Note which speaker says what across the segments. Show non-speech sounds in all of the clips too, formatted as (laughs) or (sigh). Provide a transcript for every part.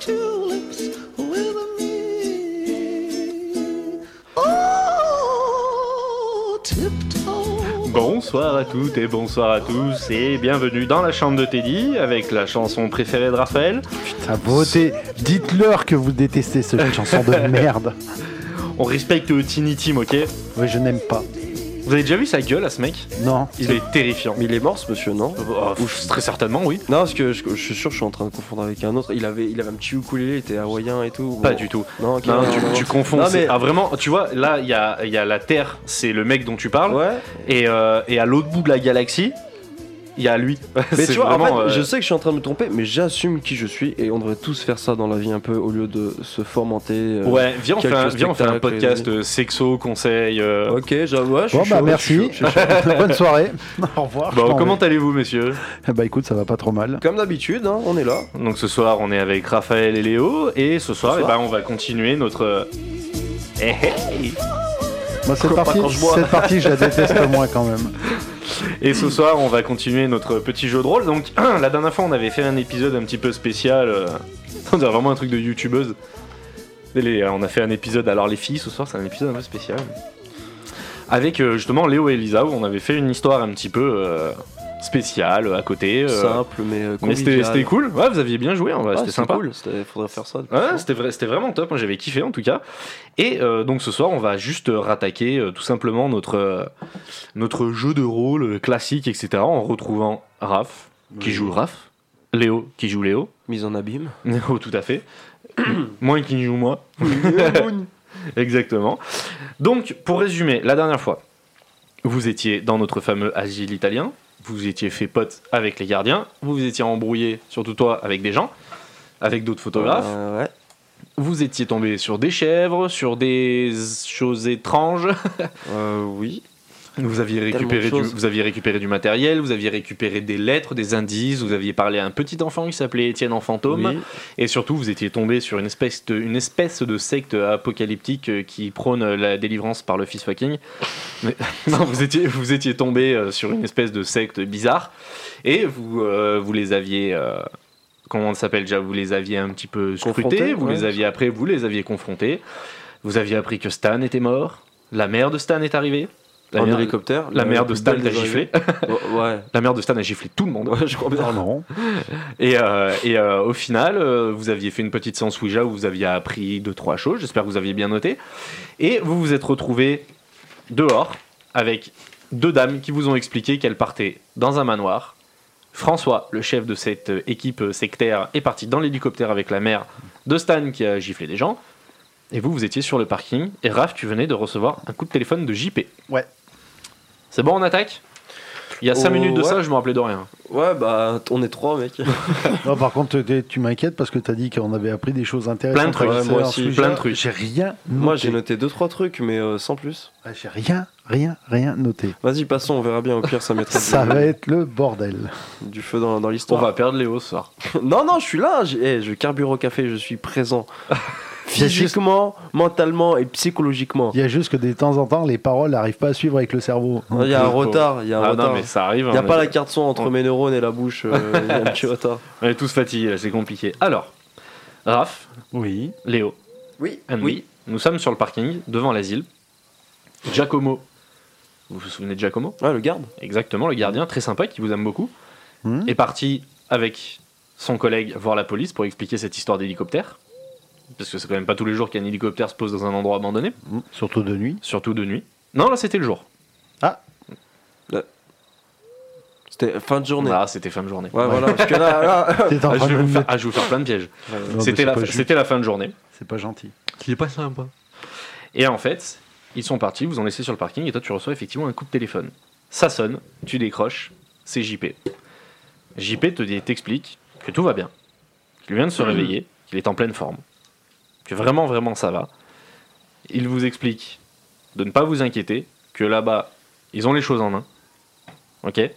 Speaker 1: tulips with me. Oh, tiptoe.
Speaker 2: Bonsoir à toutes et bonsoir à tous et bienvenue dans la chambre de Teddy avec la chanson préférée de Raphaël.
Speaker 3: Putain, beauté. Dites-leur que vous détestez
Speaker 4: (laughs)
Speaker 3: cette chanson de merde.
Speaker 2: On respecte Tiny Tim, ok
Speaker 3: Oui, je n'aime pas.
Speaker 2: Vous avez déjà vu sa gueule à ce mec
Speaker 3: Non.
Speaker 2: Il est terrifiant.
Speaker 4: Mais il est mort ce monsieur, non
Speaker 2: Oh, pff, très certainement, oui.
Speaker 4: Non, parce que je, je suis sûr que je suis en train de confondre avec un autre. Il avait, il avait un petit ukulélé, il était hawaïen et tout.
Speaker 2: Pas
Speaker 4: Bon.
Speaker 2: du tout.
Speaker 4: Non, ok,
Speaker 2: Non,
Speaker 4: non,
Speaker 2: tu,
Speaker 4: non,
Speaker 2: tu
Speaker 4: non.
Speaker 2: confonds.
Speaker 4: Non,
Speaker 2: c'est-
Speaker 4: mais.
Speaker 2: Ah, vraiment, tu vois, là, il y a, il y a la Terre, c'est le mec dont tu parles, (laughs)
Speaker 4: Ouais,
Speaker 2: et, euh, et à l'autre bout de la galaxie, il y a lui.
Speaker 4: mais
Speaker 2: (laughs) C'est
Speaker 4: tu vois,
Speaker 2: vraiment,
Speaker 4: en fait,
Speaker 2: euh,
Speaker 4: je sais que je suis en train de me tromper, mais j'assume qui je suis et on devrait tous faire ça dans la vie un peu au lieu de se formenter. euh,
Speaker 2: Ouais, viens, on fait
Speaker 4: quelque
Speaker 2: un,
Speaker 4: chose
Speaker 2: viens, on fait un
Speaker 4: spectacle, les
Speaker 2: podcast
Speaker 4: amis.
Speaker 2: euh, sexo, conseil. euh,
Speaker 4: Ok, j'avoue, ouais, je suis
Speaker 3: Bon, bah
Speaker 4: chaud, je
Speaker 3: merci.
Speaker 4: suis chaud, je suis
Speaker 3: (laughs)
Speaker 4: chaud.
Speaker 3: Bonne
Speaker 4: (laughs)
Speaker 3: soirée. Au revoir. je
Speaker 2: Bon,
Speaker 3: t'en
Speaker 2: comment
Speaker 3: vais.
Speaker 2: allez-vous, messieurs
Speaker 3: Eh Bah écoute, ça va pas trop mal.
Speaker 4: Comme d'habitude, hein, on est là.
Speaker 2: Donc ce soir, on est avec Raphaël et Léo, et ce soir,
Speaker 4: Ce
Speaker 2: eh
Speaker 4: soir.
Speaker 2: ben, on va continuer notre. euh, eh, eh.
Speaker 3: Moi, cette
Speaker 4: Comme pas
Speaker 3: partie,
Speaker 4: quand je bois.
Speaker 3: cette partie,
Speaker 4: (laughs)
Speaker 3: je la déteste moins quand même.
Speaker 2: Et ce soir, on va continuer notre petit jeu de rôle. Donc, (clears throat) la dernière fois, on avait fait un épisode un petit peu spécial. euh, (laughs) on dirait vraiment un truc de youtubeuse. Les- euh, on a fait un épisode. Alors, les filles, ce soir, c'est un épisode un peu spécial. Avec euh, justement Léo et Elisa, où on avait fait une histoire un petit peu euh, spéciale euh, à côté. euh,
Speaker 4: Simple, mais. euh,
Speaker 2: mais c'était
Speaker 4: convivial.
Speaker 2: c'était cool. Ouais, vous aviez bien joué. en vrai,
Speaker 4: Ouais,
Speaker 2: c'était sympa. Hein
Speaker 4: cool, c'était- faudrait faire ça.
Speaker 2: Ouais, c'était vrai- c'était vraiment top, moi j'avais kiffé en tout cas. Et euh, donc ce soir, on va juste euh, rattaquer euh, tout simplement notre, euh, notre jeu de rôle euh, classique, etc. En retrouvant Raph, qui joue Raph, Léo, qui joue Léo, (laughs)
Speaker 4: Mise en abîme.
Speaker 2: Léo tout à fait, (coughs) moi qui joue moi, (laughs) exactement. Donc pour résumer, la dernière fois, vous étiez dans notre fameux asile italien, vous étiez fait pote avec les gardiens, vous vous étiez embrouillé, surtout toi, avec des gens, avec d'autres photographes.
Speaker 4: Euh, ouais.
Speaker 2: Vous étiez tombé sur des chèvres, sur des choses étranges.
Speaker 4: Euh, oui.
Speaker 2: Vous aviez récupéré,
Speaker 4: de
Speaker 2: du,
Speaker 4: choses.
Speaker 2: vous aviez récupéré du matériel, vous aviez récupéré des lettres, des indices, vous aviez parlé à un petit enfant qui s'appelait Étienne en fantôme.
Speaker 4: Oui.
Speaker 2: Et surtout, vous étiez tombé sur une espèce de, une espèce de secte apocalyptique euh, qui prône euh, la délivrance par le fist fucking. (laughs) Mais- non, vous étiez, vous étiez tombé euh, sur une espèce de secte bizarre. Et vous, euh, vous les aviez. euh, comment ça s'appelle déjà Vous les aviez un petit peu scrutés.
Speaker 4: Confrontés,
Speaker 2: Vous les
Speaker 4: ouais.
Speaker 2: aviez après, vous les aviez confrontés. Vous aviez appris que Stan était mort. La mère de Stan est arrivée. La,
Speaker 4: En
Speaker 2: mère,
Speaker 4: hélicoptère.
Speaker 2: la mère de
Speaker 4: plus
Speaker 2: Stan
Speaker 4: belle
Speaker 2: l'a
Speaker 4: des arrivées.
Speaker 2: giflé.
Speaker 4: Ouais.
Speaker 2: (laughs) La mère de Stan a giflé tout le monde.
Speaker 4: Ouais, je crois bien.
Speaker 3: Oh non.
Speaker 2: Et, euh, et, euh, au final, euh, vous aviez fait une petite séance Ouija où vous aviez appris deux, trois choses. J'espère que vous aviez bien noté. Et vous vous êtes retrouvés dehors avec deux dames qui vous ont expliqué qu'elles partaient dans un manoir. François, le chef de cette euh, équipe sectaire, est parti dans l'hélicoptère avec la mère de Stan qui a giflé des gens. Et vous, vous étiez sur le parking. Et Raph, tu venais de recevoir un coup de téléphone de JP.
Speaker 3: Ouais.
Speaker 2: C'est bon, on attaque Il y a 5
Speaker 4: Oh,
Speaker 2: minutes de
Speaker 4: ouais.
Speaker 2: ça, je me rappelais de rien.
Speaker 4: Ouais, bah, on est trois, mec.
Speaker 3: Non, par contre, t'es- tu m'inquiètes parce que t'as dit qu'on avait appris des choses intéressantes.
Speaker 2: Plein de trucs,
Speaker 3: avec
Speaker 4: ouais, moi
Speaker 3: Sarah
Speaker 4: aussi,
Speaker 3: Sweeja.
Speaker 2: plein de trucs.
Speaker 3: J'ai rien.
Speaker 4: Moi,
Speaker 3: noté.
Speaker 4: j'ai noté deux, trois trucs, mais euh, sans plus.
Speaker 3: Ah, J'ai rien, rien, rien noté.
Speaker 4: Vas-y, passons, on verra bien. Au pire, ça mettra
Speaker 3: Ça
Speaker 4: du,
Speaker 3: va être le bordel.
Speaker 4: du feu dans, dans
Speaker 2: On
Speaker 4: l'histoire.
Speaker 2: va perdre Léo ce soir.
Speaker 4: (laughs) Non, non, je suis là. j'ai- eh, je carbure au café, je suis présent. Physiquement, mentalement et psychologiquement.
Speaker 3: Il y a juste que de temps en temps, les paroles n'arrivent pas à suivre avec le cerveau.
Speaker 4: Il y a un retard. Il y a un
Speaker 2: Ah non,
Speaker 4: retard.
Speaker 2: mais ça arrive.
Speaker 4: Il n'y a
Speaker 2: on
Speaker 4: pas
Speaker 2: est-
Speaker 4: la carte son entre
Speaker 2: on-
Speaker 4: mes neurones et la bouche. euh, Il y a un petit retard.
Speaker 2: On est tous fatigués, là, c'est compliqué. Alors, Raph,
Speaker 3: Oui.
Speaker 2: Léo,
Speaker 4: Oui,
Speaker 2: Andy, nous sommes sur le parking, devant l'asile. Giacomo, vous vous souvenez de Giacomo
Speaker 4: Ouais, le garde.
Speaker 2: Exactement, le gardien, très sympa, qui vous aime beaucoup,
Speaker 3: Hmm.
Speaker 2: est parti avec son collègue voir la police pour expliquer cette histoire d'hélicoptère. Parce que c'est quand même pas tous les jours qu'un hélicoptère se pose dans un endroit abandonné,
Speaker 3: Surtout de nuit.
Speaker 2: surtout de nuit. Non, là c'était le jour.
Speaker 4: C'était fin de journée.
Speaker 2: Ah, c'était fin de journée.
Speaker 4: Ouais, voilà. Parce que là, là,
Speaker 3: (laughs) T'es en
Speaker 2: Ah, je
Speaker 3: train de
Speaker 2: vais vous
Speaker 3: me
Speaker 2: faire,
Speaker 3: mettre-
Speaker 2: ah, je vais vous faire plein de pièges.
Speaker 3: Non, mais
Speaker 2: C'était
Speaker 3: c'est
Speaker 2: la,
Speaker 3: pas juste.
Speaker 2: c'était la fin de journée.
Speaker 3: C'est pas gentil.
Speaker 2: Qui est pas sympa. Et en fait, ils sont partis, vous ont laissé sur le parking, et toi tu reçois effectivement un coup de téléphone. Ça sonne, tu décroches, c'est JP. JP te dit, t'explique que tout va bien, qu'il vient de se réveiller, qu'il est en pleine forme, que vraiment vraiment ça va. Il vous explique de ne pas vous inquiéter, que là-bas ils ont les choses en main, ok.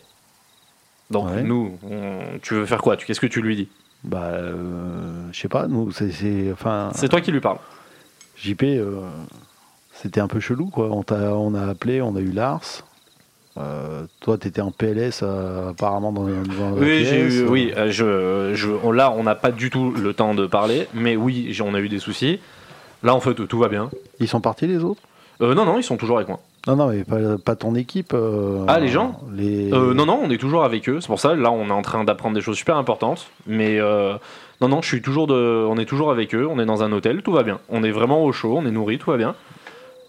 Speaker 2: Donc
Speaker 3: Ouais.
Speaker 2: nous, on- tu veux faire quoi Tu- Qu'est-ce que tu lui dis
Speaker 3: Bah, euh, je sais pas, nous, c'est- c'est. Enfin,
Speaker 2: C'est toi qui lui parles.
Speaker 3: JP, euh, c'était un peu chelou, quoi. On, t'a- on a appelé, on a eu Lars. Euh, toi, t'étais en PLS euh, apparemment dans, dans la
Speaker 2: Oui, j'ai
Speaker 3: pièce.
Speaker 2: eu- oui euh, je, je, on- là, on n'a pas du tout le temps de parler, mais oui, j'ai- on a eu des soucis. Là, en fait, tout va bien.
Speaker 3: Ils sont partis les autres
Speaker 2: Euh, non, non, ils sont toujours avec moi.
Speaker 3: Non, non, mais pas, pas ton équipe. euh,
Speaker 2: Ah, les gens
Speaker 3: les...
Speaker 2: Euh, non, non, on est toujours avec eux. C'est pour ça, là, on est en train d'apprendre des choses super importantes. Mais euh, non, non, je suis toujours de, on est toujours avec eux. On est dans un hôtel, tout va bien. On est vraiment au chaud, on est nourri, tout va bien.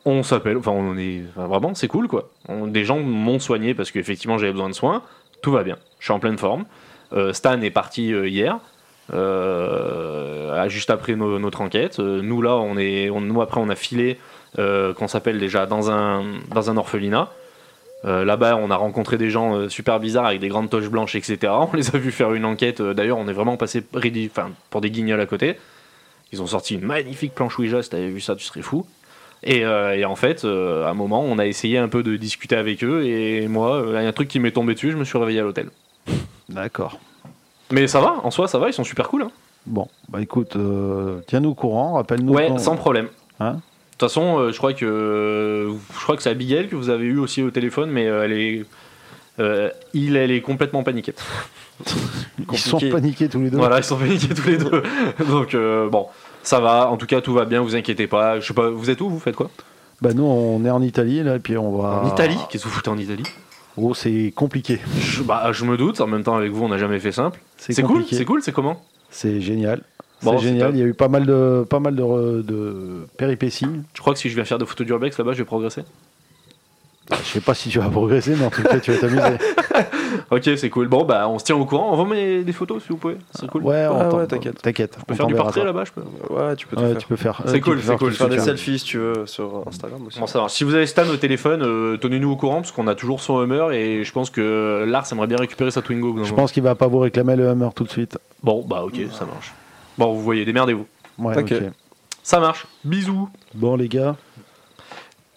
Speaker 2: On s'appelle, enfin, on est enfin, vraiment, c'est cool, quoi. On- des gens m'ont soigné parce qu'effectivement, j'avais besoin de soins. Tout va bien. Je suis en pleine forme. Euh, Stan est parti euh, hier. euh, à- juste après no- notre enquête, Euh, nous là, on est, on- nous après, on a filé, euh, qu'on s'appelle déjà dans un dans un orphelinat. Euh, Là-bas, on a rencontré des gens euh, super bizarres avec des grandes toches blanches, etc. (laughs) On les a vus faire une enquête. Euh, D'ailleurs, on est vraiment passé ridi- enfin, pour des guignols à côté. Ils ont sorti une magnifique planche Ouija. Si t'avais vu ça, tu serais fou. Et, euh, et en fait, euh, à un moment, on a essayé un peu de discuter avec eux. Et moi, euh, il y a un truc qui m'est tombé dessus. Je me suis réveillé à l'hôtel.
Speaker 3: D'accord.
Speaker 2: Mais ça va, en soi, ça va. Ils sont super cool. hein.
Speaker 3: Bon, bah écoute, euh, tiens-nous au courant, rappelle-nous.
Speaker 2: Ouais,
Speaker 3: ton-
Speaker 2: sans problème.
Speaker 3: Hein
Speaker 2: de toute façon, euh, je crois que euh, je crois que c'est Abigail que vous avez eu aussi au téléphone, mais euh, elle est, euh, il, elle est complètement paniquée.
Speaker 3: Ils sont
Speaker 4: compliqué.
Speaker 3: paniqués tous les deux.
Speaker 2: Voilà, ils sont paniqués tous les deux. Donc euh, bon, ça va. En tout cas, tout va bien. Vous inquiétez pas. Je sais pas. Vous êtes où Vous faites quoi
Speaker 3: Bah nous, on est en Italie là, et puis on va.
Speaker 2: En Italie Qu'est-ce que vous foutez en Italie
Speaker 3: Oh, c'est compliqué.
Speaker 2: je, Bah, je me doute. En même temps, avec vous, on n'a jamais fait simple.
Speaker 3: C'est
Speaker 2: C'est cool.
Speaker 3: compliqué.
Speaker 2: C'est cool. C'est comment
Speaker 3: C'est génial.
Speaker 2: Bon,
Speaker 3: c'est
Speaker 2: c'est
Speaker 3: génial.
Speaker 2: top.
Speaker 3: Il y a eu pas mal de, pas mal de, re- de péripéties.
Speaker 2: Je crois que si je viens faire des photos d'urbex là-bas, je vais progresser.
Speaker 3: Bah, je sais pas si tu vas progresser, mais en tout cas, tu vas t'amuser.
Speaker 2: Ok, c'est cool. Bon, bah, on se tient au courant. Envoie-moi des photos si vous pouvez. C'est (laughs) cool. Ah
Speaker 3: Ouais, on
Speaker 4: Ouais,
Speaker 3: t'en-
Speaker 4: ouais, t'inquiète.
Speaker 3: T'inquiète.
Speaker 2: je peux faire du portrait là-bas. Je peux.
Speaker 4: Ouais, tu peux tout
Speaker 3: Ouais,
Speaker 4: faire.
Speaker 3: tu peux faire.
Speaker 2: C'est
Speaker 3: ouais, tu
Speaker 2: cool,
Speaker 3: peux
Speaker 2: c'est
Speaker 3: faire
Speaker 2: cool, c'est
Speaker 3: tout ce
Speaker 4: Faire
Speaker 3: que
Speaker 4: des
Speaker 3: tu veux.
Speaker 4: selfies si tu veux sur Instagram aussi.
Speaker 2: Bon, ça va. Si vous avez Stan au téléphone, euh, tenez-nous au courant parce qu'on a toujours son Hummer et je pense que Lars aimerait bien récupérer sa Twingo. au bout d'un
Speaker 3: Je
Speaker 2: moment.
Speaker 3: pense qu'il va pas vous réclamer le Hammer tout de suite.
Speaker 2: Bon, bah ok, ça marche. Bon, vous voyez, démerdez-vous.
Speaker 3: Ouais,
Speaker 4: Ok.
Speaker 3: ok.
Speaker 2: Ça marche. Bisous.
Speaker 3: Bon les gars,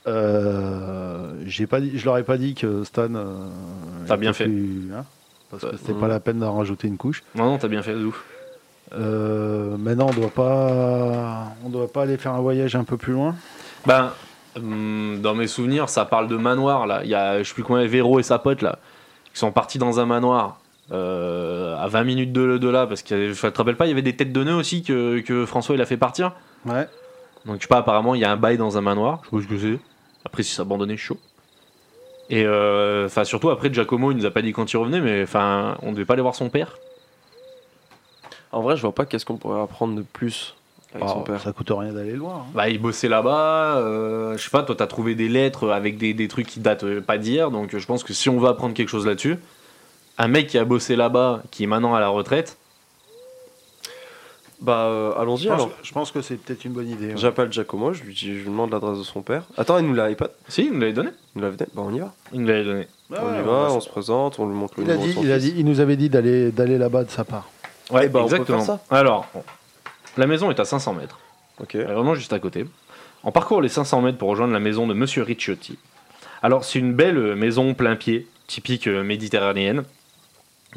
Speaker 3: euh, j'ai pas dit, je leur ai pas dit que Stan. euh,
Speaker 2: T'as bien
Speaker 3: était
Speaker 2: fait. Mmh.
Speaker 3: plus- hein, parce que
Speaker 2: Ouais.
Speaker 3: c'était pas la peine d'en rajouter une couche.
Speaker 2: Non, non, t'as bien fait, de ouf.
Speaker 3: Euh, maintenant, on doit pas, on doit pas aller faire un voyage un peu plus loin.
Speaker 2: Ben, hum, dans mes souvenirs, ça parle de manoir là. Il y a, je sais plus combien, Véro et sa pote là, qui sont partis dans un manoir euh, à 20 minutes de, de là, parce que je te rappelle pas, il y avait des têtes de nœuds aussi que, que François il a fait partir.
Speaker 3: Ouais.
Speaker 2: Donc je sais pas, apparemment il y a un bail dans un manoir, je sais pas ce que c'est. Après si c'est abandonné, chaud. Et euh, enfin surtout après Giacomo il nous a pas dit quand il revenait, mais enfin on devait pas aller voir son père.
Speaker 4: En vrai, je vois pas qu'est-ce qu'on pourrait apprendre de plus avec son père.
Speaker 3: Ça coûte rien d'aller le voir. hein.
Speaker 2: Bah il bossait là-bas, euh, je sais pas, toi t'as trouvé des lettres avec des, des trucs qui datent euh, pas d'hier, donc euh, je pense que si on veut apprendre quelque chose là-dessus, un mec qui a bossé là-bas, qui est maintenant à la retraite,
Speaker 4: Bah, euh, allons-y alors.
Speaker 3: je pense que c'est peut-être une bonne idée. ouais.
Speaker 4: J'appelle Giacomo, je lui dis, je lui demande l'adresse de son père. Attends, il nous l'avait pas.
Speaker 2: si il nous l'avait donné,
Speaker 4: Il nous l'avait donné Bah, on y va.
Speaker 2: il nous l'avait donné.
Speaker 3: Ouais,
Speaker 4: Bah, on
Speaker 3: ouais,
Speaker 4: y
Speaker 3: on
Speaker 4: va,
Speaker 3: va-
Speaker 4: on se présente, on lui montre le
Speaker 3: Il a
Speaker 4: numéro de
Speaker 3: dit,
Speaker 4: son
Speaker 3: il a
Speaker 4: fils.
Speaker 3: dit, il nous avait dit d'aller, d'aller là-bas de sa part.
Speaker 2: Ouais,
Speaker 4: Eh ben, on peut
Speaker 2: exactement.
Speaker 4: faire
Speaker 2: Alors, la maison est à 500 mètres.
Speaker 4: Ok.
Speaker 2: Elle est vraiment juste à côté. On parcourt les 500 mètres pour rejoindre la maison de Monsieur Ricciotti. Alors, c'est une belle euh, maison plein pied, typique euh, méditerranéenne,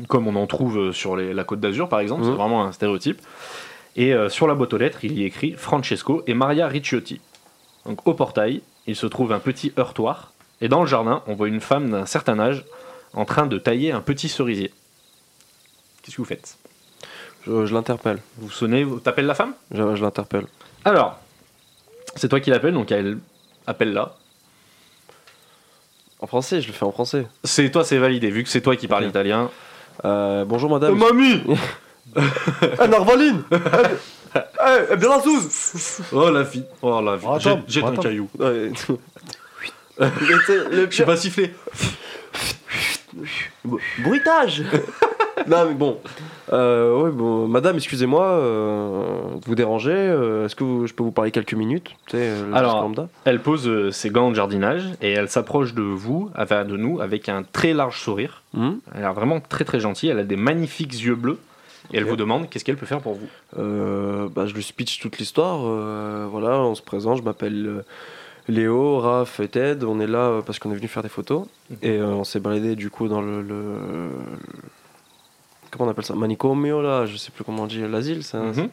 Speaker 2: comme on en trouve euh, sur les- la côte d'Azur, par exemple.
Speaker 4: Mhm.
Speaker 2: C'est vraiment un stéréotype. Et euh, sur la boîte aux lettres, il y écrit Francesco et Maria Ricciotti. Donc, au portail, il se trouve un petit heurtoir. Et dans le jardin, on voit une femme d'un certain âge en train de tailler un petit cerisier. Qu'est-ce que vous faites
Speaker 4: Je, je l'interpelle.
Speaker 2: Vous sonnez, vous- t'appelles la femme
Speaker 4: Je, je l'interpelle.
Speaker 2: alors, c'est toi qui l'appelles, donc elle appelle là.
Speaker 4: En français, je le fais en français.
Speaker 2: C'est toi, c'est validé, vu que c'est toi qui parles
Speaker 4: Ok.
Speaker 2: italien. Ah,
Speaker 4: Euh, bonjour madame.
Speaker 2: mamie
Speaker 4: Eh, (laughs) Narvaline
Speaker 3: Euh,
Speaker 4: Eh, bien la sauce
Speaker 2: Oh la fille Oh la fille
Speaker 3: Oh,
Speaker 2: J'ai
Speaker 3: attends,
Speaker 2: Jette un
Speaker 3: attends.
Speaker 2: caillou.
Speaker 4: Ouais. Mais t'sais, le
Speaker 2: Je sais
Speaker 4: pire-
Speaker 2: pas siffler. (laughs)
Speaker 4: Bruitage Non mais bon. Euh, ouais, bon madame, excusez-moi euh, de vous déranger. euh, Est-ce que vous- je peux vous parler quelques minutes Tu sais, euh, le
Speaker 2: Alors,
Speaker 4: geste lambda.
Speaker 2: Elle pose euh, ses gants de jardinage et elle s'approche de vous, enfin de nous, avec un très large sourire.
Speaker 4: Hmm
Speaker 2: Elle a vraiment très très gentille, elle a des magnifiques yeux bleus. Et elle
Speaker 4: Ok.
Speaker 2: vous demande qu'est-ce qu'elle peut faire pour vous.
Speaker 4: Euh, bah, je lui speech toute l'histoire. euh, voilà, on se présente. Je m'appelle euh, Léo, Raph et Ted. On est là euh, parce qu'on est venu faire des photos.
Speaker 2: Mhm.
Speaker 4: Et euh, on s'est baladé du coup dans le, le- Comment on appelle ça Manicomio, là. Je sais plus comment on dit. L'asile, ça.
Speaker 2: Mhm.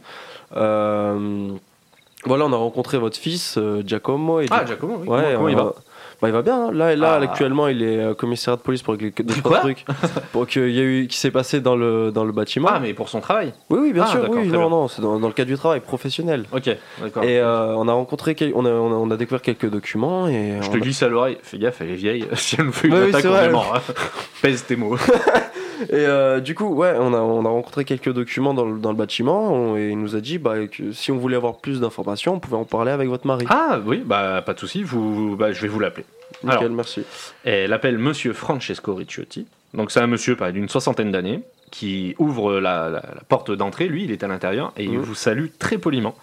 Speaker 4: Euh, voilà, on a rencontré votre fils, euh, Giacomo. Et du
Speaker 2: Ah,
Speaker 4: coup-
Speaker 2: Giacomo, oui.
Speaker 4: Ouais,
Speaker 2: comment, comment
Speaker 4: on
Speaker 2: il
Speaker 4: a-
Speaker 2: va
Speaker 4: Bah, il va bien. hein. Là, et là
Speaker 2: Ah.
Speaker 4: actuellement, il est euh, commissariat de police pour quelques- deux,
Speaker 2: Quoi
Speaker 4: trois
Speaker 2: (laughs)
Speaker 4: trucs pour qu'il y a eu qui s'est passé dans le dans le bâtiment.
Speaker 2: Ah, mais pour son travail.
Speaker 4: Oui, oui, bien
Speaker 2: Ah,
Speaker 4: sûr.
Speaker 2: d'accord,
Speaker 4: Oui,
Speaker 2: très
Speaker 4: non,
Speaker 2: bien.
Speaker 4: non, c'est dans, dans le cadre du travail professionnel.
Speaker 2: Ok, d'accord.
Speaker 4: Et euh, on a rencontré, quel- on a, on a, on a découvert quelques documents et
Speaker 2: Je
Speaker 4: on
Speaker 2: te
Speaker 4: a-
Speaker 2: glisse à l'oreille, fais gaffe, elle est vieille. (laughs) Si elle me fait une
Speaker 4: Ouais, oui,
Speaker 2: attaque,
Speaker 4: c'est
Speaker 2: on
Speaker 4: vrai.
Speaker 2: est mort. hein. (laughs) Pèse tes mots.
Speaker 4: Et euh, du coup, ouais, on a, on a rencontré quelques documents dans le, dans le bâtiment on- et il nous a dit bah, que si on voulait avoir plus d'informations, on pouvait en parler avec votre mari.
Speaker 2: Ah oui, bah pas de souci, vous, vous- bah, je vais vous l'appeler.
Speaker 4: Nickel,
Speaker 2: alors.
Speaker 4: merci.
Speaker 2: Elle appelle Monsieur Francesco Ricciotti. Donc c'est un monsieur pareil, d'une soixantaine d'années qui ouvre la, la- la porte d'entrée. Lui, il est à l'intérieur et il
Speaker 4: Mhm.
Speaker 2: vous salue très poliment.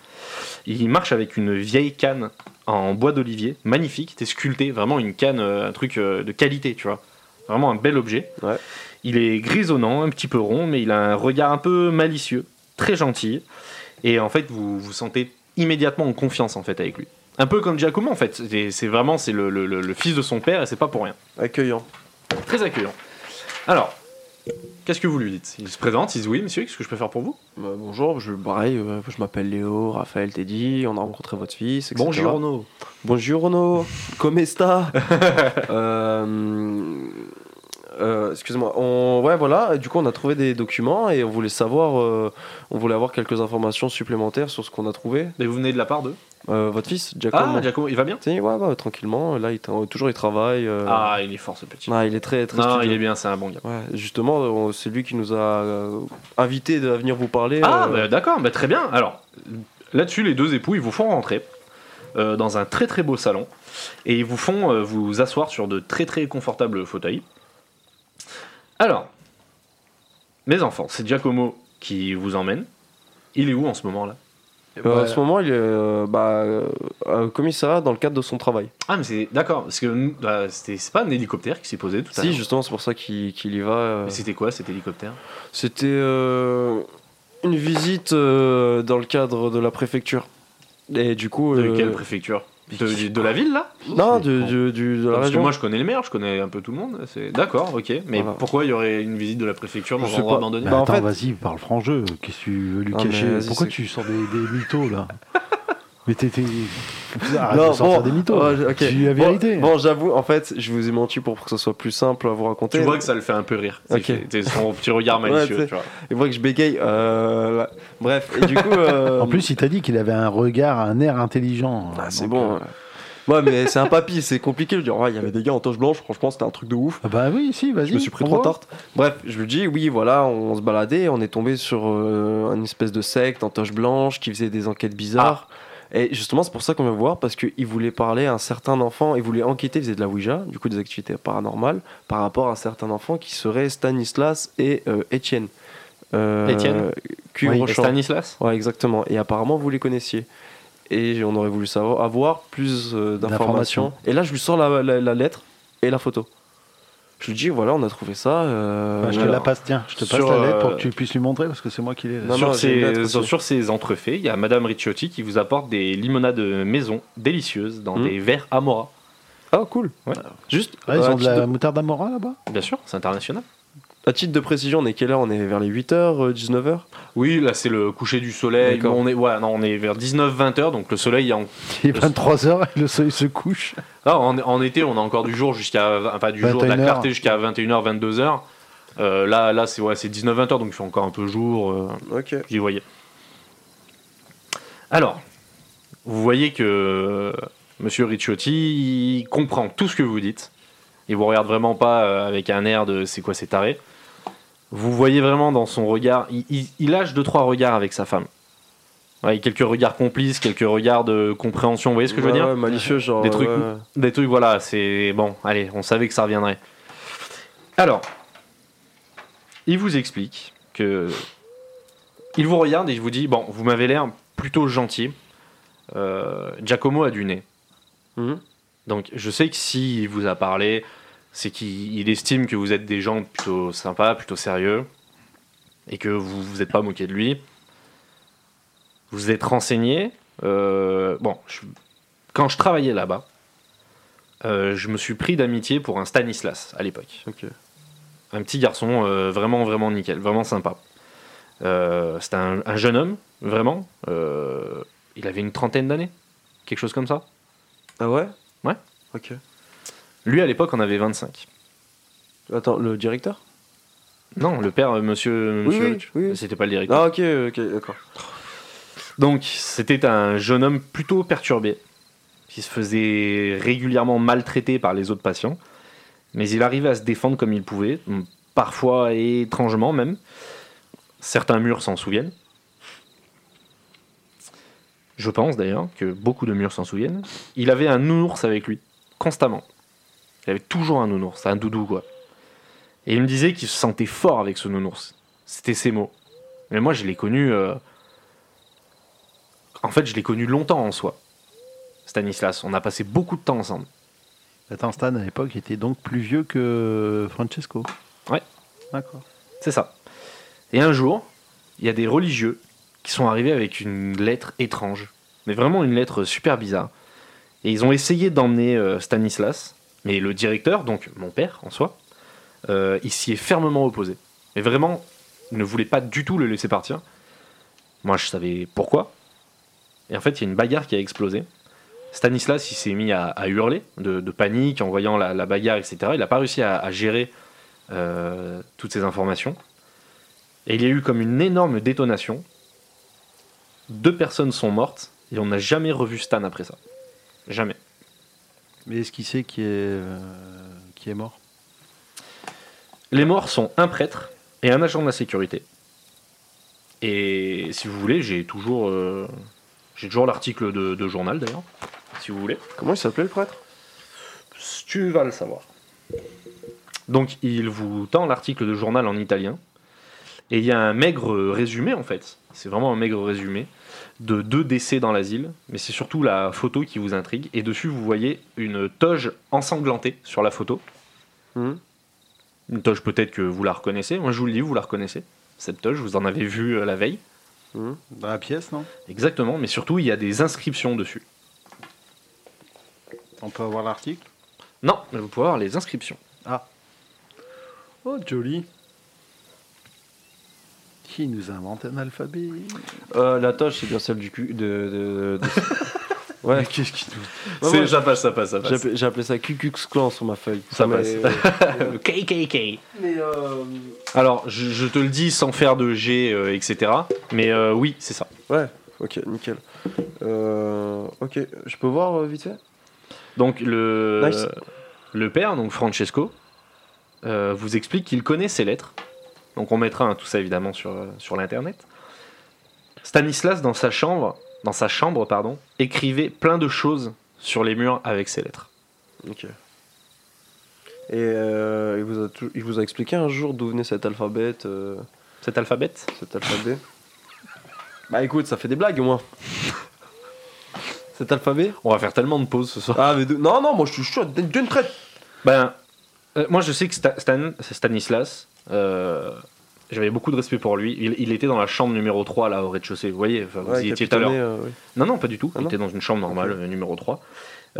Speaker 2: Il marche avec une vieille canne en bois d'olivier, magnifique, c'était sculpté, vraiment une canne, euh, un truc euh, de qualité, tu vois. Vraiment un bel objet.
Speaker 4: Ouais.
Speaker 2: Il est grisonnant, un petit peu rond, mais il a un regard un peu malicieux, très gentil. Et en fait, vous vous sentez immédiatement en confiance en fait avec lui. Un peu comme Giacomo en fait. C'est c'est vraiment c'est le- le- le- le fils de son père et c'est pas pour rien
Speaker 4: Accueillant.
Speaker 2: très accueillant. Alors, qu'est-ce que vous lui dites Il se présente, il dit oui, monsieur, qu'est-ce que je peux faire pour vous
Speaker 4: Euh, bonjour, je, pareil, euh, je m'appelle Léo, Raphaël, Teddy, on a rencontré votre fils. etc.
Speaker 2: Renaud. (laughs)
Speaker 4: Bonjour, Renaud. Come esta (laughs) Euh, euh, Excuse-moi. On- Ouais, voilà. Du coup, on a trouvé des documents et on voulait savoir, euh, on voulait avoir quelques informations supplémentaires sur ce qu'on a trouvé.
Speaker 2: Et vous venez de la part de
Speaker 4: Euh, votre fils, Giacomo.
Speaker 2: Ah, Giacomo, il va bien
Speaker 4: Si, ouais, bah, tranquillement. Là, il t- euh, toujours il travaille. euh,
Speaker 2: Ah, il est fort ce petit.
Speaker 4: ouais, il est très, très
Speaker 2: Non,
Speaker 4: studieux.
Speaker 2: il est bien, c'est un bon gars.
Speaker 4: Ouais, justement, on- c'est lui qui nous a euh, invité de à venir vous parler.
Speaker 2: Ah,
Speaker 4: euh,
Speaker 2: bah, d'accord, bah, très bien. Alors, là-dessus, les deux époux, ils vous font rentrer euh, dans un très très beau salon et ils vous font euh, vous asseoir sur de très très confortables fauteuils. Alors, mes enfants, c'est Giacomo qui vous emmène. Il est où en ce moment là
Speaker 4: euh,
Speaker 3: Bah,
Speaker 4: En ce moment, il est euh, bah, euh, au commissariat dans le cadre de son travail.
Speaker 2: Ah, mais c'est d'accord, parce que nous, bah, c'était- c'est pas un hélicoptère qui s'est posé tout à
Speaker 4: Si,
Speaker 2: l'heure.
Speaker 4: justement, c'est pour ça qu'il qu'il y va. euh.
Speaker 2: Mais c'était quoi cet hélicoptère
Speaker 4: C'était euh, une visite euh, dans le cadre de la préfecture. Et du coup.
Speaker 2: De
Speaker 4: euh,
Speaker 2: quelle préfecture de, de la ville là
Speaker 4: Non, du- du- du- de la
Speaker 2: Parce que
Speaker 4: région.
Speaker 2: moi je connais le maire, je connais un peu tout le monde. C'est d'accord, ok. Mais
Speaker 4: Voilà.
Speaker 2: pourquoi il y aurait une visite de la préfecture dans
Speaker 4: Je
Speaker 2: un
Speaker 4: sais
Speaker 2: endroit
Speaker 4: pas.
Speaker 2: abandonné
Speaker 3: Bah,
Speaker 4: Bah, en
Speaker 3: attends,
Speaker 4: fait-
Speaker 3: vas-y, parle franc jeu. Qu'est-ce que tu veux lui
Speaker 4: Ah, mais
Speaker 3: cacher
Speaker 4: vas-y,
Speaker 3: Pourquoi
Speaker 4: c'est-
Speaker 3: tu sors des, des mythos
Speaker 4: (laughs)
Speaker 3: là Mais t'étais. Arrête
Speaker 4: Non,
Speaker 3: de sortir
Speaker 4: bon,
Speaker 3: des mythos.
Speaker 4: ouais, je- ok.
Speaker 3: Tu dis la
Speaker 4: Bon,
Speaker 3: vérité.
Speaker 4: Bon, j'avoue, en fait, je vous ai menti pour que ce soit plus simple à vous raconter.
Speaker 2: Tu vois que ça le fait un peu rire. C'est-
Speaker 4: Ok.
Speaker 2: c'est- C'est son petit regard
Speaker 4: (laughs) Ouais,
Speaker 2: malicieux.
Speaker 4: c'est-
Speaker 2: tu vois.
Speaker 4: Et voit que je bégaye. euh, là. Bref,
Speaker 2: (laughs)
Speaker 4: et du coup. euh,
Speaker 3: En plus, il t'a dit qu'il avait un regard, un air intelligent.
Speaker 4: ah, c'est
Speaker 3: Donc,
Speaker 4: bon.
Speaker 3: euh,
Speaker 4: ouais. Ouais, mais c'est un papy, c'est compliqué. Je dis, ouais, il y avait des gars en toche blanche, franchement, c'était un truc de ouf.
Speaker 3: ah Bah oui, si, vas-y.
Speaker 4: Je me suis pris
Speaker 3: on
Speaker 4: trois
Speaker 3: voit.
Speaker 4: tartes. Bref, je lui dis, oui, voilà, on se baladait, on est tombé sur euh, une espèce de secte en toche blanche qui faisait des enquêtes bizarres.
Speaker 2: Ah.
Speaker 4: Et justement, c'est pour ça qu'on vient voir, parce qu'il voulait parler à un certain enfant, il voulait enquêter, il faisait de la Ouija, du coup des activités paranormales, par rapport à un certain enfant qui serait Stanislas et euh, Étienne. Euh,
Speaker 2: Étienne
Speaker 4: Cuivre
Speaker 2: Oui,
Speaker 4: au champ.
Speaker 2: Stanislas
Speaker 4: Ouais, exactement. Et apparemment, vous les connaissiez. Et on aurait voulu savoir, avoir plus euh, d'informations.
Speaker 3: D'informations.
Speaker 4: Et là, je lui sors la, la- la lettre et la photo. Je lui dis, voilà, on a trouvé ça. euh,
Speaker 3: Bah, je te
Speaker 4: voilà.
Speaker 3: la passe, tiens, je te passe
Speaker 2: Sur,
Speaker 3: la lettre pour
Speaker 2: euh,
Speaker 3: que tu puisses lui montrer parce que c'est moi qui l'ai.
Speaker 4: Non,
Speaker 2: sur,
Speaker 4: non, j'ai une lettre
Speaker 2: ces,
Speaker 4: aussi.
Speaker 2: sur ces entrefaits, il y a Madame Ricciotti qui vous apporte des limonades maison délicieuses dans
Speaker 4: Mhm.
Speaker 2: des verres Amora.
Speaker 4: Ah, cool.
Speaker 2: Ouais.
Speaker 4: Juste,
Speaker 3: Ah, ils
Speaker 4: euh, à,
Speaker 3: ont de
Speaker 4: titre
Speaker 3: la
Speaker 4: de,
Speaker 3: moutarde Amora là-bas
Speaker 2: Bien sûr, c'est international.
Speaker 4: à titre de précision, on est quelle heure On est vers les euh, 8h, 19h
Speaker 2: Oui, là c'est le coucher du soleil.
Speaker 4: D'accord.
Speaker 2: On est, ouais, non, on est vers 19-20 heures, donc le soleil est en
Speaker 3: (laughs) Il est 23h et le soleil se couche.
Speaker 2: Ah, en, en été, on a encore du jour jusqu'à enfin du jour de la
Speaker 3: 21h.
Speaker 2: clarté jusqu'à 21h 22h. Euh, là là c'est ouais, c'est 19 20h donc il fait encore un peu jour euh,
Speaker 4: Ok.
Speaker 2: j'y voyais. Alors, vous voyez que euh, monsieur Ricciotti il comprend tout ce que vous dites. Il vous regarde vraiment pas euh, avec un air de c'est quoi c'est taré. Vous voyez vraiment dans son regard, il, il- il lâche deux trois regards avec sa femme. Ouais, quelques regards complices, quelques regards de compréhension, vous voyez ce que je veux dire
Speaker 4: malicieux, genre.
Speaker 2: Des trucs-
Speaker 4: ouais.
Speaker 2: des trucs, voilà, c'est bon, allez, on savait que ça reviendrait. Alors, il vous explique que. Il vous regarde et il vous dit Bon, vous m'avez l'air plutôt gentil. Euh, Giacomo a du nez.
Speaker 4: Mhm.
Speaker 2: Donc, je sais que s'il vous a parlé, c'est qu'il il estime que vous êtes des gens plutôt sympas, plutôt sérieux, et que vous vous êtes pas moqué de lui. Vous êtes renseigné. Euh, bon, je- quand je travaillais là-bas, euh, je me suis pris d'amitié pour un Stanislas à l'époque.
Speaker 4: Ok.
Speaker 2: Un petit garçon euh, vraiment, vraiment nickel, vraiment sympa. Euh, C'était un, un jeune homme, vraiment. Euh, il avait une trentaine d'années, quelque chose comme ça.
Speaker 4: Ah ouais
Speaker 2: Ouais.
Speaker 4: Ok.
Speaker 2: Lui, à l'époque, en avait 25.
Speaker 4: Attends, le directeur
Speaker 2: Non, le père, euh, monsieur, monsieur
Speaker 4: oui,
Speaker 2: Rich.
Speaker 4: oui.
Speaker 2: C'était pas le directeur.
Speaker 4: Ah, ok, ok, d'accord.
Speaker 2: Donc, c'était un jeune homme plutôt perturbé, qui se faisait régulièrement maltraiter par les autres patients, mais il arrivait à se défendre comme il pouvait, parfois étrangement même. Certains murs s'en souviennent. Je pense d'ailleurs que beaucoup de murs s'en souviennent. Il avait un nounours avec lui, constamment. Il avait toujours un nounours, un doudou quoi. Et il me disait qu'il se sentait fort avec ce nounours. C'était ses mots. Mais moi je l'ai connu euh, en fait, je l'ai connu longtemps en soi. Stanislas, on a passé beaucoup de temps ensemble.
Speaker 3: Attends, Stan, à l'époque, il était donc plus vieux que Francesco.
Speaker 2: Ouais.
Speaker 3: D'accord.
Speaker 2: C'est ça. Et un jour, il y a des religieux qui sont arrivés avec une lettre étrange. Mais vraiment une lettre super bizarre. Et ils ont essayé d'emmener euh, Stanislas, mais le directeur, donc mon père en soi, euh, il s'y est fermement opposé. Et vraiment, il ne voulait pas du tout le laisser partir. Moi, je savais pourquoi. Et en fait, il y a une bagarre qui a explosé. Stanislas, il s'est mis à, à hurler de, de panique en voyant la, la bagarre, etc. Il n'a pas réussi à, à gérer euh, toutes ces informations. Et il y a eu comme une énorme détonation. Deux personnes sont mortes et on n'a jamais revu Stan après ça. Jamais.
Speaker 3: Mais est-ce qu'il sait qui est, euh, qui est mort
Speaker 2: Les morts sont un prêtre et un agent de la sécurité. Et si vous voulez, j'ai toujours, euh, j'ai toujours l'article de, de journal d'ailleurs, si vous voulez.
Speaker 4: Comment il s'appelait le prêtre
Speaker 2: Tu vas le savoir. Donc il vous tend l'article de journal en italien. Et il y a un maigre résumé en fait. C'est vraiment un maigre résumé de deux décès dans l'asile. Mais c'est surtout la photo qui vous intrigue. Et dessus vous voyez une toge ensanglantée sur la photo.
Speaker 4: Mhm.
Speaker 2: Une toge peut-être que vous la reconnaissez. Moi je vous le dis, vous la reconnaissez. Cette toge, vous en avez vu euh, la veille.
Speaker 4: Mhm.
Speaker 3: Dans la pièce, non
Speaker 2: Exactement. Mais surtout il y a des inscriptions dessus.
Speaker 3: On peut avoir l'article
Speaker 2: Non, mais vous pouvez voir les inscriptions.
Speaker 3: Oh, joli. Qui nous a inventé un alphabet
Speaker 4: Euh, La toche, c'est bien celle du cul. De, de- de- ouais.
Speaker 3: Qu'est-ce qu'il nous...
Speaker 4: Ouais,
Speaker 2: C'est-
Speaker 4: ouais.
Speaker 2: ça passe, ça passe, ça
Speaker 4: J'ai appelé, j'ai appelé ça QQX Clan sur ma feuille.
Speaker 2: Ça
Speaker 4: Mais-
Speaker 2: passe. Le KKK.
Speaker 4: Mais euh,
Speaker 2: Alors, je, je te le dis sans faire de G, euh, etc. Mais euh, oui, c'est ça.
Speaker 4: ouais, (laughs) ok, nickel. Euh, ok, je peux voir euh, vite fait
Speaker 2: Donc, le,
Speaker 4: Nice.
Speaker 2: le père, donc Francesco, euh, vous explique qu'il connaît ces lettres. Donc, on mettra hein, tout ça évidemment sur, euh, sur l'internet. Stanislas, dans sa chambre, dans sa chambre pardon, écrivait plein de choses sur les murs avec ces lettres.
Speaker 4: Ok. Et euh, il, vous a tou- il vous a expliqué un jour d'où venait cet alphabet, euh,
Speaker 2: Cet alphabet
Speaker 4: cet alphabet. bah écoute, ça fait des blagues au moins. (laughs) cet alphabet
Speaker 2: On va faire tellement de pauses ce soir.
Speaker 4: Ah mais de- non non, moi je suis chaud d'une d'une traite.
Speaker 2: Ben, euh, moi je sais que Sta- Stan, Stanislas, euh, j'avais beaucoup de respect pour lui. Il, il était dans la chambre numéro 3 là au rez-de-chaussée, vous voyez, enfin, vous
Speaker 4: Ouais,
Speaker 2: y étiez tout à l'heure.
Speaker 4: capitonné, euh, oui.
Speaker 2: Non, non, pas du tout.
Speaker 4: Ah
Speaker 2: il
Speaker 4: non
Speaker 2: était dans une chambre normale, euh, numéro 3.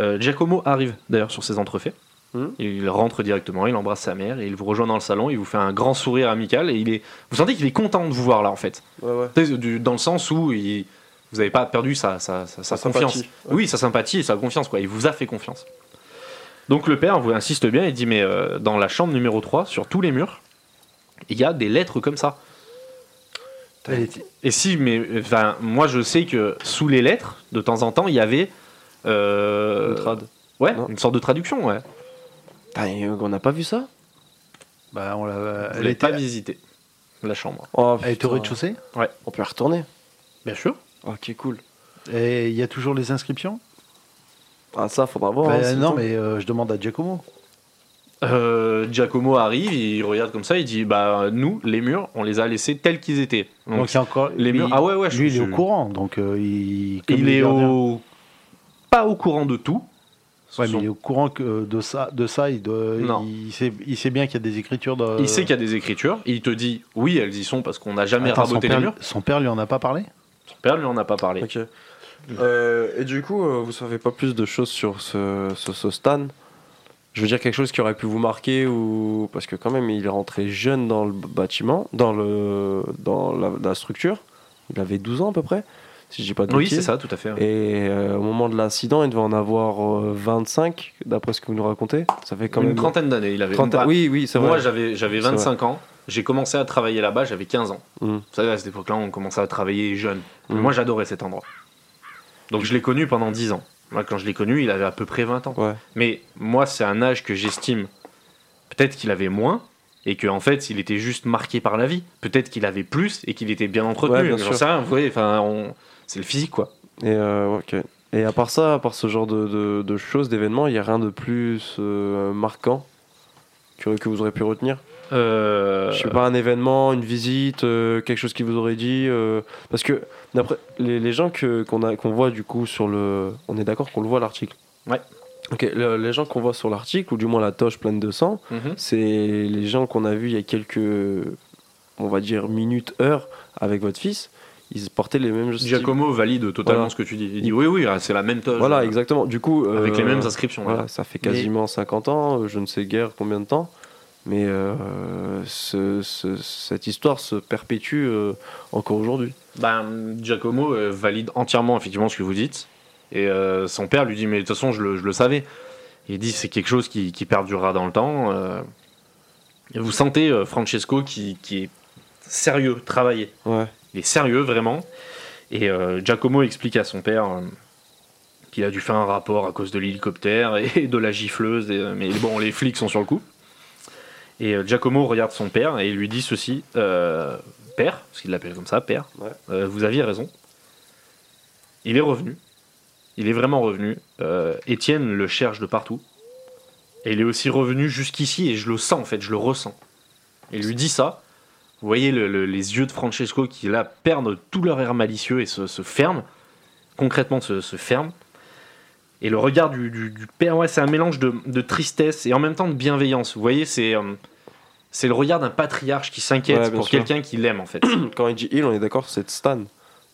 Speaker 2: Euh, Giacomo arrive d'ailleurs sur ses entrefaits.
Speaker 4: Mhm.
Speaker 2: Il rentre directement, il embrasse sa mère, et il vous rejoint dans le salon, il vous fait un grand sourire amical et il est. Vous sentez qu'il est content de vous voir là en fait.
Speaker 4: euh, Ouais ouais.
Speaker 2: Tu sais, du- Dans le sens où il- vous n'avez pas perdu sa, sa- sa- sa
Speaker 4: Sa
Speaker 2: confiance.
Speaker 4: sympathie.
Speaker 2: Oui, sa sympathie et sa confiance, quoi. Il vous a fait confiance. Donc le père vous insiste bien et dit Mais euh, dans la chambre numéro 3, sur tous les murs, il y a des lettres comme ça.
Speaker 3: Elle était-
Speaker 2: Et si, mais enfin, moi je sais que sous les lettres, de temps en temps, il y avait. euh,
Speaker 4: Une trad.
Speaker 2: Ouais,
Speaker 4: Non.
Speaker 2: une sorte de traduction, ouais.
Speaker 4: Putain, et, euh, on n'a pas vu ça
Speaker 3: Bah, on l'a...
Speaker 2: Vous
Speaker 3: Elle
Speaker 2: l'avez
Speaker 3: était...
Speaker 2: pas visité, la chambre.
Speaker 4: oh,
Speaker 3: Elle était au
Speaker 4: putain.
Speaker 3: rez-de-chaussée
Speaker 4: On peut y retourner.
Speaker 2: Bien sûr.
Speaker 4: Ok cool.
Speaker 3: Et il y a toujours les inscriptions
Speaker 4: Ah ça faudra
Speaker 2: Oh,
Speaker 4: voir.
Speaker 3: Bah,
Speaker 4: hein, c'est le
Speaker 3: Non,
Speaker 4: temps.
Speaker 3: mais euh, je demande à Giacomo.
Speaker 2: Euh, Giacomo arrive, il regarde comme ça, il dit Bah, nous, les murs, on les a laissés tels qu'ils étaient.
Speaker 3: Donc,
Speaker 2: Donc,
Speaker 3: c'est encore...
Speaker 2: les
Speaker 3: lui-
Speaker 2: murs. Ah ouais, ouais, je
Speaker 3: Lui, il est
Speaker 2: je-
Speaker 3: au courant, donc euh, il... comme
Speaker 2: Il
Speaker 3: le
Speaker 2: est
Speaker 3: gardien.
Speaker 2: au. Pas au courant de tout.
Speaker 3: Ouais,
Speaker 2: Son-
Speaker 3: mais il est au courant que de ça, de ça il, doit,
Speaker 2: Non.
Speaker 3: il, sait, il sait bien qu'il y a des écritures. De,
Speaker 2: Il sait qu'il y a des écritures, il te dit oui, elles y sont parce qu'on n'a jamais
Speaker 3: Attends, son,
Speaker 2: raboté les
Speaker 3: père,
Speaker 2: murs.
Speaker 3: son père lui en a pas parlé
Speaker 2: Son père lui en a pas parlé.
Speaker 4: Ok. Euh, et du coup, euh, vous savez pas plus de choses sur ce, ce, ce Stan Je veux dire quelque chose qui aurait pu vous marquer ou parce que quand même il est rentré jeune dans le bâtiment, dans le dans la, la structure. Il avait 12 ans à peu près. si je dis pas de
Speaker 2: Oui,
Speaker 4: bêtises.
Speaker 2: c'est ça, tout à fait. ouais.
Speaker 4: Et euh, au moment de l'incident, il devait en avoir euh, 25, d'après ce que vous nous racontez. Ça fait quand
Speaker 2: une
Speaker 4: même.
Speaker 2: trentaine d'années, il avait.
Speaker 4: trente-
Speaker 2: Bah,
Speaker 4: Oui, oui, c'est vrai.
Speaker 2: Moi, j'avais j'avais
Speaker 4: C'est vrai.
Speaker 2: 25 ans. J'ai commencé à travailler là-bas, j'avais 15 ans.
Speaker 4: Mm.
Speaker 2: Vous savez, à cette époque-là, on commençait à travailler jeune.
Speaker 4: Mm.
Speaker 2: Moi, j'adorais cet endroit. Donc, je l'ai connu pendant 10 ans. Moi, quand je l'ai connu, il avait à peu près 20 ans.
Speaker 4: Ouais.
Speaker 2: Mais moi, c'est un âge que j'estime. Peut-être qu'il avait moins et qu'en en fait, il était juste marqué par la vie. Peut-être qu'il avait plus et qu'il était bien
Speaker 4: Ouais,
Speaker 2: entretenu.
Speaker 4: bien
Speaker 2: J'en
Speaker 4: sûr.
Speaker 2: sais rien, vous voyez, enfin, on- c'est le physique, quoi.
Speaker 4: Et, euh, ok. Et à part ça, à part ce genre de, de- de choses, d'événements, il n'y a rien de plus euh, marquant que, que vous aurez pu retenir
Speaker 2: Euh,
Speaker 4: Je sais pas, un événement, une visite, euh, quelque chose qui vous aurait dit. euh, parce que, d'après les, les gens que, qu'on, a, qu'on voit du coup sur le. On est d'accord qu'on le voit l'article
Speaker 2: Ouais.
Speaker 4: Ok, le- les gens qu'on voit sur l'article, ou du moins la toche pleine de sang,
Speaker 2: mhm.
Speaker 4: c'est les gens qu'on a vus il y a quelques, on va dire, minutes, heures avec votre fils. Ils portaient les mêmes styles.
Speaker 2: Giacomo valide totalement
Speaker 4: Voilà.
Speaker 2: ce que tu dis. Il dit oui, oui, c'est la même toge. euh,
Speaker 4: Voilà, exactement. Du coup.
Speaker 2: Avec
Speaker 4: euh,
Speaker 2: les mêmes inscriptions.
Speaker 4: Voilà, ça fait quasiment 50 ans, euh, je ne sais guère combien de temps, mais euh, ce- ce- cette histoire se perpétue euh, encore aujourd'hui.
Speaker 2: Ben, Giacomo euh, valide entièrement effectivement ce que vous dites. Et euh, son père lui dit Mais de toute façon, je le, je le savais. Il dit C'est quelque chose qui, qui perdurera dans le temps. euh. Et vous sentez euh, Francesco qui, qui est sérieux, travaillé.
Speaker 4: Ouais.
Speaker 2: Il est sérieux, vraiment. Et euh, Giacomo explique à son père euh, qu'il a dû faire un rapport à cause de l'hélicoptère et de la gifleuse. et, euh, mais bon, les flics sont sur le coup. Et euh, Giacomo regarde son père et il lui dit ceci euh, Père, parce qu'il l'appelle comme ça, Père,
Speaker 4: Ouais.
Speaker 2: euh, vous aviez raison. Il est revenu. Il est vraiment revenu. Euh, Étienne le cherche de partout. Et il est aussi revenu jusqu'ici et je le sens en fait, je le ressens. Et il lui dit ça. Vous voyez le- le- les yeux de Francesco qui là perdent tout leur air malicieux et se, se ferment, concrètement se, se ferment. Et le regard du, du- du père, ouais, c'est un mélange de, de tristesse et en même temps de bienveillance. Vous voyez, c'est euh, c'est le regard d'un patriarche qui s'inquiète
Speaker 4: Ouais, bien
Speaker 2: pour
Speaker 4: sûr.
Speaker 2: quelqu'un qui l'aime en fait.
Speaker 4: (coughs) Quand il dit il, on est d'accord, c'est de Stan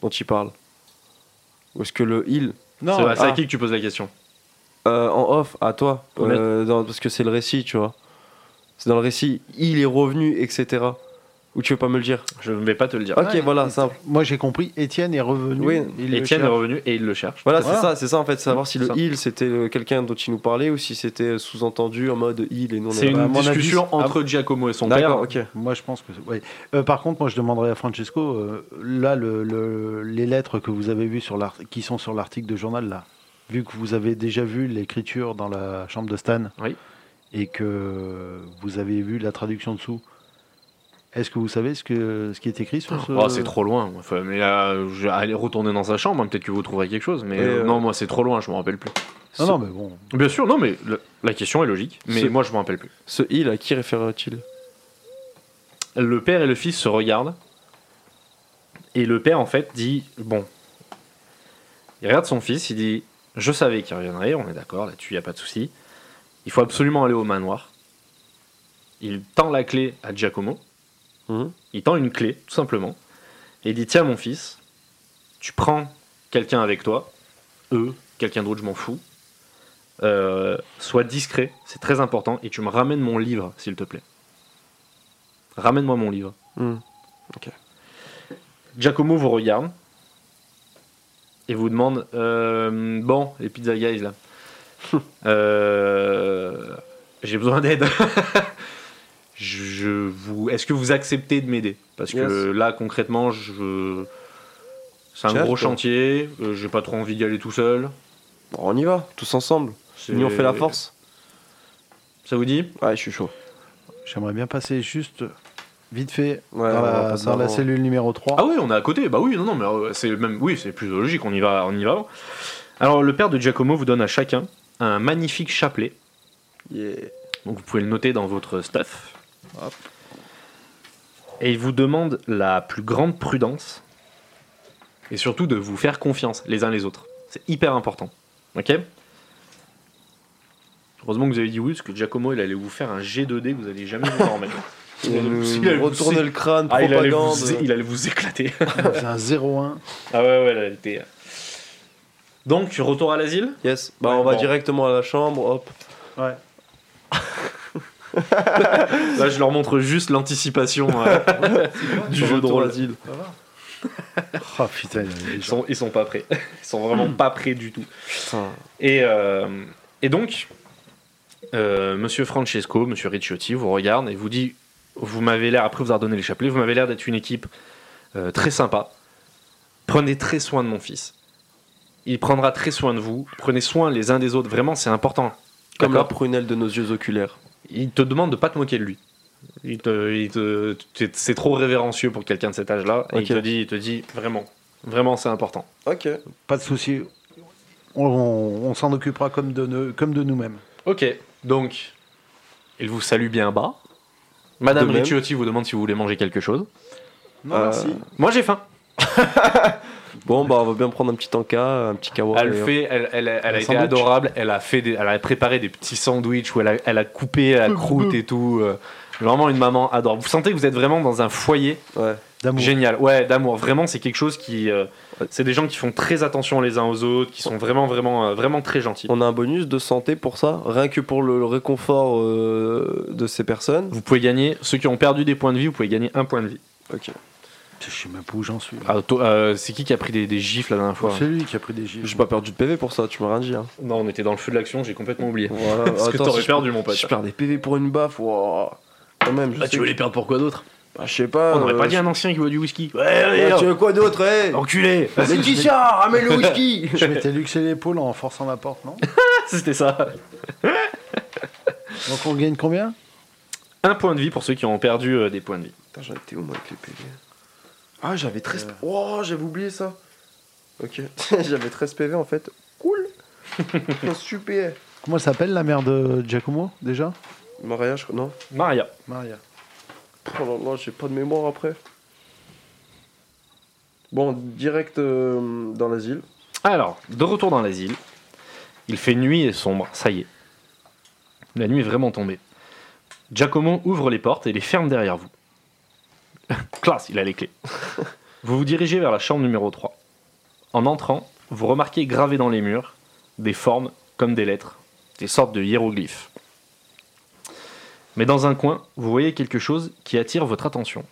Speaker 4: dont il parle. Ou est-ce que le il,
Speaker 3: Non,
Speaker 2: c'est vrai, c'est à
Speaker 4: ah.
Speaker 2: qui que tu poses la question
Speaker 4: euh, en off, à toi,
Speaker 2: Ouais.
Speaker 4: euh, dans- parce que c'est le récit, tu vois. C'est dans le récit, il est revenu, etc. Ou tu veux pas me le dire
Speaker 2: Je ne vais pas te le dire.
Speaker 4: Ok,
Speaker 3: Ouais,
Speaker 4: voilà,
Speaker 3: il-
Speaker 4: simple.
Speaker 3: Moi j'ai compris, Étienne est revenu.
Speaker 4: Oui,
Speaker 3: Ah, il le
Speaker 2: Étienne est
Speaker 3: cherche.
Speaker 2: revenu et il le cherche.
Speaker 4: Voilà, c'est
Speaker 3: Voilà.
Speaker 4: ça, c'est ça en fait, savoir si le
Speaker 2: Ça.
Speaker 4: il c'était euh, quelqu'un dont il nous parlait ou si c'était sous-entendu en mode il et non.
Speaker 2: C'est
Speaker 3: bah, à
Speaker 2: une
Speaker 3: mon avis,
Speaker 2: discussion
Speaker 3: c'est-
Speaker 2: entre Giacomo et son père.
Speaker 4: D'accord, ok.
Speaker 3: Moi, je pense que. ouais. Euh, par contre, moi, je demanderais à Francesco, euh, là, le- le- les lettres que vous avez vues sur l'art- qui sont sur l'article de journal, là, vu que vous avez déjà vu l'écriture dans la chambre de Stan,
Speaker 2: Oui.
Speaker 3: et que vous avez vu la traduction dessous, est-ce que vous savez ce, que, ce qui est écrit sur ce.
Speaker 2: Oh, c'est trop loin. moi. Enfin, mais là, je vais aller retourner dans sa chambre. hein, Peut-être que vous trouverez quelque chose. Mais
Speaker 4: Et,
Speaker 2: euh,
Speaker 4: euh,
Speaker 2: non, moi, c'est trop loin. Je me rappelle plus.
Speaker 3: Non, non, mais bon.
Speaker 2: Bien sûr, non, mais le- la question est logique. Mais
Speaker 4: Ce-
Speaker 2: moi, je me rappelle plus.
Speaker 4: Ce il à qui référait-il
Speaker 2: Le père et le fils se regardent. Et le père, en fait, dit Bon. Il regarde son fils. Il dit Je savais qu'il reviendrait. On est d'accord. Là-dessus, il n'y a pas de souci. Il faut absolument aller au manoir. Il tend la clé à Giacomo.
Speaker 4: Mhm.
Speaker 2: Il tend une clé, tout simplement, et il dit Tiens, mon fils, tu prends quelqu'un avec toi, eux, quelqu'un d'autre, je m'en fous. Euh, sois discret, c'est très important, et tu me ramènes mon livre, s'il te plaît. Ramène-moi mon livre.
Speaker 4: Mhm.
Speaker 2: Giacomo vous regarde et vous demande euh, Bon, les pizza guys
Speaker 4: (laughs)
Speaker 2: là, euh, j'ai besoin d'aide. (laughs) je, je vous, est-ce que vous acceptez de m'aider Parce que
Speaker 4: Yes.
Speaker 2: là, concrètement, je, c'est un
Speaker 4: Chef,
Speaker 2: gros
Speaker 4: quoi.
Speaker 2: chantier. euh, j'ai pas trop envie d'y aller tout seul.
Speaker 4: Bon, on y va, tous ensemble.
Speaker 2: C'est-
Speaker 4: L'union fait la force.
Speaker 2: Ça vous dit
Speaker 4: Ouais, je suis chaud.
Speaker 3: J'aimerais bien passer juste vite fait
Speaker 4: Ouais,
Speaker 3: dans,
Speaker 4: on va
Speaker 3: la,
Speaker 4: passer
Speaker 3: dans la
Speaker 4: avant.
Speaker 3: cellule numéro 3.
Speaker 2: Ah oui, on est à côté. Bah oui, non, non, mais euh, c'est même, oui, c'est plus logique. On y va, on y va. Alors, le père de Giacomo vous donne à chacun un magnifique chapelet.
Speaker 4: Yeah.
Speaker 2: Donc vous pouvez le noter dans votre stuff.
Speaker 4: Hop.
Speaker 2: Et il vous demande la plus grande prudence et surtout de vous faire confiance les uns les autres. C'est hyper important. Ok Heureusement que vous avez dit oui, parce que Giacomo, il allait vous faire un G2D, vous allez jamais vous en remettre.
Speaker 4: (laughs) Il va nous
Speaker 2: S'il allait vous-
Speaker 4: retourner le crâne,
Speaker 2: Ah, il, allait
Speaker 4: propagande.
Speaker 2: vous, il allait vous éclater. (laughs)
Speaker 3: C'est un 0-1.
Speaker 2: ah ouais, ouais, là, il était- euh. Donc, retour à l'asile
Speaker 4: Yes, bah
Speaker 2: Ouais,
Speaker 4: on va
Speaker 2: bon.
Speaker 4: directement à la chambre, (laughs) hop.
Speaker 3: Ouais.
Speaker 4: (laughs)
Speaker 2: Là, je leur montre juste l'anticipation euh, du jeu de
Speaker 4: Retour
Speaker 2: rôle.
Speaker 4: asile.
Speaker 3: Oh putain, il y a des
Speaker 2: Ils
Speaker 3: gens.
Speaker 2: sont, ils sont pas prêts. (laughs) Ils sont
Speaker 4: Hmm.
Speaker 2: vraiment pas prêts du tout.
Speaker 4: Putain.
Speaker 2: Et, euh, et donc, euh, monsieur Francesco, monsieur Ricciotti vous regarde et vous dit Vous m'avez l'air, après vous avoir donné les chapelets, vous m'avez l'air d'être une équipe euh, très sympa. Prenez très soin de mon fils. Il prendra très soin de vous. Prenez soin les uns des autres. Vraiment, c'est important.
Speaker 4: Comme la
Speaker 2: D'accord
Speaker 4: prunelle de nos yeux oculaires.
Speaker 2: Il te demande de pas te moquer de lui. Il te, il te- t'es- c'est trop révérencieux pour quelqu'un de cet âge-là. Et
Speaker 4: Ok.
Speaker 2: il te dit, il te dit vraiment, vraiment, c'est important.
Speaker 4: Ok.
Speaker 3: Pas de souci. On, on s'en occupera comme de, ne- comme de nous-mêmes.
Speaker 2: Ok, donc, il vous salue bien bas. Madame
Speaker 4: De même.
Speaker 2: Ricciotti vous demande si vous voulez manger quelque chose.
Speaker 3: Non,
Speaker 4: Euh,
Speaker 3: merci.
Speaker 2: Moi j'ai faim.
Speaker 4: Bon, bah, on va bien prendre un petit tanka, un petit kawa. hein.
Speaker 2: elle
Speaker 4: et-
Speaker 2: fait, elle, elle- elle a
Speaker 4: Un
Speaker 2: été
Speaker 4: sandwich.
Speaker 2: adorable. Elle a fait, des- elle a préparé des petits sandwichs où elle a, elle a coupé la croûte et tout. euh, Vraiment une maman adorable. Vous sentez que vous êtes vraiment dans un foyer
Speaker 4: Ouais.
Speaker 3: D'amour.
Speaker 2: Génial, ouais, d'amour. Vraiment, c'est quelque chose qui. euh, c'est des gens qui font très attention les uns aux autres, qui sont vraiment, vraiment, euh, vraiment très gentils.
Speaker 4: On a un bonus de santé pour ça, rien que pour le, le réconfort euh, de ces personnes.
Speaker 2: Vous pouvez gagner, ceux qui ont perdu des points de vie, vous pouvez gagner un point de vie.
Speaker 4: Ok.
Speaker 3: Je sais même pas où j'en suis.
Speaker 2: Ah, to- euh, c'est qui qui a pris des, des gifles la dernière fois hein
Speaker 3: C'est lui qui a pris des gifs.
Speaker 4: J'ai pas perdu de PV pour ça, tu m'as rien dit. Hein.
Speaker 2: Non, on était dans le feu de l'action, j'ai complètement oublié.
Speaker 4: Voilà.
Speaker 2: Parce que
Speaker 4: Attends,
Speaker 2: t'aurais
Speaker 4: si je-
Speaker 2: perdu, mon pote.
Speaker 4: Si je perds des PV pour une baffe, wow. quand même. Je sais que-
Speaker 2: Ah, perdre pour quoi d'autre
Speaker 4: Bah, je sais pas.
Speaker 2: Bah, On n'aurait
Speaker 4: euh,
Speaker 2: pas dit un ancien qui boit du whisky. Ouais,
Speaker 4: je-
Speaker 2: allez,
Speaker 4: Ah, tu veux quoi d'autre, eh
Speaker 2: enculé
Speaker 4: Mais Tichard, ramène le whisky
Speaker 3: (laughs) Je m'étais luxé l'épaule en forçant la porte, non
Speaker 2: (laughs) C'était ça.
Speaker 3: Donc on gagne combien
Speaker 2: Un point de vie pour ceux qui ont perdu euh, des points de vie.
Speaker 4: Putain, j'en étais où, moi, avec les PV Ah, j'avais 13. Oh, j'avais oublié ça. Ok. (laughs) j'avais 13 PV en fait.
Speaker 2: (laughs)
Speaker 4: Cool Super
Speaker 3: Comment elle s'appelle la mère de Giacomo déjà
Speaker 4: Maria, je crois. Non
Speaker 2: Maria,
Speaker 3: Maria.
Speaker 4: Oh là là, j'ai pas de mémoire après. Bon, direct euh, dans l'asile.
Speaker 2: Alors, de retour dans l'asile, il fait nuit et sombre, ça y est. La nuit est vraiment tombée. Giacomo ouvre les portes et les ferme derrière vous. (laughs) Classe, il a les clés. vous vous dirigez vers la chambre numéro 3. En entrant, vous remarquez gravées dans les murs des formes comme des lettres, des sortes de hiéroglyphes. Mais dans un coin, vous voyez quelque chose qui attire votre attention.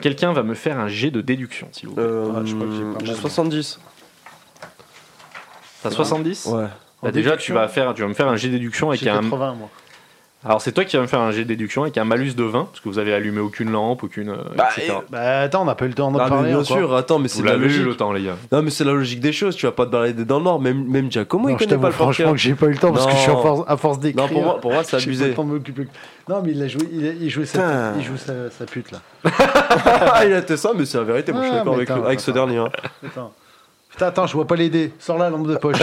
Speaker 2: Quelqu'un va me faire un jet de déduction, s'il vous plaît.
Speaker 4: Euh,
Speaker 3: Ah, je crois que j'ai pas mal,
Speaker 4: j'ai
Speaker 3: moi.
Speaker 4: 70.
Speaker 2: T'as 70
Speaker 4: Ouais.
Speaker 2: Bah
Speaker 3: En
Speaker 2: déjà, tu
Speaker 3: déduction
Speaker 2: vas, faire, tu vas me faire un jet déduction avec
Speaker 3: J'ai
Speaker 2: un.
Speaker 3: 80 moi.
Speaker 2: Alors, c'est toi qui vas me faire un jet déduction avec un malus de 20, parce que vous avez allumé aucune lampe, aucune. euh,
Speaker 4: Bah,
Speaker 2: etc.
Speaker 3: Bah attends, on n'a pas eu le temps d'en parler.
Speaker 4: Ah, bien
Speaker 3: encore.
Speaker 4: sûr, attends, mais c'est
Speaker 2: Vous
Speaker 4: la
Speaker 2: l'avez eu le
Speaker 4: logique.
Speaker 2: temps, les gars.
Speaker 4: Non, mais c'est la logique des choses, tu vas pas te balader dans le nord. Même, même Giacomo,
Speaker 3: Non,
Speaker 4: il
Speaker 3: je
Speaker 4: connaît
Speaker 3: t'avoue
Speaker 4: pas le
Speaker 3: franchement
Speaker 4: parcours.
Speaker 3: que j'ai pas eu le temps parce que je suis
Speaker 4: Non.
Speaker 3: en force- à force d'écrire.
Speaker 4: Non, pour moi, pour moi c'est
Speaker 3: j'ai pas
Speaker 4: abusé.
Speaker 3: le temps de m'occuper. Non, mais il a joué, il, a- il jouait sa,
Speaker 4: Putain.
Speaker 3: il joue sa, sa pute là.
Speaker 4: Ah, il a été ça, mais c'est la vérité. Moi, je suis
Speaker 3: Ah,
Speaker 4: d'accord
Speaker 3: mais
Speaker 4: avec,
Speaker 3: attends,
Speaker 4: avec ce
Speaker 3: attends.
Speaker 4: dernier. hein.
Speaker 3: Attends. Putain, attends, je vois pas les dés. Sors la lampe de poche.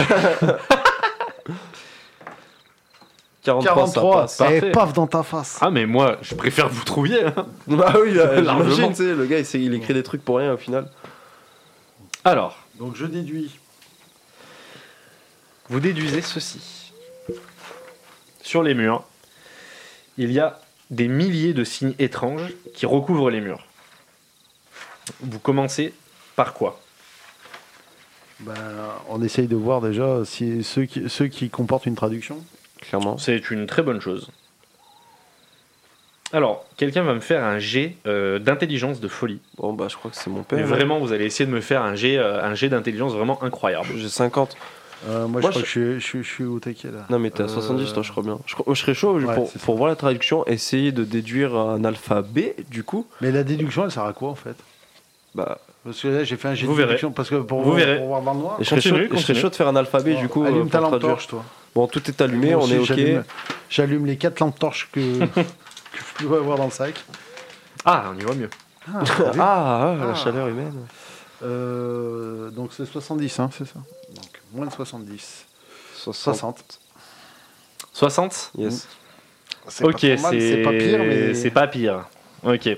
Speaker 4: 43,
Speaker 3: 43.
Speaker 4: ça passe.
Speaker 2: parfait.
Speaker 3: Et paf dans ta face.
Speaker 2: Ah, mais moi, je préfère que vous trouviez. hein.
Speaker 4: (laughs) Bah oui, euh, j'imagine,
Speaker 2: Largement.
Speaker 4: tu sais, le gars, il, sait- il écrit des trucs pour rien au final.
Speaker 2: Alors,
Speaker 3: Donc je déduis.
Speaker 2: vous déduisez ceci. Sur les murs, il y a des milliers de signes étranges qui recouvrent les murs. Vous commencez par quoi
Speaker 3: Ben, on essaye de voir déjà si ceux qui, ceux qui comportent une traduction.
Speaker 4: Clairement.
Speaker 2: C'est une très bonne chose. Alors, quelqu'un va me faire un jet euh, d'intelligence de folie.
Speaker 4: Bon, bah, je crois que c'est mon
Speaker 2: Mais
Speaker 4: père.
Speaker 2: vraiment, vous allez essayer de me faire un jet, euh, un jet d'intelligence vraiment incroyable.
Speaker 4: J'ai 50.
Speaker 3: Euh, moi,
Speaker 4: Moi,
Speaker 3: je crois
Speaker 4: je-
Speaker 3: que je suis, je, suis- je suis au taquet là.
Speaker 4: Non, mais t'es à
Speaker 3: Euh,
Speaker 4: 70, toi, je crois bien. Je, crois- moi, je serais chaud
Speaker 3: Ouais,
Speaker 4: pour,
Speaker 3: c'est ça.
Speaker 4: pour voir la traduction, essayer de déduire un alphabet, du coup.
Speaker 3: Mais la déduction, elle sert à quoi en fait
Speaker 4: Bah,
Speaker 3: Parce que là, j'ai fait un jet
Speaker 2: Vous
Speaker 3: de
Speaker 2: verrez.
Speaker 3: déduction parce que pour,
Speaker 2: Vous
Speaker 3: voir,
Speaker 2: verrez.
Speaker 3: pour voir dans le noir.
Speaker 4: et je, serais chaud,
Speaker 2: Continue,
Speaker 4: et je serais
Speaker 2: continue.
Speaker 4: chaud de faire un alphabet,
Speaker 3: Oh,
Speaker 4: du coup. euh,
Speaker 3: allume
Speaker 4: pour
Speaker 3: ta lampe
Speaker 4: traduire.
Speaker 3: torche, toi.
Speaker 4: Bon, tout est allumé,
Speaker 3: Moi
Speaker 4: on
Speaker 3: aussi,
Speaker 4: est ok.
Speaker 3: j'allume- J'allume les quatre lampes torches que, (laughs) que je peux avoir dans le sac.
Speaker 2: Ah, on y va mieux.
Speaker 3: Ah,
Speaker 4: Ah, ah,
Speaker 3: Ah.
Speaker 4: la chaleur humaine.
Speaker 3: Euh, donc c'est 70, hein, c'est ça Donc moins de 70. 60.
Speaker 2: 60
Speaker 4: Yes.
Speaker 3: C'est
Speaker 2: Ok,
Speaker 3: pas trop mal, c'est pas pire, mais
Speaker 2: c'est pas pire. Ok.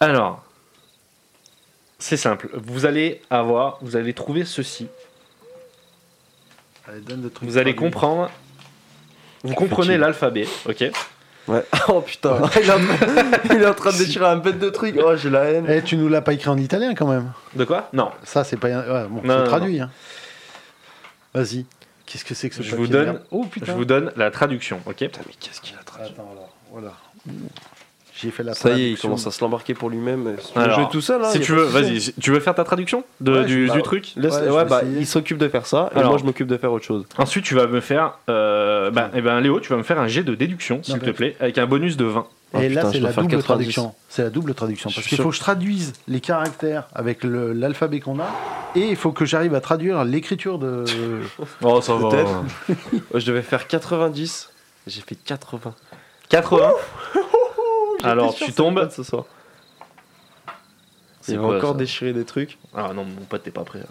Speaker 2: Alors, c'est simple. Vous allez avoir, vous allez trouver ceci.
Speaker 3: Allez, donne le truc
Speaker 2: Vous allez
Speaker 3: traduit.
Speaker 2: comprendre. Vous comprenez
Speaker 4: Fatigue.
Speaker 2: l'alphabet, ok
Speaker 4: Ouais. Oh putain, il, est en train- il est en train de déchirer un bête de trucs. Oh, j'ai la haine.
Speaker 3: Eh, tu nous l'as pas écrit en italien quand même.
Speaker 2: De quoi Non.
Speaker 3: Ça, c'est pas. Ouais, bon,
Speaker 2: non,
Speaker 3: c'est
Speaker 2: non.
Speaker 3: traduit. hein. Vas-y. Qu'est-ce que c'est que ce
Speaker 2: Je
Speaker 3: papier
Speaker 2: vous donne-
Speaker 3: de merde Oh
Speaker 2: Je
Speaker 3: putain.
Speaker 2: vous donne la traduction, ok
Speaker 4: Putain, mais qu'est-ce qu'il a traduit
Speaker 3: Attends, alors, voilà. J'ai fait Ah, la
Speaker 4: Ça y est, il
Speaker 3: traduction.
Speaker 4: commence à se l'embarquer pour lui-même. Tu veux
Speaker 2: Alors,
Speaker 4: jouer tout seul, là
Speaker 2: Si
Speaker 4: y a
Speaker 2: tu
Speaker 4: pas de
Speaker 2: veux,
Speaker 4: souci.
Speaker 2: vas-y, si- tu veux faire ta traduction de-
Speaker 3: Ouais,
Speaker 2: du,
Speaker 3: je-
Speaker 2: du
Speaker 3: bah,
Speaker 2: truc
Speaker 4: Laisse-
Speaker 3: Ouais, je
Speaker 4: Ouais,
Speaker 3: vais
Speaker 4: bah,
Speaker 3: essayer.
Speaker 4: il s'occupe de faire ça, et
Speaker 2: Alors.
Speaker 4: moi je m'occupe de faire autre chose.
Speaker 2: Ensuite, tu vas me faire. euh, bah, eh ben, Léo, tu vas me faire un jet de déduction, s'il
Speaker 3: Non,
Speaker 2: te
Speaker 3: mais-
Speaker 2: plaît, avec un bonus de 20.
Speaker 3: Et
Speaker 4: Ah,
Speaker 3: là,
Speaker 4: putain,
Speaker 3: c'est
Speaker 4: je dois
Speaker 3: la
Speaker 4: faire
Speaker 3: double
Speaker 4: 90.
Speaker 3: traduction. C'est la double traduction.
Speaker 4: Je
Speaker 3: Parce
Speaker 4: suis
Speaker 3: qu'il
Speaker 4: sûr.
Speaker 3: faut que je traduise les caractères avec le- l'alphabet qu'on a et il faut que j'arrive à traduire l'écriture
Speaker 4: (laughs)
Speaker 3: de.
Speaker 2: Oh, ça va.
Speaker 4: Peut-être. Ouais, Je devais faire 90, j'ai fait 80.
Speaker 2: 80.
Speaker 4: (laughs)
Speaker 2: Alors, tu tombes.
Speaker 4: ce soir.
Speaker 2: C'est
Speaker 4: Il va
Speaker 2: quoi,
Speaker 4: encore
Speaker 2: ça
Speaker 4: déchirer des trucs.
Speaker 2: Ah non, mon pote, t'es pas prêt. là.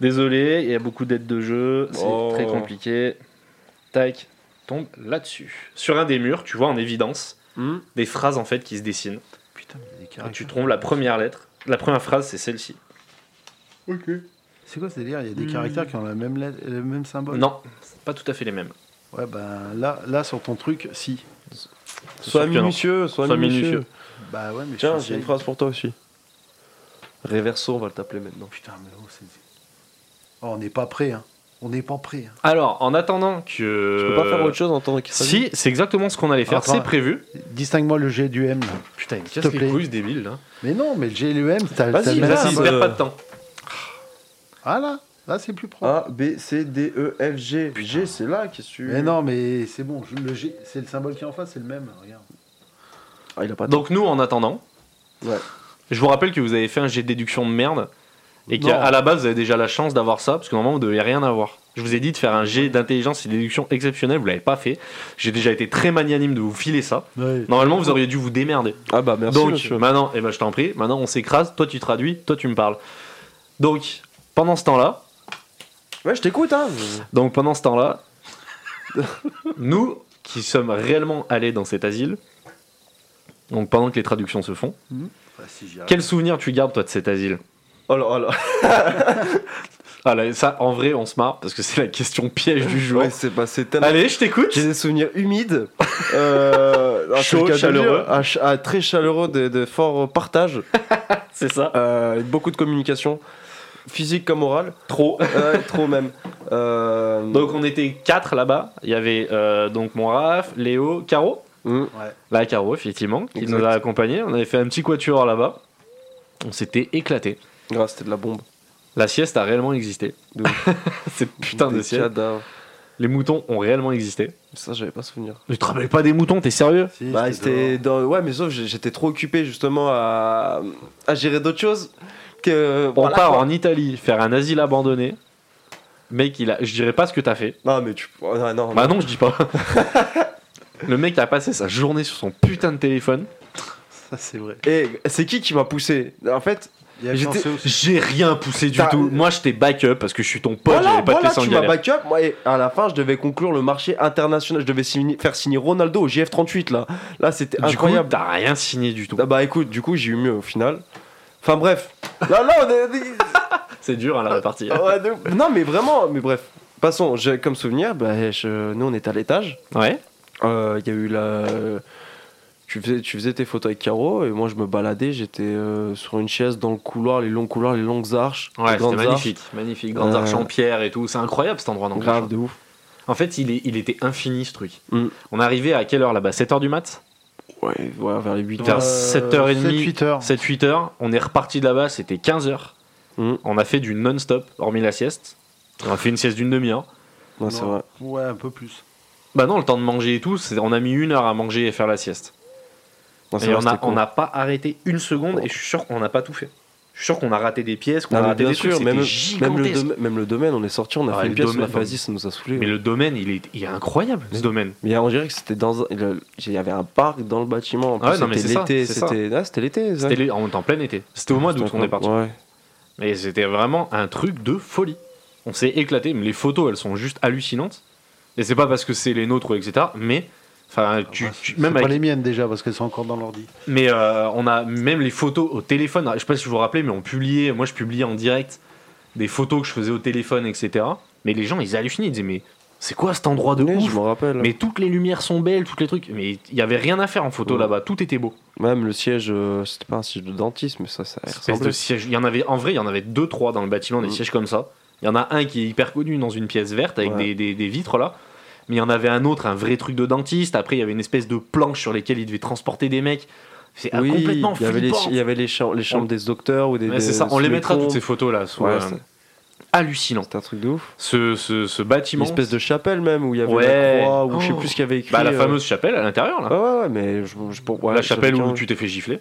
Speaker 2: Désolé, il y a beaucoup d'aides de jeu, c'est
Speaker 4: Oh.
Speaker 2: très compliqué. Tac, tombe là-dessus. Sur un des murs, tu vois en évidence
Speaker 4: Hmm
Speaker 2: des phrases en fait qui se dessinent.
Speaker 3: Putain, il y a des
Speaker 2: Et tu
Speaker 3: caractères.
Speaker 2: trompes la première lettre. La première phrase, c'est celle-ci.
Speaker 3: C'est quoi ce délire Il y a des
Speaker 4: Hmm.
Speaker 3: caractères qui ont la même lettre- le même symbole.
Speaker 2: Non, c'est pas tout à fait les mêmes.
Speaker 3: Ouais, ben là, là, sur ton truc, si.
Speaker 2: sûr
Speaker 4: Sois
Speaker 2: que non.
Speaker 4: minutieux, sois,
Speaker 2: Sois
Speaker 4: minutieux.
Speaker 2: minutieux.
Speaker 3: Bah ouais, mais je
Speaker 4: Tiens,
Speaker 3: suis
Speaker 4: j'ai une
Speaker 3: sérieux.
Speaker 4: phrase pour toi aussi. Reverso, on va le t'appeler maintenant.
Speaker 3: Putain, mais oh, c'est. Oh, on n'est pas prêt, hein. On n'est pas prêt. Hein.
Speaker 2: Alors, en attendant que.
Speaker 4: Je peux pas faire autre chose en attendant qu'il s'habille
Speaker 2: Euh, Si, c'est exactement ce qu'on allait faire,
Speaker 3: Attends.
Speaker 2: c'est prévu.
Speaker 3: Distingue-moi le G du M. là.
Speaker 2: Putain, il me
Speaker 3: S'il
Speaker 2: casse
Speaker 3: te
Speaker 2: les
Speaker 3: plaît.
Speaker 2: couilles ce débile là.
Speaker 3: Mais non, mais le G et le M, t'as t'as
Speaker 4: Vas-y,
Speaker 3: le même
Speaker 4: vas-y,
Speaker 2: Vas-y, il
Speaker 4: c'est un
Speaker 3: symbole.
Speaker 2: perd
Speaker 4: peu-
Speaker 2: pas de temps.
Speaker 3: Ah là, là, c'est plus propre.
Speaker 4: A, B, C, D, E, F, G. G, c'est là, qu'est-ce que
Speaker 2: Ah.
Speaker 4: tu.
Speaker 3: Mais non, mais c'est bon, je- le G, c'est le symbole qui est en face, c'est le même, regarde.
Speaker 4: Ah, il a pas de
Speaker 2: Donc, nous, en attendant,
Speaker 4: Ouais.
Speaker 2: je vous rappelle que vous avez fait un jet de déduction de merde et
Speaker 3: Non.
Speaker 2: qu'à la base, vous avez déjà la chance d'avoir ça parce que normalement, vous ne devez rien avoir. Je vous ai dit de faire un jet d'intelligence et de déduction exceptionnel, vous l'avez pas fait. J'ai déjà été très magnanime de vous filer ça. Normalement, vous auriez dû vous démerder.
Speaker 4: Ah, bah merci,
Speaker 2: Donc,
Speaker 4: monsieur.
Speaker 2: maintenant, eh ben, je t'en prie, maintenant on s'écrase, toi tu traduis, toi tu me parles. Donc, pendant ce temps-là,
Speaker 4: Ouais, je t'écoute, hein.
Speaker 2: Donc pendant ce temps-là, (laughs) nous qui sommes réellement allés dans cet asile, donc pendant que les traductions se font, Bah,
Speaker 3: Ah, si, j'y arrive.
Speaker 2: quel souvenir tu gardes toi de cet asile
Speaker 4: Oh là, oh là.
Speaker 2: Ah là, ça en vrai on se marre parce que c'est la question piège du jour.
Speaker 4: Ouais, c'est passé tellement.
Speaker 2: Allez, je t'écoute.
Speaker 4: J'ai des souvenirs (laughs) humides, euh, ah, c'est le
Speaker 2: Chaud,
Speaker 4: cas de
Speaker 2: chaleureux.
Speaker 4: dire, ah, ch- ah, très chaleureux, de, de fort partage,
Speaker 2: C'est ça.
Speaker 4: euh, (laughs) avec beaucoup de communication, physique comme orale,
Speaker 2: Trop.
Speaker 4: Ouais, trop (laughs) même. Euh,
Speaker 2: Donc on était quatre là-bas. Il y avait euh, donc mon Raph, Léo, Caro.
Speaker 4: hmm.
Speaker 2: La Caro effectivement qui
Speaker 4: Exact.
Speaker 2: nous a accompagnés. On avait fait un petit quatuor là-bas. On s'était éclaté.
Speaker 4: Ah, c'était de la bombe.
Speaker 2: La sieste a réellement existé.
Speaker 4: De
Speaker 2: (laughs) Ces putains de
Speaker 4: Des
Speaker 2: sieste.
Speaker 4: cadavres.
Speaker 2: Les moutons ont réellement existé.
Speaker 4: Ça, j'avais pas souvenir.
Speaker 2: Ne te rappelles pas des moutons, t'es sérieux
Speaker 3: Si,
Speaker 4: Bah,
Speaker 3: dehors.
Speaker 4: c'était dans... Ouais, mais sauf, j'ai- j'étais trop occupé justement à, à gérer d'autres choses que.
Speaker 2: On
Speaker 4: voilà,
Speaker 2: part
Speaker 4: quoi.
Speaker 2: en Italie faire un asile abandonné. Mec, il a... je dirais pas ce que t'as fait.
Speaker 4: Non, mais tu. oh, non, non.
Speaker 2: Bah non, je dis pas. Le mec a passé sa journée sur son putain de téléphone.
Speaker 3: Ça, c'est vrai.
Speaker 4: Et eh, c'est qui qui m'a poussé En fait,
Speaker 3: Il y a
Speaker 4: J'étais-
Speaker 3: Chanceux aussi.
Speaker 2: J'ai rien poussé du
Speaker 4: T'as-
Speaker 2: tout. Moi, j'étais backup parce que je suis ton pote, j'allais pas te laisser en
Speaker 4: tu m'as
Speaker 2: galère.
Speaker 4: backup. Moi, et à la fin, je devais conclure le marché international. Je devais signer- faire signer Ronaldo au GF38 là. Là, c'était
Speaker 2: Du coup,
Speaker 4: incroyable.
Speaker 2: t'as rien signé du tout.
Speaker 4: Ah bah écoute, du coup, j'ai eu mieux au final. Enfin bref. Là, là, on est-
Speaker 2: C'est dur, hein, la répartie.
Speaker 4: Ouais, de- non, mais vraiment, mais bref. Passons, j'ai comme souvenir, bah, je- nous on est à l'étage.
Speaker 2: Ouais.
Speaker 4: Euh, Il y a eu la. Tu faisais, tu faisais tes photos avec Caro et moi je me baladais, j'étais euh, sur une chaise dans le couloir, les longs couloirs, les longues arches. les
Speaker 2: Ouais, c'était
Speaker 4: grandes arches.
Speaker 2: magnifique. Magnifique. Grandes
Speaker 4: Euh.
Speaker 2: arches en pierre et tout. C'est incroyable cet endroit. non
Speaker 4: Grave de ouf.
Speaker 2: En fait, il, est- il était infini ce truc.
Speaker 4: Mm.
Speaker 2: On arrivait à quelle heure là-bas 7h du mat
Speaker 4: Ouais, ouais, vers les 8
Speaker 2: Vers
Speaker 3: Euh,
Speaker 2: 7h30,
Speaker 3: 7-8 heures.
Speaker 2: 7-8 heures, on est reparti de là-bas, c'était 15 heures.
Speaker 4: Mm.
Speaker 2: On a fait du non-stop, hormis la sieste. On a fait une sieste d'une demi-heure.
Speaker 4: Ouais, c'est
Speaker 3: Non.
Speaker 4: vrai.
Speaker 3: Ouais, un peu plus.
Speaker 2: Bah non, le temps de manger et tout, c'est- on a mis une heure à manger et faire la sieste.
Speaker 4: Non, Ah, c'est
Speaker 2: et
Speaker 4: vrai,
Speaker 2: on n'a
Speaker 4: c'était cool.
Speaker 2: pas arrêté une seconde et je suis sûr qu'on n'a pas tout fait. Je suis sûr qu'on a raté des pièces, qu'on
Speaker 4: Non,
Speaker 2: a
Speaker 4: mais
Speaker 2: raté
Speaker 4: bien
Speaker 2: des
Speaker 4: sûr,
Speaker 2: trucs,
Speaker 4: même,
Speaker 2: c'était
Speaker 4: même, le
Speaker 2: gigantesque.
Speaker 4: domaine, même le domaine, on est sorti, on a
Speaker 2: Ah,
Speaker 4: fait une
Speaker 2: le
Speaker 4: pièce, on a
Speaker 2: domaine,
Speaker 4: fait vas-y, ça nous a saoulé.
Speaker 2: Mais le domaine, il est, il est incroyable ce domaine.
Speaker 4: Mais on dirait que c'était dans. un- le- Il y avait un parc dans le bâtiment. En
Speaker 2: Ah ouais,
Speaker 4: plus,
Speaker 2: non, mais
Speaker 4: c'était
Speaker 2: c'est ça,
Speaker 4: l'été.
Speaker 2: c'est ça.
Speaker 4: C'était ah, c'était l'été. ça.
Speaker 2: C'était les- en, en plein été. C'était au mois d'août qu'on est parti.
Speaker 4: Ouais.
Speaker 2: Mais c'était vraiment un truc de folie. On s'est éclaté, mais les photos, elles sont juste hallucinantes. Et c'est pas parce que c'est les nôtres, etc. Mais, enfin, tu,
Speaker 3: Bah,
Speaker 2: tu-
Speaker 3: c'est
Speaker 2: même
Speaker 3: pas
Speaker 2: avec-
Speaker 3: les miennes déjà, parce qu'elles sont encore dans l'ordi.
Speaker 2: mais euh, on a même les photos au téléphone. Je sais pas si vous vous rappelez, mais on publiait, moi je publiais en direct des photos que je faisais au téléphone, etc. Mais les gens, ils hallucinaient, ils disaient, mais c'est quoi cet endroit de
Speaker 4: Oui,
Speaker 2: ouf
Speaker 4: je me rappelle.
Speaker 2: Mais toutes les lumières sont belles, toutes les trucs. Mais il y avait rien à faire en photo
Speaker 4: Ouais.
Speaker 2: là-bas, tout était beau.
Speaker 4: Même le siège, euh, c'était pas un siège de dentiste, mais ça, ça y
Speaker 2: Espèce
Speaker 4: ressemblait.
Speaker 2: de siège. Il y en avait, en vrai, il y en avait deux, trois dans le bâtiment, des
Speaker 4: Mm.
Speaker 2: sièges comme ça. Il y en a un qui est hyper connu dans une pièce verte avec
Speaker 4: Ouais.
Speaker 2: des, des- des vitres là. mais il y en avait un autre, un vrai truc de dentiste. Après, il y avait une espèce de planche sur lesquelles il devait transporter des mecs. C'est ah,
Speaker 4: Oui,
Speaker 2: complètement
Speaker 4: il y avait les,
Speaker 2: flippant.
Speaker 4: il y avait les cham- les chambres
Speaker 2: On-
Speaker 4: des docteurs ou des.
Speaker 2: Ouais,
Speaker 4: des-
Speaker 2: c'est ça, on les
Speaker 4: sous
Speaker 2: mettra toutes
Speaker 4: ponts.
Speaker 2: ces photos là, sont
Speaker 4: Ouais,
Speaker 2: euh,
Speaker 4: c'est-
Speaker 2: hallucinantes.
Speaker 4: c'est un truc de ouf.
Speaker 2: Ce, ce, ce
Speaker 4: Une
Speaker 2: bâtiment,
Speaker 4: espèce de chapelle même où il y avait
Speaker 2: Ouais.
Speaker 4: la croix ou je sais
Speaker 2: Oh.
Speaker 4: plus ce qu'il y avait écrit.
Speaker 2: bah, la
Speaker 4: euh,
Speaker 2: fameuse chapelle à l'intérieur là.
Speaker 4: Ouais, ouais, ouais, mais je, je- pour- ouais,
Speaker 2: la
Speaker 4: je-
Speaker 2: chapelle
Speaker 4: quelqu'un-
Speaker 2: où tu t'es fait gifler.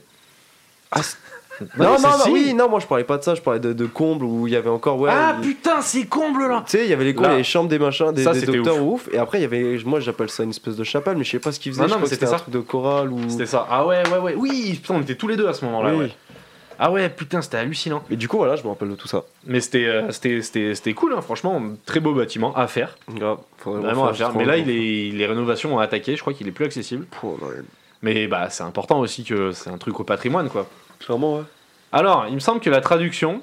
Speaker 4: Ah, c'est-
Speaker 2: Non,
Speaker 4: non,
Speaker 2: mais
Speaker 4: non,
Speaker 2: c'est-
Speaker 4: non,
Speaker 2: si.
Speaker 4: oui, non, moi je parlais pas de ça, je parlais de, de comble où il y avait encore. Ouais,
Speaker 2: ah
Speaker 4: il-
Speaker 2: putain, c'est comble là
Speaker 4: Tu sais, il y avait les cours,
Speaker 2: Là.
Speaker 4: les chambres des machins, des,
Speaker 2: Ça,
Speaker 4: des
Speaker 2: c'était
Speaker 4: docteurs ouf. Et après, il y avait, moi j'appelle ça une espèce de chapelle, mais je sais pas ce qu'ils faisaient.
Speaker 2: Non, non,
Speaker 4: je
Speaker 2: mais
Speaker 4: crois que
Speaker 2: c'était
Speaker 4: c'était un
Speaker 2: ça.
Speaker 4: truc de chorale ou.
Speaker 2: C'était ça. Ah ouais, ouais, ouais. Oui, putain, on était tous les deux à ce moment-là.
Speaker 4: Mm. Oui.
Speaker 2: ouais. Ah ouais, putain, c'était hallucinant.
Speaker 4: Et du coup, voilà, je me rappelle de tout ça.
Speaker 2: Mais c'était, euh, c'était, c'était, c'était cool, hein, franchement. Très beau bâtiment à faire.
Speaker 4: Grave, faudrait le
Speaker 2: Vraiment à
Speaker 4: refaire,
Speaker 2: faire.
Speaker 4: c'est
Speaker 2: Mais là,
Speaker 4: trop bon.
Speaker 2: il est, les rénovations ont attaqué. Je crois qu'il est plus accessible.
Speaker 4: Pouh, ouais.
Speaker 2: Mais bah, c'est important aussi que c'est un truc au patrimoine, quoi.
Speaker 4: Clairement, ouais.
Speaker 2: Alors, il me semble que la traduction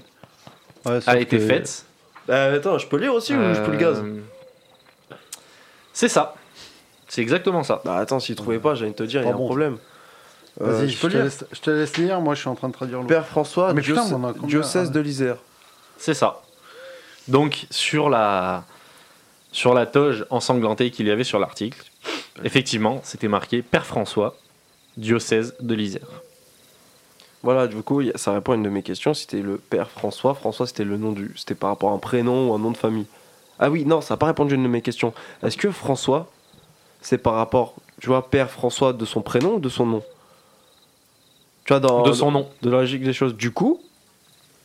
Speaker 3: Ouais, sauf
Speaker 2: a été
Speaker 3: que-
Speaker 2: faite.
Speaker 4: Euh, attends, je peux lire aussi ou je peux le gaz
Speaker 2: Euh, C'est ça. C'est exactement ça.
Speaker 4: Bah attends, s'il
Speaker 2: euh,
Speaker 4: trouvait pas, j'allais te dire, il y a
Speaker 3: Ah
Speaker 4: un
Speaker 3: bon.
Speaker 4: problème. Euh,
Speaker 3: Vas-y,
Speaker 4: je
Speaker 3: je,
Speaker 4: peux
Speaker 3: te
Speaker 4: lire.
Speaker 3: laisse, je te laisse lire. Moi, je suis en train de traduire l'autre.
Speaker 4: Père François,
Speaker 3: Mais putain,
Speaker 4: diocè-
Speaker 3: on en a combien
Speaker 4: diocèse
Speaker 2: hein?
Speaker 3: Ah
Speaker 4: de l'Isère.
Speaker 2: C'est ça. Donc sur la sur la toge ensanglantée qu'il y avait sur l'article, effectivement, c'était marqué Père François, diocèse de l'Isère.
Speaker 4: Voilà, du coup, il y a- ça répond à une de mes questions. C'était le père François. François, c'était le nom du. C'était par rapport à un prénom ou un nom de famille. Ah oui, non, ça n'a pas répondu à une de mes questions. Est-ce que François, c'est par rapport, tu vois, père François de son prénom ou de son nom Tu vois,
Speaker 3: Oh,
Speaker 4: dans
Speaker 2: De son nom.
Speaker 4: de la logique des choses. Du coup,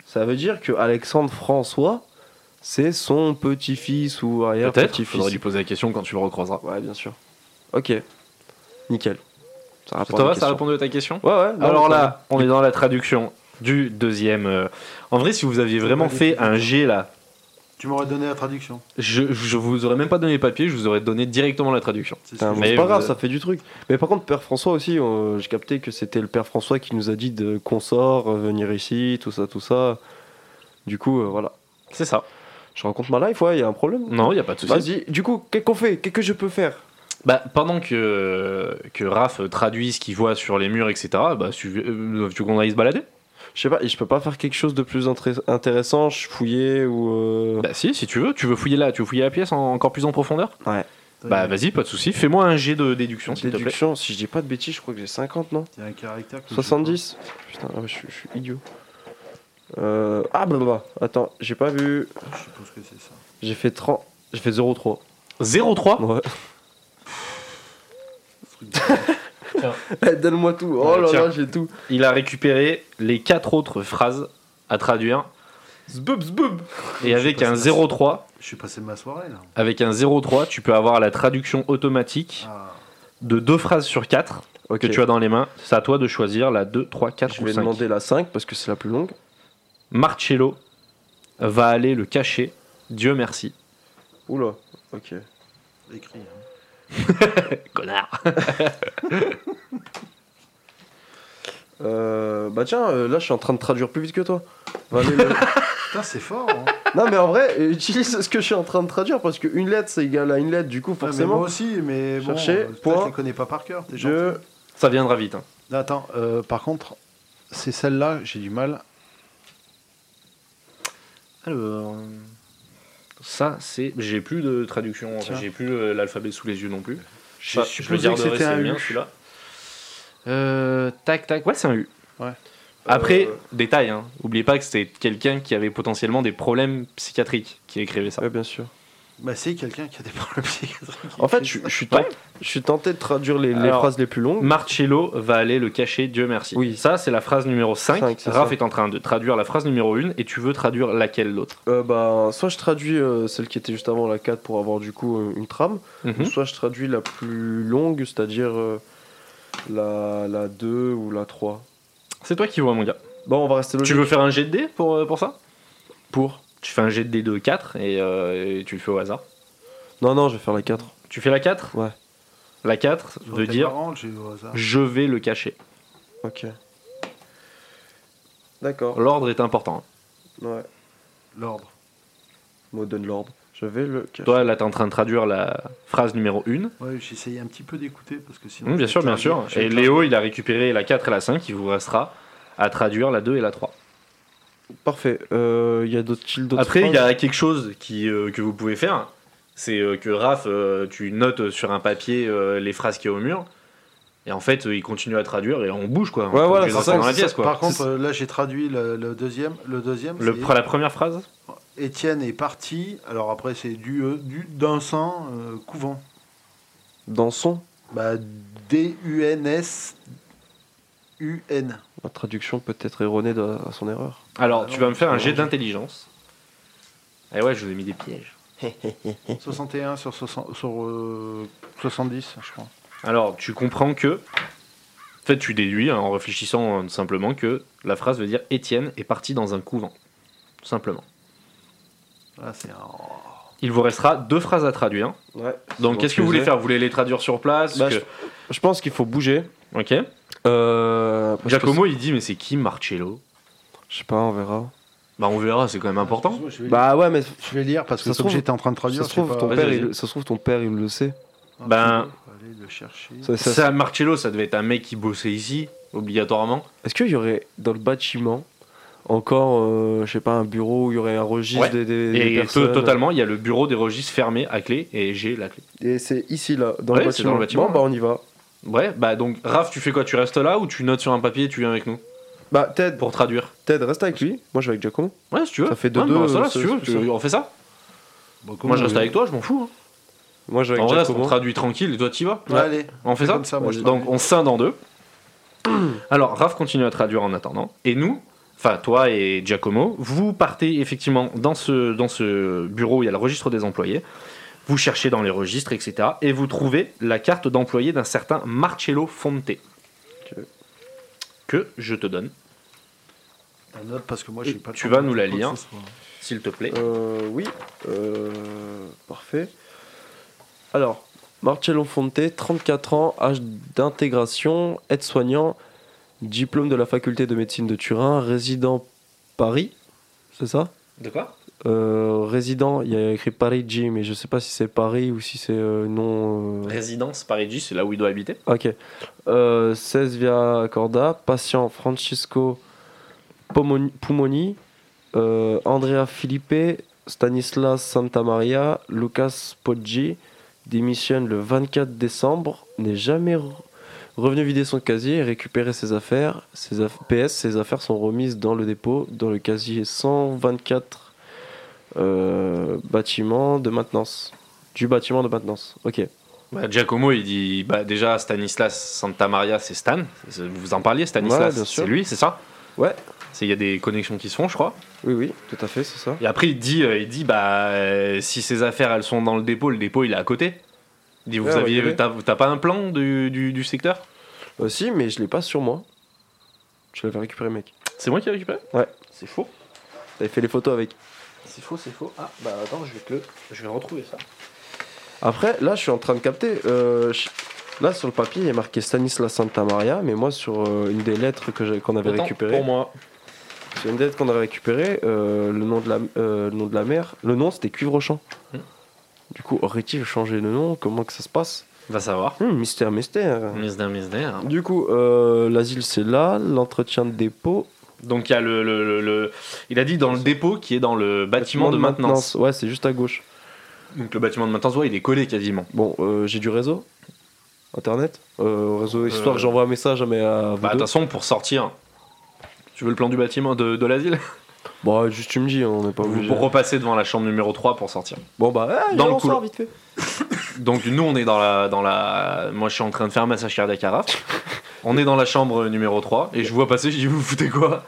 Speaker 4: ça veut dire que Alexandre François, c'est son petit-fils ou
Speaker 2: Peut-être. Il
Speaker 4: arrière-petit-fils.
Speaker 2: faudrait lui poser la question quand tu le recroiseras.
Speaker 4: Ouais, bien sûr. Ok, nickel. Ça répond
Speaker 2: Ça
Speaker 4: à
Speaker 2: va, ça a
Speaker 4: mes questions.
Speaker 2: répondu à ta question
Speaker 4: Ouais, ouais. non,
Speaker 2: Alors
Speaker 4: mais ça-
Speaker 2: là, on est dans la traduction du deuxième. euh, En vrai, si vous aviez vraiment fait un G là,
Speaker 3: Tu m'aurais donné la traduction.
Speaker 2: je, je vous aurais même pas donné le papier, je vous aurais donné directement la traduction.
Speaker 3: C'est
Speaker 4: Putain,
Speaker 3: ce que
Speaker 4: bon,
Speaker 2: Mais
Speaker 4: c'est pas
Speaker 2: vous
Speaker 4: grave,
Speaker 2: avez-
Speaker 4: ça fait du truc. Mais par contre, Père François aussi, euh, j'ai capté que c'était le Père François qui nous a dit de consort, euh, venir ici, tout ça, tout ça. Du coup, euh, voilà.
Speaker 2: C'est ça.
Speaker 4: Je raconte ma life, ouais, il y a un problème.
Speaker 2: Non, il y a pas de souci.
Speaker 4: Vas-y, du coup, qu'est-ce qu'on fait Qu'est-ce que je peux faire
Speaker 2: Bah, pendant que, euh, que Raph traduit ce qu'il voit sur les murs, etc., bah, tu, veux- euh, tu veux qu'on aille se balader
Speaker 4: Je sais pas, et je peux pas faire quelque chose de plus intré- intéressant, je suis fouillé ou. euh,
Speaker 2: Bah, si, si tu veux. Tu veux fouiller là, tu veux fouiller la pièce en- encore plus en profondeur
Speaker 4: ouais,
Speaker 3: t'as-
Speaker 2: Bah, vas-y, pas de souci. Fais-moi un jet de déduction, s'il te plaît.
Speaker 4: déduction, si je dis pas de bêtises, je crois que j'ai 50, non
Speaker 3: Il y a un caractère. que je-
Speaker 4: 70 Putain, ah ouais, je, suis- je suis idiot. Euh, ah, blablabla, attends, j'ai pas vu.
Speaker 3: Je suppose que c'est ça.
Speaker 4: J'ai fait 30. J'ai fait 0,3.
Speaker 2: 0,3
Speaker 4: Ouais.
Speaker 3: Truc
Speaker 4: Eh, Donne-moi tout. Oh
Speaker 2: Ouais,
Speaker 4: là
Speaker 2: tiens.
Speaker 4: là, j'ai tout.
Speaker 2: Il a récupéré les quatre autres phrases à traduire.
Speaker 4: Zbub, zbub.
Speaker 2: Et avec un 0,3,
Speaker 3: Je suis passé ma soirée là.
Speaker 2: avec un 0,3, tu peux avoir la traduction automatique
Speaker 3: Ah,
Speaker 2: de deux phrases sur quatre
Speaker 4: Ok,
Speaker 2: que tu as dans les mains. C'est à toi de choisir la 2, 3, 4
Speaker 4: je
Speaker 2: ou
Speaker 4: vais
Speaker 2: 5.
Speaker 4: demander la 5 parce que c'est la plus longue.
Speaker 2: Marcello va aller le cacher. Dieu merci.
Speaker 4: Oula, ok.
Speaker 3: écrit. hein.
Speaker 2: Connard.
Speaker 4: Euh, bah tiens, euh, là je suis en train de traduire plus vite que toi. Va aller le-
Speaker 3: Putain, c'est fort. hein.
Speaker 4: non mais en vrai, (laughs) euh, utilise ce que je suis en train de traduire parce qu'une lettre c'est égal à une lettre, du coup
Speaker 3: Ouais, mais
Speaker 4: forcément.
Speaker 3: moi aussi, mais bon,
Speaker 4: Chercher,
Speaker 3: euh,
Speaker 4: point.
Speaker 3: je les connais pas par cœur. t'es gentil.
Speaker 4: je...
Speaker 2: Ça viendra vite. hein.
Speaker 3: Non, attends, euh, par contre, c'est celle-là, j'ai du mal.
Speaker 2: Alors, ça, c'est. J'ai plus de traduction, enfin,
Speaker 3: Tiens.
Speaker 2: j'ai plus euh, l'alphabet sous les yeux non plus.
Speaker 3: J'ai
Speaker 2: Ça,
Speaker 3: supposé que
Speaker 2: garderai,
Speaker 3: c'était
Speaker 2: c'est
Speaker 3: un
Speaker 2: le mien,
Speaker 3: U.
Speaker 2: celui-là. Euh, tac, tac. Ouais, c'est un U.
Speaker 3: Ouais.
Speaker 2: Après,
Speaker 4: Euh,
Speaker 2: détail, hein. oubliez pas que c'était quelqu'un qui avait potentiellement des problèmes psychiatriques qui écrivait ça.
Speaker 4: Ouais, bien sûr.
Speaker 3: Bah, c'est quelqu'un qui a des problèmes psychiatriques.
Speaker 4: En fait, je, je suis
Speaker 2: Ouais.
Speaker 4: tenté, je suis tenté de traduire les, les
Speaker 2: Alors,
Speaker 4: phrases les plus longues.
Speaker 2: Marcello va aller le cacher, Dieu merci.
Speaker 4: Oui.
Speaker 2: Ça, c'est la phrase numéro 5.
Speaker 4: Cinq, c'est
Speaker 2: Raph
Speaker 4: ça.
Speaker 2: est en train de traduire la phrase numéro 1 et tu veux traduire laquelle l'autre
Speaker 4: Euh, bah, soit je traduis euh, celle qui était juste avant la 4 pour avoir du coup euh, une trame,
Speaker 2: Mhm.
Speaker 4: soit je traduis la plus longue, c'est-à-dire euh, la, la 2 ou la 3.
Speaker 2: C'est toi qui vois, mon gars.
Speaker 4: Bon, on va rester
Speaker 2: Tu
Speaker 4: logique.
Speaker 2: veux faire un jet de dés pour, euh, pour ça
Speaker 4: Pour
Speaker 2: Tu fais un jet de dés de 4 et, euh, et tu le fais au hasard.
Speaker 4: Non, non, je vais faire la 4.
Speaker 2: Tu fais la 4
Speaker 4: Ouais.
Speaker 2: La 4
Speaker 3: Sur
Speaker 2: de
Speaker 3: tes
Speaker 2: dire
Speaker 3: parents, j'ai euh, eu au hasard.
Speaker 2: je vais le cacher.
Speaker 4: Ok. D'accord.
Speaker 2: L'ordre est important.
Speaker 4: Ouais.
Speaker 3: L'ordre.
Speaker 4: Moi, donne l'ordre. Je vais le cacher.
Speaker 2: Toi, là, t'es en train de traduire la phrase numéro 1.
Speaker 3: Ouais, j'essayais un petit peu d'écouter parce que sinon.
Speaker 2: Mmh, bien
Speaker 3: je
Speaker 2: sûr,
Speaker 3: vais
Speaker 2: bien
Speaker 3: tarder,
Speaker 2: sûr.
Speaker 3: je vais
Speaker 2: Et
Speaker 3: tarder.
Speaker 2: Léo, il a récupéré la 4 et la 5. Il vous restera à traduire la 2 et la 3.
Speaker 4: Parfait. Euh, Il y a d'autres styles d'autres
Speaker 2: Après, il y
Speaker 4: phrases
Speaker 2: a quelque chose qui, euh, que vous pouvez faire. C'est euh, que Raph, euh, tu notes sur un papier euh, les phrases qu'il y a au mur, et en fait, euh, il continue à traduire et on bouge quoi. On
Speaker 4: Ouais,
Speaker 2: bouge
Speaker 4: voilà,
Speaker 2: les
Speaker 4: c'est
Speaker 2: enfants
Speaker 4: ça,
Speaker 2: dans la
Speaker 4: c'est
Speaker 2: pièce,
Speaker 4: ça.
Speaker 2: quoi.
Speaker 3: Par contre, euh, là, j'ai traduit le, le deuxième. Le deuxième,
Speaker 2: Le,
Speaker 3: c'est
Speaker 2: la première phrase
Speaker 3: Étienne est parti. Alors après, c'est du euh, du- d'un sang euh, couvent.
Speaker 4: Dans son,
Speaker 3: Bah, D-U-N-S. U-N.
Speaker 4: la traduction peut être erronée de- à son erreur.
Speaker 2: Alors,
Speaker 3: Ah
Speaker 2: tu
Speaker 3: non,
Speaker 2: vas me faire un
Speaker 3: c'est
Speaker 2: jet
Speaker 3: bon, j'ai-
Speaker 2: d'intelligence. Eh ouais, je vous ai mis des pièges.
Speaker 4: Hein.
Speaker 3: 61 sur, 60 sur euh, 70, je crois.
Speaker 2: Alors, tu comprends que. En fait, tu déduis hein, en réfléchissant euh, simplement que la phrase veut dire Étienne est parti dans un couvent. Tout simplement.
Speaker 3: Ah, c'est un-
Speaker 2: Il vous restera deux phrases à traduire.
Speaker 4: Ouais.
Speaker 2: Donc, qu'est-ce que vous voulez faire Vous voulez les traduire sur place
Speaker 4: Bah,
Speaker 2: que-
Speaker 4: je, je pense qu'il faut bouger.
Speaker 2: Ok.
Speaker 4: Euh, parce que
Speaker 2: Giacomo, il dit Mais c'est qui Marcello
Speaker 4: c'est- Je sais pas, on verra.
Speaker 2: Bah, on verra, c'est quand même important.
Speaker 3: Excuse-moi, Je vais,
Speaker 4: Bah ouais, mais ça
Speaker 3: je vais lire parce que
Speaker 4: ça se
Speaker 3: comme
Speaker 4: trouve-
Speaker 3: j'étais en train de traduire,
Speaker 4: se trouve
Speaker 3: je sais
Speaker 4: ton
Speaker 3: pas-
Speaker 2: Vas-y,
Speaker 4: père,
Speaker 2: vas-y.
Speaker 4: il, ça se trouve ton père, il le sait.
Speaker 2: Ben-
Speaker 3: Faut aller le chercher.
Speaker 4: Ça- Ah, ça-
Speaker 2: Ça, Marcello, ça devait être un mec qui bossait ici, obligatoirement.
Speaker 4: Est-ce qu'il y aurait dans le bâtiment encore, euh, je sais pas, un bureau où il y aurait un registre
Speaker 2: Ouais.
Speaker 4: des, des- des
Speaker 2: Et to-
Speaker 4: personnes
Speaker 2: totalement, il y a le bureau des registres fermé à clé et j'ai la clé.
Speaker 4: Et c'est ici là, dans,
Speaker 2: Ouais,
Speaker 4: le
Speaker 2: c'est
Speaker 4: bâtiment.
Speaker 2: dans le bâtiment.
Speaker 4: Bon bah on y va.
Speaker 2: Ouais, bah donc, Raph, tu fais quoi Tu restes là ou tu notes sur un papier et tu viens avec nous
Speaker 4: Bah Ted,
Speaker 2: Pour traduire
Speaker 4: Ted reste avec lui. Moi je vais avec Giacomo.
Speaker 2: Ouais, si tu veux.
Speaker 4: Ça fait Bah, deux,
Speaker 2: Ouais, mais on reste
Speaker 4: deux,
Speaker 2: là,
Speaker 4: ce-
Speaker 2: si tu veux.
Speaker 4: ce
Speaker 2: Tu-
Speaker 4: soir.
Speaker 2: On fait ça
Speaker 3: Bon, comment
Speaker 2: Moi, je reste
Speaker 3: vous-
Speaker 2: avec toi, je m'en fous. hein.
Speaker 4: Moi je vais
Speaker 2: En
Speaker 4: avec
Speaker 2: vrai, on
Speaker 4: Giacomo.
Speaker 2: traduit tranquille et toi, t'y vas.
Speaker 3: Ouais, allez.
Speaker 2: On fait
Speaker 3: Fais
Speaker 2: ça,
Speaker 3: comme ça, moi, je
Speaker 2: Donc,
Speaker 3: traduis.
Speaker 2: on scinde en deux. (clears throat) Alors, Raph continue à traduire en attendant. Et nous, enfin, toi et Giacomo, vous partez effectivement dans ce, dans ce bureau, il y a le registre des employés. Vous cherchez dans les registres, etc. Et vous trouvez la carte d'employé d'un certain Marcello Fonte. Que je te donne,
Speaker 3: La note, parce que moi, je sais pas le
Speaker 2: Tu
Speaker 3: temps
Speaker 2: vas
Speaker 3: de
Speaker 2: nous la
Speaker 3: faire
Speaker 2: lire.
Speaker 3: ce soir.
Speaker 2: s'il te plaît.
Speaker 4: Euh, oui, euh, parfait. Alors, Marcello Fonte, 34 ans, âge d'intégration, aide-soignant, diplôme de la faculté de médecine de Turin, résident Paris, c'est ça
Speaker 2: De quoi
Speaker 4: Euh, Résident, il y a écrit Paris G, mais je sais pas si c'est Paris ou si c'est euh, non. euh,
Speaker 2: Résidence Parigi, c'est là où il doit habiter.
Speaker 4: Ok. Euh, 16 via Corda, patient Francisco Pomoni- Pumoni, euh, Andrea Filipe, Stanislas Santamaria, Lucas Poggi, démissionne le 24 décembre, n'est jamais re- revenu vider son casier et récupérer ses affaires. Ses aff- PS, ses affaires sont remises dans le dépôt, dans le casier 124 euh, bâtiment de maintenance. Du bâtiment de maintenance, ok.
Speaker 2: Bah, Giacomo, il dit bah, déjà Stanislas Santa Maria, c'est Stan. C'est- Vous en parliez,
Speaker 4: Ouais,
Speaker 2: Stanislas,
Speaker 4: bien sûr.
Speaker 2: c'est lui, c'est ça
Speaker 4: Ouais.
Speaker 2: C'est- Il y a des connexions qui se font, je crois.
Speaker 4: Oui, oui, tout à fait, c'est ça.
Speaker 2: Et après, il dit, euh, il dit bah, euh, si ces affaires elles sont dans le dépôt, le dépôt il est à côté. Il dit, vous
Speaker 4: Ouais,
Speaker 2: aviez,
Speaker 4: regardez.
Speaker 2: t'as, t'as pas un plan du, du- du secteur
Speaker 4: Euh, si, mais je l'ai pas sur moi. Je l'avais récupéré, mec.
Speaker 2: C'est moi qui ai récupéré
Speaker 4: Ouais.
Speaker 2: C'est faux.
Speaker 4: T'avais fait les photos avec.
Speaker 2: C'est faux, c'est faux. Ah, bah attends, je vais, te le... je vais retrouver ça.
Speaker 4: Après, là, je suis en train de capter. euh, je- Là, sur le papier, il est marqué Stanislas Santa Maria, mais moi, sur euh, une des lettres que j'ai- qu'on avait
Speaker 2: Autant
Speaker 4: récupérées,
Speaker 2: Pour moi.
Speaker 4: sur une des lettres qu'on avait récupérées, euh, le, nom de la, euh, le nom de la mère, le nom, c'était Cuivre-Champ.
Speaker 2: Hmm.
Speaker 4: Du coup, aurait-il changé le nom Comment que ça se passe
Speaker 2: Va savoir.
Speaker 4: Hmm, Mystère, mystère.
Speaker 2: Misder, misder.
Speaker 4: Du coup, euh, l'asile, c'est là, l'entretien de dépôt.
Speaker 2: Donc il y a le, le- le- le- Il a dit dans le dépôt qui est dans le bâtiment de maintenance.
Speaker 4: Ouais, c'est juste à gauche.
Speaker 2: Donc le bâtiment de maintenance, ouais, il est collé quasiment.
Speaker 4: Bon, euh, j'ai du réseau Internet Euh, Réseau histoire,
Speaker 2: Euh,
Speaker 4: que j'envoie un message à mes. à vous
Speaker 2: Bah, de toute
Speaker 4: deux.
Speaker 2: façon, pour sortir, tu veux le plan du bâtiment de, de l'asile
Speaker 4: Bon, juste tu me dis, on n'est pas obligé.
Speaker 2: Pour repasser devant la chambre numéro 3 pour sortir.
Speaker 4: Bon, bah,
Speaker 2: Dans
Speaker 4: eh, viens,
Speaker 2: le
Speaker 4: on sort
Speaker 2: couloir.
Speaker 4: vite fait.
Speaker 2: Donc, nous, on est dans la. Dans la... Moi, je suis en train de faire un massage cardiaque à Raph. On est dans la chambre numéro 3 et je vois passer, je dis Vous vous foutez quoi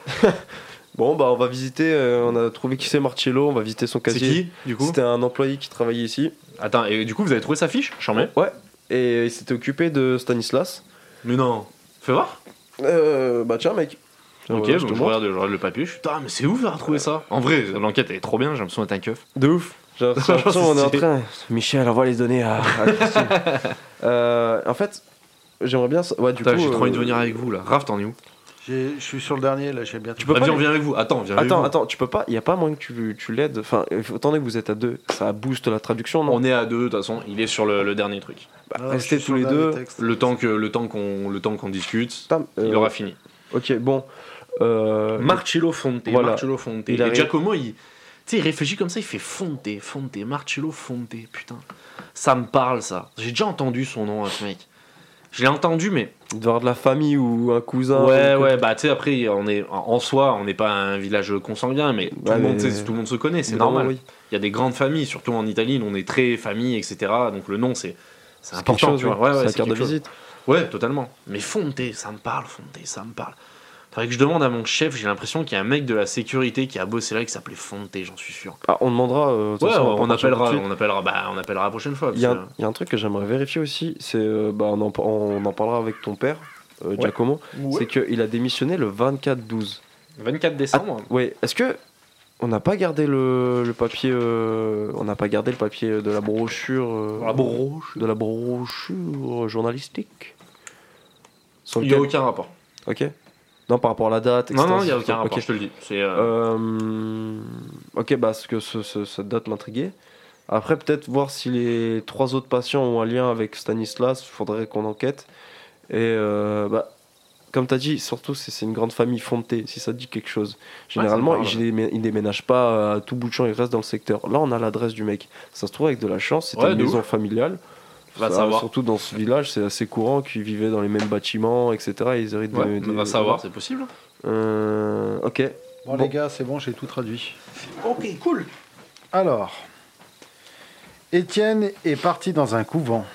Speaker 4: Bon, bah, on va visiter. euh, on a trouvé qui c'est Marcello, on va visiter son
Speaker 2: C'est
Speaker 4: casier.
Speaker 2: qui, du coup
Speaker 4: C'était un employé qui travaillait ici.
Speaker 2: Attends, et du coup, vous avez trouvé sa fiche J'en mets
Speaker 4: Ouais. Et il s'était occupé de Stanislas.
Speaker 2: Mais non Fais voir
Speaker 4: Euh, bah, tiens, mec. Tiens,
Speaker 2: Ok,
Speaker 4: voilà,
Speaker 2: donc
Speaker 4: te
Speaker 2: je
Speaker 4: montre.
Speaker 2: regarde, je regarde le papier, je suis Putain, mais c'est ouf d'avoir trouvé ça En vrai, l'enquête elle est trop bien, j'ai l'impression d'être un keuf.
Speaker 4: De ouf.
Speaker 2: (laughs)
Speaker 4: J'ai l'impression qu'on est en train. Michel, envoie les données à, à
Speaker 2: (laughs)
Speaker 4: Christine. Euh, en fait, j'aimerais bien. sa- Ouais, du
Speaker 2: Putain,
Speaker 4: coup.
Speaker 2: j'ai trop envie de
Speaker 4: euh,
Speaker 2: venir avec vous là. Raph, t'en es où
Speaker 3: J'ai- Je suis sur le dernier, là, j'ai bien
Speaker 4: Tu peux
Speaker 2: Ah,
Speaker 4: pas
Speaker 2: viens,
Speaker 4: lui-
Speaker 2: viens avec vous. Attends, viens
Speaker 4: Attends,
Speaker 2: avec
Speaker 4: attends, tu peux pas, il n'y a pas moyen que tu, tu l'aides. Enfin, attendez que vous êtes à deux, ça booste la traduction,
Speaker 2: vous.
Speaker 4: non
Speaker 2: On est à deux, de toute façon, il est sur le- le dernier truc.
Speaker 3: Ah, je
Speaker 4: restez
Speaker 3: suis sur
Speaker 4: tous les
Speaker 3: dernier
Speaker 4: deux.
Speaker 3: texte.
Speaker 2: Le temps que le temps qu'on le temps qu'on discute,
Speaker 4: Putain, euh,
Speaker 2: il aura fini.
Speaker 4: Ok, bon. Euh,
Speaker 2: Marcello Fonte,
Speaker 4: Voilà.
Speaker 2: Marcello Fonte.
Speaker 4: Il
Speaker 2: et
Speaker 4: arrive.
Speaker 2: Giacomo, il, tu Tu sais, il réfléchit comme ça, il fait Fonte, Fonte, Marcello Fonte, putain. Ça me parle, ça. J'ai déjà entendu son nom, hein, ce mec. Je l'ai entendu, mais
Speaker 4: Il doit y avoir de la famille ou un cousin.
Speaker 2: Ouais,
Speaker 4: ou
Speaker 2: ouais, bah tu sais, après, on est, en en soi, on n'est pas un village consanguin, mais tout,
Speaker 4: Ouais,
Speaker 2: le monde,
Speaker 4: mais-
Speaker 2: tu sais, tout le monde se connaît, c'est
Speaker 4: Mais
Speaker 2: normal. Il
Speaker 4: oui.
Speaker 2: y a des grandes familles, surtout en Italie, nous, on est très famille, etc. Donc le nom, c'est c'est
Speaker 4: C'est
Speaker 2: important,
Speaker 4: quelque chose,
Speaker 2: tu vois.
Speaker 4: ouais.
Speaker 2: Ouais, ouais,
Speaker 4: c'est la
Speaker 2: c'est
Speaker 4: carte de
Speaker 2: quelque chose.
Speaker 4: visite.
Speaker 2: Ouais, totalement. Mais Fonte, ça me parle, Fonte, ça me parle. Faudrait que je demande à mon chef, j'ai l'impression qu'il y a un mec de la sécurité qui a bossé là et qui s'appelait Fonte, j'en suis sûr.
Speaker 4: Ah, on demandera. euh, de toute
Speaker 2: Ouais,
Speaker 4: façon,
Speaker 2: on,
Speaker 4: va pas partir
Speaker 2: appellera,
Speaker 4: tout de suite.
Speaker 2: on appellera, bah, on appellera la prochaine fois. parce
Speaker 4: Il y, a
Speaker 2: que-
Speaker 4: un- il y a un truc que j'aimerais vérifier aussi. C'est euh, bah, on, en, on en parlera avec ton père, euh, Giacomo. C'est qu'il a démissionné le 24-12.
Speaker 2: 24 décembre.
Speaker 4: Ouais. Est-ce que on n'a pas gardé le, le papier euh, On n'a pas gardé le papier de la brochure. euh, de la brochure journalistique. Sur
Speaker 2: Il n'y a
Speaker 4: lequel-
Speaker 2: aucun rapport.
Speaker 4: Ok. Non, par rapport à la date.
Speaker 2: Non,
Speaker 4: etc.
Speaker 2: non, il n'y a aucun rapport,
Speaker 4: Ok.
Speaker 2: je te le dis. C'est, euh,
Speaker 4: Euh, ok, bah, parce que ce- ce- cette date m'intriguait. Après, peut-être voir si les trois autres patients ont un lien avec Stanislas, faudrait qu'on enquête. Et euh, bah, comme tu as dit, surtout, c'est c'est une grande famille fontée, si ça te dit quelque chose. Généralement,
Speaker 2: parle,
Speaker 4: ils, démé- ils déménagent pas à tout bout de champ, ils restent dans le secteur. Là, on a l'adresse du mec. Ça se trouve, avec de la chance, c'était
Speaker 2: Ouais,
Speaker 4: une
Speaker 2: de
Speaker 4: maison familiale.
Speaker 2: Va
Speaker 4: Ça,
Speaker 2: savoir.
Speaker 4: Surtout dans ce village, c'est assez courant qu'ils vivaient dans les mêmes bâtiments, etc. Ils héritent
Speaker 2: Ouais,
Speaker 4: des- des-
Speaker 2: on va savoir, c'est possible.
Speaker 4: Euh, ok,
Speaker 3: Bon, les gars, c'est bon, j'ai tout traduit.
Speaker 2: Ok, cool.
Speaker 3: Alors, Étienne est parti dans un couvent.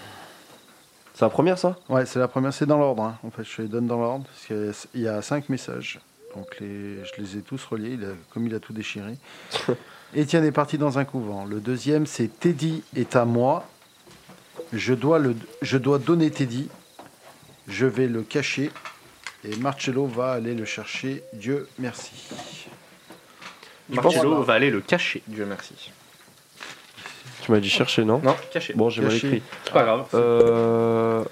Speaker 4: c'est la première ça
Speaker 3: Ouais, c'est la première, c'est dans l'ordre. hein. En fait, je les donne dans l'ordre. Parce qu'il y a- il y a cinq messages. Donc, les- je les ai tous reliés, il a- comme il a
Speaker 2: (laughs)
Speaker 3: tout déchiré. Étienne est parti dans un couvent. Le deuxième, c'est Teddy est à moi. Je dois, le, je dois donner Teddy. Je vais le cacher. Et Marcello va aller le chercher. Dieu merci.
Speaker 2: Marcello
Speaker 3: Voilà.
Speaker 2: va aller le cacher, Dieu merci.
Speaker 4: Tu m'as dit chercher, non
Speaker 2: Non, cacher.
Speaker 4: Bon, j'ai mal
Speaker 3: Cacher.
Speaker 4: écrit.
Speaker 2: c'est pas grave.
Speaker 4: Euh,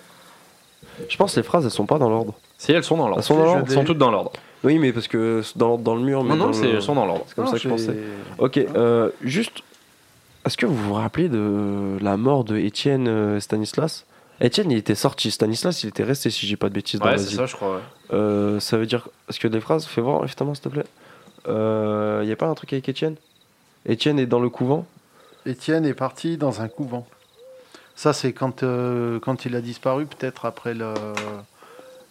Speaker 4: Je pense que les phrases, elles sont pas dans l'ordre.
Speaker 2: Si elles sont dans l'ordre.
Speaker 4: Elles sont dans l'ordre
Speaker 2: Elles sont toutes dans l'ordre.
Speaker 4: Oui, mais parce que c'est dans l'ordre dans le mur. Mais
Speaker 2: Non,
Speaker 4: dans
Speaker 2: non,
Speaker 4: le-
Speaker 2: c'est- elles sont dans l'ordre.
Speaker 4: C'est comme
Speaker 3: Non,
Speaker 4: ça que je
Speaker 3: c'est-
Speaker 4: pensais. Ok, euh, juste, est-ce que vous vous rappelez de la mort de Étienne euh, Stanislas Étienne, il était sorti. Stanislas, il était resté, si j'ai pas de bêtises. dans
Speaker 2: Ouais,
Speaker 4: la
Speaker 2: c'est
Speaker 4: vie.
Speaker 2: ça, je crois. ouais.
Speaker 4: Euh, ça veut dire. Est-ce que des phrases Fais voir, effectivement, s'il te plaît. Il a pas un truc avec Étienne Étienne est dans le couvent
Speaker 3: Étienne est parti dans un couvent. Ça, c'est quand, euh, quand il a disparu, peut-être après, le,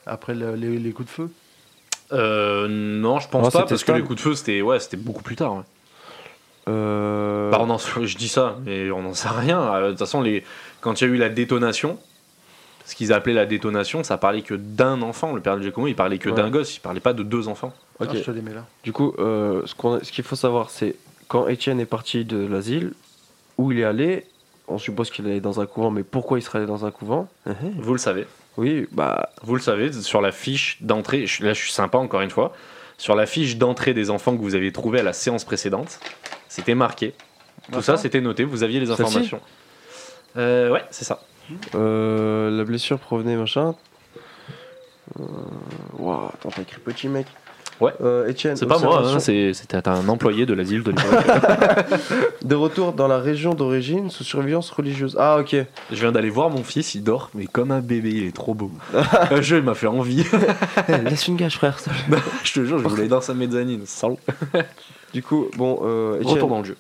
Speaker 3: après le- les, les coups de feu.
Speaker 2: Euh, non, je pense
Speaker 4: Non,
Speaker 2: pas,
Speaker 4: c'était
Speaker 2: parce que
Speaker 4: Stan.
Speaker 2: les coups de feu, c'était ouais, c'était beaucoup plus tard. ouais.
Speaker 4: Euh,
Speaker 2: Bah, on en- (laughs) je dis ça, mais on n'en sait rien. Euh, De toute façon, les... quand il y a eu la détonation, ce qu'ils appelaient la détonation, ça parlait que d'un enfant. Le père de Giacomo, il parlait que
Speaker 4: Ouais.
Speaker 2: d'un gosse, il parlait pas de deux enfants.
Speaker 4: Ok.
Speaker 3: Ah, je te les mets là.
Speaker 4: Du coup, euh, ce qu'on- ce qu'il faut savoir, c'est quand Étienne est parti de l'asile, où il est allé, on suppose qu'il est allé dans un couvent, mais pourquoi il serait allé dans un couvent
Speaker 2: Vous le savez.
Speaker 4: Oui, bah,
Speaker 2: Vous le savez, sur la fiche d'entrée, je suis- là je suis sympa encore une fois, sur la fiche d'entrée des enfants que vous avez trouvé à la séance précédente, c'était marqué. Tout ça, c'était noté, vous aviez les
Speaker 4: Celle-ci
Speaker 2: informations. Euh, ouais, c'est ça.
Speaker 4: euh, la blessure provenait machin. Euh, Waouh, attends, t'as écrit petit mec.
Speaker 2: Ouais.
Speaker 4: Euh, Étienne,
Speaker 2: C'est pas moi,
Speaker 4: observation.
Speaker 2: hein, c'est- c'était un employé de l'asile de l'époque.
Speaker 4: De retour dans la région d'origine sous surveillance religieuse. Ah, ok.
Speaker 2: Je viens d'aller voir mon fils, il dort, mais comme un bébé, il est trop beau. Un jeu, il m'a fait envie. (laughs)
Speaker 4: Laisse une gage, frère.
Speaker 2: je te jure, je voulais dans sa mezzanine, salaud.
Speaker 4: Du coup, bon, euh, Étienne,
Speaker 2: Retour dans le jeu.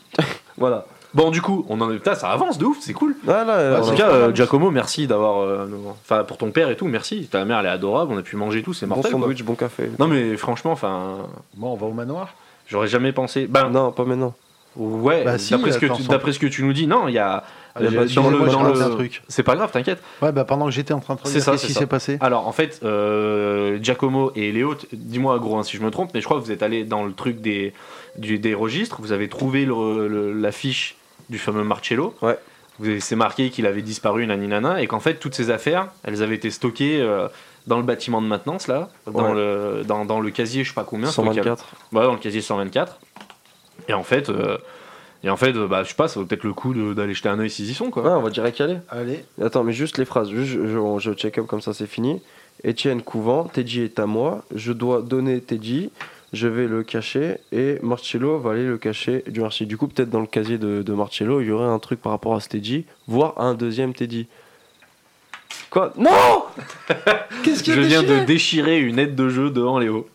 Speaker 4: Voilà.
Speaker 2: Bon, du coup, on en est. Putain, ça avance de ouf, c'est cool.
Speaker 4: Ah,
Speaker 2: En
Speaker 4: là, on
Speaker 2: tout
Speaker 4: a-
Speaker 2: cas, euh, Giacomo, merci d'avoir. euh, nous- Enfin, pour ton père et tout, merci. Ta mère, elle est adorable, on a pu manger tout, c'est
Speaker 4: bon
Speaker 2: mortel. quoi.
Speaker 4: sandwich, bon café.
Speaker 2: Non mais franchement, enfin,
Speaker 3: Bon, on va au manoir.
Speaker 2: j'aurais jamais pensé. Ben
Speaker 4: Non, pas maintenant.
Speaker 2: ouais,
Speaker 3: Bah, si,
Speaker 2: d'après ce que
Speaker 3: attends,
Speaker 2: tu,
Speaker 3: sans-
Speaker 2: d'après ce que tu nous dis, non, il y a.
Speaker 3: Allez,
Speaker 2: Là-bas,
Speaker 3: j'ai-
Speaker 2: dans Eh ben, le-
Speaker 3: moi, je
Speaker 2: dans
Speaker 3: raconte
Speaker 2: le-
Speaker 3: un truc.
Speaker 2: C'est pas grave, t'inquiète.
Speaker 3: Ouais, bah, pendant que j'étais en train de
Speaker 2: C'est ça,
Speaker 3: traduire, qu'est-ce
Speaker 2: c'est
Speaker 3: qui
Speaker 2: ça.
Speaker 3: s'est passé
Speaker 2: Alors en fait, euh, Giacomo et Léo, t- dis-moi gros hein, si je me trompe, mais je crois que vous êtes allés dans le truc des du- des registres. Vous avez trouvé le- le- l'affiche du fameux Marcello.
Speaker 4: Ouais.
Speaker 2: Vous avez c'est marqué qu'il avait disparu, nani nana, et qu'en fait toutes ces affaires, elles avaient été stockées. euh, dans le bâtiment de maintenance, là, dans,
Speaker 4: Ouais.
Speaker 2: le, dans, dans le casier, je sais pas combien, je crois qu'il y a-
Speaker 4: 124.
Speaker 2: Ouais, dans le casier 124. Et en fait, euh, et en fait euh, bah, je sais pas, ça vaut peut-être le coup de- d'aller jeter un œil s'ils y sont,
Speaker 4: Ouais,
Speaker 2: quoi.
Speaker 4: on va direct y aller.
Speaker 3: Allez,
Speaker 4: Attends, mais juste les phrases. Juste, je, je- je check up comme ça, c'est fini. Étienne Couvent, Teddy est à moi. Je dois donner Teddy. Je vais le cacher et Marcello va aller le cacher du marché. Du coup, peut-être dans le casier de, de Marcello, il y aurait un truc par rapport à ce Teddy, voire un deuxième Teddy. Quoi (laughs) Non Qu'est-ce qu'il
Speaker 2: Je
Speaker 4: a
Speaker 2: viens
Speaker 4: déchiré
Speaker 2: de déchirer une aide de jeu devant Léo.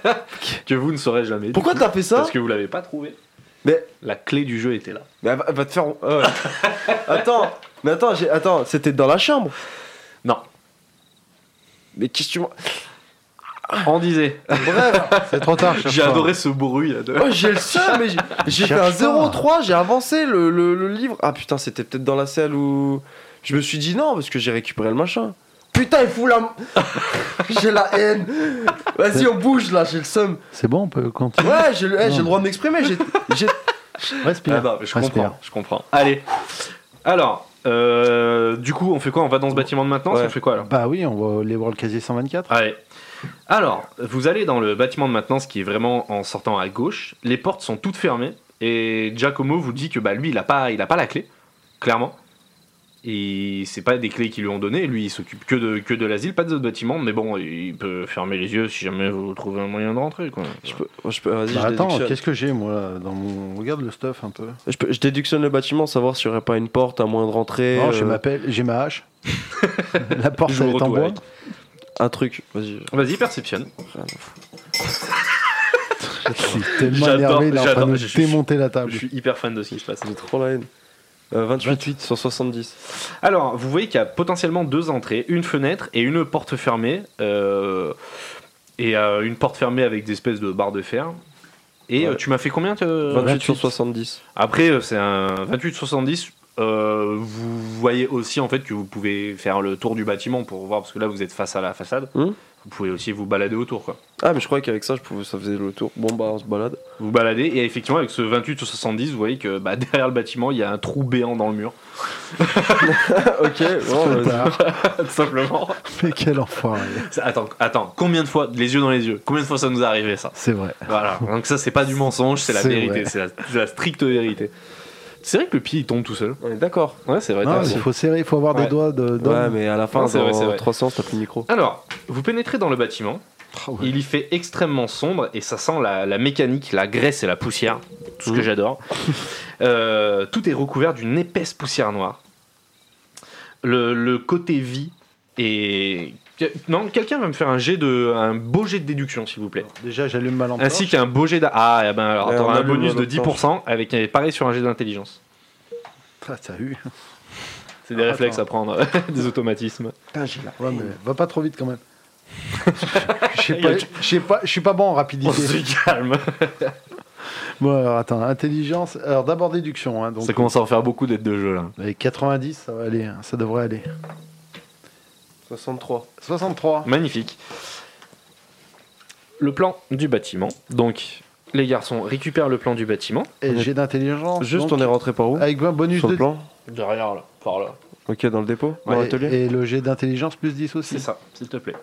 Speaker 2: (laughs) que vous ne saurez jamais.
Speaker 4: Pourquoi t'as fait ça
Speaker 2: Parce que vous l'avez pas trouvé.
Speaker 4: Mais,
Speaker 2: La clé du jeu était là.
Speaker 4: mais elle va, elle va te faire. ah ouais. (laughs) attends, mais attends, j'ai- attends, c'était dans la chambre.
Speaker 2: Non.
Speaker 4: Mais qu'est-ce que tu vois Ah.
Speaker 2: On disait.
Speaker 3: C'est
Speaker 2: (laughs)
Speaker 3: trop tard. cherche
Speaker 2: J'ai
Speaker 3: pas.
Speaker 2: adoré ce bruit là. de-
Speaker 4: Oh, j'ai le seum, mais j'ai- j'ai fait un
Speaker 3: Cherche pas.
Speaker 4: 0,3, j'ai avancé le, le- le livre. Ah putain, c'était peut-être dans la salle où. Je me suis dit non, parce que j'ai récupéré le machin. Putain, il fout la. (laughs) j'ai la haine. Vas-y, on bouge là, j'ai le seum.
Speaker 3: C'est bon, on peut continuer.
Speaker 4: Ouais, j'ai le, eh,
Speaker 3: Non.
Speaker 4: j'ai le droit de m'exprimer. j'ai- j'ai-
Speaker 3: Respire.
Speaker 2: Ah non, mais je
Speaker 3: Respire.
Speaker 2: comprends, je comprends. Allez. Alors, euh, du coup, on fait quoi On va dans ce bâtiment de maintenance
Speaker 4: Ouais.
Speaker 2: On fait quoi alors
Speaker 3: Bah oui, on va les voir le casier 124.
Speaker 2: Allez. Alors, vous allez dans le bâtiment de maintenance qui est vraiment en sortant à gauche. Les portes sont toutes fermées et Giacomo vous dit que bah lui, il a pas, il a pas la clé, clairement. Et c'est pas des clés qu'ils lui ont donné. Lui, il s'occupe que de que de l'asile, pas des autres bâtiments. Mais bon, il peut fermer les yeux si jamais vous trouvez un moyen de rentrer. Quoi.
Speaker 4: Je peux, oh, je peux-
Speaker 3: Bah
Speaker 4: vas-y, je,
Speaker 3: attends,
Speaker 4: déductionne.
Speaker 3: qu'est-ce que j'ai moi dans mon... Regarde le stuff un peu.
Speaker 4: Je peux- je déductionne le bâtiment, savoir s'il n'y aurait pas une porte, un moyen de rentrer,
Speaker 3: Non, j'ai
Speaker 4: euh,
Speaker 3: ma pelle- j'ai
Speaker 2: (laughs)
Speaker 3: ma hache. La porte
Speaker 2: Je
Speaker 3: elle
Speaker 2: vous
Speaker 3: est en
Speaker 2: retourne
Speaker 3: bois.
Speaker 2: avec.
Speaker 4: un truc. Vas-y.
Speaker 2: Vas-y, perception.
Speaker 3: C'est tellement
Speaker 2: J'adore,
Speaker 3: énervé, il est en train
Speaker 2: j'adore,
Speaker 3: de
Speaker 2: je suis-
Speaker 3: démonter la table.
Speaker 2: Je suis hyper fan de ce qui se passe.
Speaker 4: J'ai trop la haine. Euh, 28, sur 70.
Speaker 2: Alors, vous voyez qu'il y a potentiellement deux entrées, une fenêtre et une porte fermée. euh, et euh, une porte fermée avec des espèces de barres de fer. Et
Speaker 4: Ouais.
Speaker 2: euh, tu m'as fait combien te-
Speaker 4: 28, sur 70.
Speaker 2: Après, euh, c'est un 28-70. euh, vous voyez aussi en fait que vous pouvez faire le tour du bâtiment pour voir, parce que là vous êtes face à la façade.
Speaker 4: Hum.
Speaker 2: Vous pouvez aussi vous balader autour. Quoi.
Speaker 4: Ah, mais je croyais qu'avec ça, je pouvais, ça faisait le tour. Bon, bah, on se balade.
Speaker 2: Vous baladez et effectivement avec ce 28-70, vous voyez que bah, (laughs) derrière le bâtiment il y a un trou béant dans le mur,
Speaker 4: ok,
Speaker 3: (laughs)
Speaker 4: bon, vas-y.
Speaker 3: Bâtard.
Speaker 2: tout simplement.
Speaker 3: Mais quel enfoiré.
Speaker 2: attends, attends, combien de fois, les yeux dans les yeux, combien de fois ça nous est arrivé ça
Speaker 3: C'est vrai.
Speaker 2: Voilà, donc ça c'est pas du mensonge, c'est la
Speaker 3: C'est
Speaker 2: vérité,
Speaker 3: vrai.
Speaker 2: c'est la, c'est la stricte vérité. C'est vrai que le pied il tombe tout seul.
Speaker 4: on est d'accord.
Speaker 2: Ouais, c'est vrai.
Speaker 3: Non,
Speaker 2: t'as
Speaker 3: mais
Speaker 2: raison.
Speaker 3: il faut serrer, il faut avoir
Speaker 2: Ouais.
Speaker 3: des doigts de. d'homme.
Speaker 4: Ouais, mais à la fin,
Speaker 2: Non, c'est vrai, c'est
Speaker 4: dans
Speaker 2: vrai.
Speaker 4: 3 séances, t'as plus de micro.
Speaker 2: Alors, vous pénétrez dans le bâtiment,
Speaker 3: Oh, ouais.
Speaker 2: il y fait extrêmement sombre et ça sent la, la mécanique, la graisse et la poussière, tout ce que j'adore. Euh, tout est recouvert d'une épaisse poussière noire. Le, le côté vie et non, quelqu'un va me faire un jet de un beau jet de déduction s'il vous plaît.
Speaker 3: Déjà, j'allume ma lampe.
Speaker 2: Ainsi qu'un beau jet d'a- Ah, eh ben alors,
Speaker 4: Ouais,
Speaker 2: t'auras
Speaker 4: on
Speaker 2: un
Speaker 4: allume
Speaker 2: bonus de
Speaker 4: notre
Speaker 2: 10% avec un- pareil sur un jet d'intelligence.
Speaker 3: torche. Ah, t'as eu.
Speaker 2: C'est des
Speaker 3: Ah,
Speaker 2: réflexes
Speaker 3: attends.
Speaker 2: à prendre, (laughs) des automatismes.
Speaker 3: Ouais, mais va pas trop vite
Speaker 2: (laughs)
Speaker 3: quand même. Je sais pas- je sais pas, je suis pas bon en
Speaker 2: On
Speaker 3: rapidité.
Speaker 2: se calme.
Speaker 3: Bon, alors attends, intelligence. Alors d'abord déduction. Hein, donc,
Speaker 2: Ça commence à en faire beaucoup d'aides de jeu là.
Speaker 3: Avec 90, ça va aller, hein, ça devrait aller.
Speaker 4: 63.
Speaker 3: 63.
Speaker 2: Magnifique. Le plan du bâtiment. Donc, les garçons récupèrent le plan du bâtiment.
Speaker 3: Et j'ai d'intelligence.
Speaker 4: Juste,
Speaker 3: donc,
Speaker 4: on est rentré par où
Speaker 3: Avec un bonus
Speaker 4: Sur
Speaker 3: de.
Speaker 4: le plan
Speaker 2: Derrière là, par là.
Speaker 4: Ok, dans le dépôt Dans
Speaker 3: Ouais,
Speaker 4: l'atelier
Speaker 3: et le jet d'intelligence plus 10
Speaker 2: C'est
Speaker 3: aussi.
Speaker 2: ça, s'il te plaît.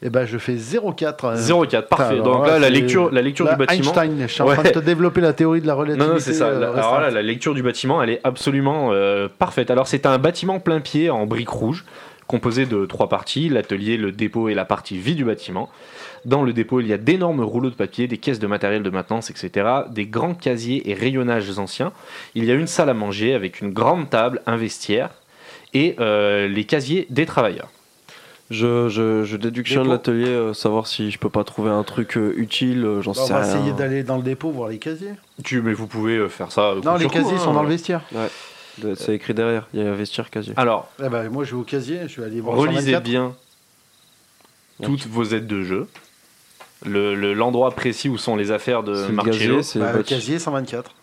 Speaker 3: Et ben je fais 0,4. euh,
Speaker 2: 04, parfait.
Speaker 3: alors
Speaker 2: Donc
Speaker 3: là,
Speaker 2: là, la
Speaker 3: c'est-
Speaker 2: lecture, la lecture
Speaker 3: là,
Speaker 2: du bâtiment.
Speaker 3: Einstein, je suis en
Speaker 2: Ouais.
Speaker 3: train de te développer la théorie de la relativité.
Speaker 2: Non, non, c'est ça.
Speaker 3: euh,
Speaker 2: La- alors
Speaker 3: restreinte.
Speaker 2: là, la lecture du bâtiment, elle est absolument euh, parfaite. Alors, c'est un bâtiment plein pied en briques rouges, composé de trois parties l'atelier, le dépôt et la partie vie du bâtiment. Dans le dépôt, il y a d'énormes rouleaux de papier, des caisses de matériel de maintenance, etc., des grands casiers et rayonnages anciens. Il y a une salle à manger avec une grande table, un vestiaire et euh, les casiers des travailleurs.
Speaker 4: Je, je, je déductionne
Speaker 3: Dépôt.
Speaker 4: l'atelier, euh, savoir si je peux pas trouver un truc euh, utile, euh, j'en
Speaker 3: Bah, on
Speaker 4: sais
Speaker 3: va
Speaker 4: rien.
Speaker 3: essayer d'aller dans le dépôt voir les casiers.
Speaker 2: Tu, mais vous pouvez euh, faire ça. euh,
Speaker 3: Non,
Speaker 2: coup
Speaker 3: les
Speaker 2: sur coup,
Speaker 3: casiers
Speaker 2: hein.
Speaker 3: sont dans le vestiaire.
Speaker 4: De- C'est écrit derrière, il y a investir casier.
Speaker 2: Alors,
Speaker 3: Eh ben, moi, je vais au casier, je vais aller voir.
Speaker 2: Relisez
Speaker 3: 124.
Speaker 2: bien toutes vos aides de jeu, l'endroit le, l'endroit précis où sont les affaires
Speaker 4: C'est
Speaker 2: de
Speaker 4: le
Speaker 2: Marcello,
Speaker 4: gazier, Euh, c'est
Speaker 3: Bah,
Speaker 4: le
Speaker 3: le
Speaker 4: bâti-
Speaker 3: casier 124.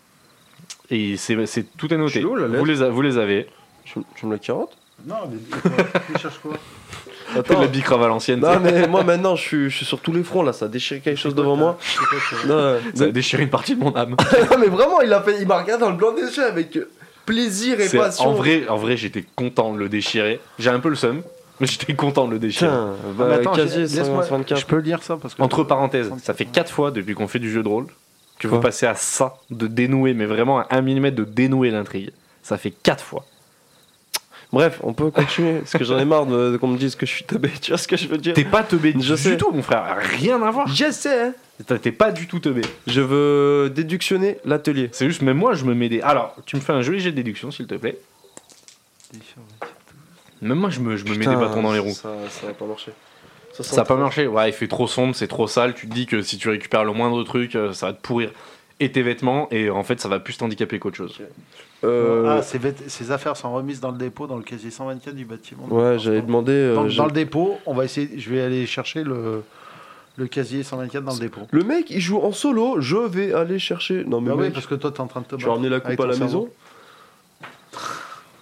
Speaker 2: et c'est c'est- tout est noté.
Speaker 4: Je l'ai où, la lettre Oh.
Speaker 2: vous, les a- vous les avez.
Speaker 4: Tu, tu me la carotte
Speaker 3: Non, mais tu cherches quoi
Speaker 4: Attends. (laughs)
Speaker 2: La bicra valencienne,
Speaker 4: Non mais moi maintenant je suis, je suis sur tous les fronts là, ça déchire quelque chose devant moi. Non, euh, ouais.
Speaker 2: ça a déchiré une partie de mon âme.
Speaker 4: (laughs) Non, mais vraiment il a fait, il m'a regardé dans le blanc des yeux avec euh, plaisir et
Speaker 2: C'est-
Speaker 4: passion.
Speaker 2: En vrai, en vrai j'étais content de le déchirer. J'ai un peu le seum, mais j'étais content de le déchirer.
Speaker 4: Tiens, bah,
Speaker 3: Ah, attends,
Speaker 4: casier
Speaker 3: j'ai- laisse-moi-
Speaker 4: 124.
Speaker 3: Je peux lire ça parce que.
Speaker 2: Entre parenthèses, ça fait 4 fois depuis qu'on fait du jeu de rôle que vous
Speaker 4: Quoi
Speaker 2: passez à ça, de dénouer, mais vraiment à 1 mm de dénouer l'intrigue. Ça fait 4 fois.
Speaker 4: Bref, on peut continuer parce que j'en ai marre de, de qu'on me dise que je suis teubé, (laughs) tu vois ce que je veux dire
Speaker 2: T'es pas teubé
Speaker 4: Je
Speaker 2: du
Speaker 4: sais.
Speaker 2: tout, mon frère. Rien à voir.
Speaker 4: Je sais, hein.
Speaker 2: T'es pas du tout teubé.
Speaker 4: je veux déductionner l'atelier.
Speaker 2: C'est juste, même moi, je me mets des. Alors, tu me fais un joli jet de déduction, s'il te plaît. Même moi, je me, je me mets des
Speaker 4: Putain,
Speaker 2: bâtons dans les roues.
Speaker 4: Ça, ça a pas marché.
Speaker 2: Ça a pas marché. Ouais, il fait trop sombre, c'est trop sale. Tu te dis que si tu récupères le moindre truc, euh, ça va te pourrir. et tes vêtements, et en fait, ça va plus t'handicaper qu'autre chose.
Speaker 4: Euh,
Speaker 3: Ah, ces, vêt- ces affaires sont remises dans le dépôt, dans le casier 124 du bâtiment.
Speaker 4: ouais, j'avais demandé. euh,
Speaker 3: Dans,
Speaker 4: j'ai-
Speaker 3: dans le dépôt, on va essayer. Je vais aller chercher le, le casier 124 dans le dépôt.
Speaker 4: Le mec, il joue en solo. Je vais aller chercher. Non, mais
Speaker 3: Bah oui,
Speaker 4: mec,
Speaker 3: parce que toi, t'es en train de te
Speaker 4: tu vas
Speaker 3: battre.
Speaker 4: ramener la
Speaker 3: avec
Speaker 4: coupe à
Speaker 3: ton
Speaker 4: la
Speaker 3: cerveau.
Speaker 4: maison.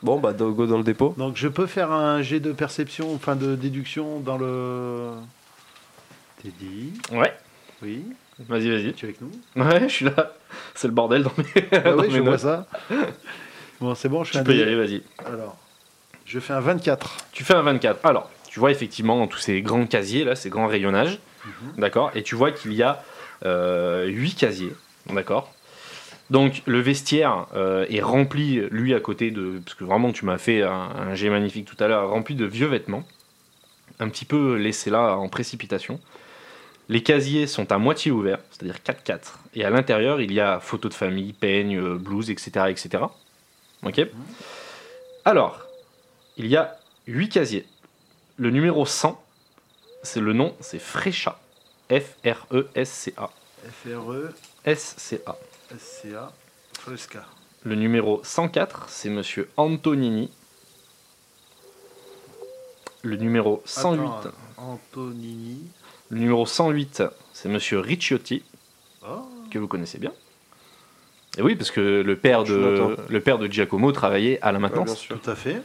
Speaker 4: Bon, bah, dans- go dans le dépôt.
Speaker 3: Donc, je peux faire un jet de perception, enfin de déduction dans le. T'es dit
Speaker 2: Ouais,
Speaker 3: Oui.
Speaker 2: vas-y, vas-y.
Speaker 3: Tu es
Speaker 2: (laughs)
Speaker 3: avec nous
Speaker 2: Ouais, je suis là. C'est le bordel dans mes.
Speaker 3: Ah
Speaker 2: dans
Speaker 3: Oui,
Speaker 2: mes
Speaker 3: je vois
Speaker 2: notes.
Speaker 3: ça. Bon, c'est bon, je fais
Speaker 2: Tu
Speaker 3: un
Speaker 2: peux y
Speaker 3: dé-
Speaker 2: aller, vas-y.
Speaker 3: Alors, je fais un 24.
Speaker 2: Tu fais un 24. Alors, tu vois effectivement dans tous ces grands casiers, là, ces grands rayonnages, d'accord Et tu vois qu'il y a 8 casiers, d'accord Donc, le vestiaire euh, est rempli, lui, à côté de... Parce que vraiment, tu m'as fait un, un jet magnifique tout à l'heure, rempli de vieux vêtements, un petit peu laissés là en précipitation. Les casiers sont à moitié ouverts, c'est-à-dire 4-4. Et à l'intérieur, il y a photos de famille, peignes, euh, blouses, etc., etc. Ok Alors, il y a 8 casiers. Le numéro 100, c'est le nom, c'est Frécha. E F-R-E-S-C-A.
Speaker 3: FRE,
Speaker 2: S-C-A.
Speaker 3: SCA, Fresca.
Speaker 2: Le numéro 104, c'est monsieur Antonini. Le numéro 108,
Speaker 3: Attends,
Speaker 4: hein.
Speaker 3: Antonini.
Speaker 2: le numéro 108, c'est monsieur Ricciotti,
Speaker 3: Oh,
Speaker 2: que vous connaissez bien. Et oui, parce que le père
Speaker 4: Je
Speaker 2: de,
Speaker 4: l'entends.
Speaker 2: le père de Giacomo travaillait à la
Speaker 4: Ouais,
Speaker 2: maintenance.
Speaker 4: bien sûr.
Speaker 3: tout à fait.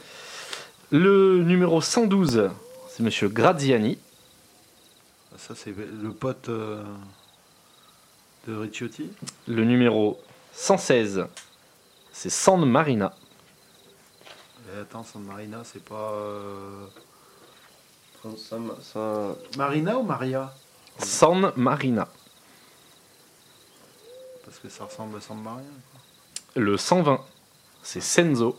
Speaker 2: le numéro 112, c'est monsieur Graziani.
Speaker 3: Ça, c'est le pote euh, de Ricciotti.
Speaker 2: Le numéro 116, c'est San Marina.
Speaker 3: Et attends, San Marina, c'est pas. euh,
Speaker 4: Ça, ça-
Speaker 3: Marina ou Maria
Speaker 2: San Marina.
Speaker 3: Parce que ça ressemble à San Marina.
Speaker 2: Le 120, c'est
Speaker 3: (laughs)
Speaker 2: Senzo.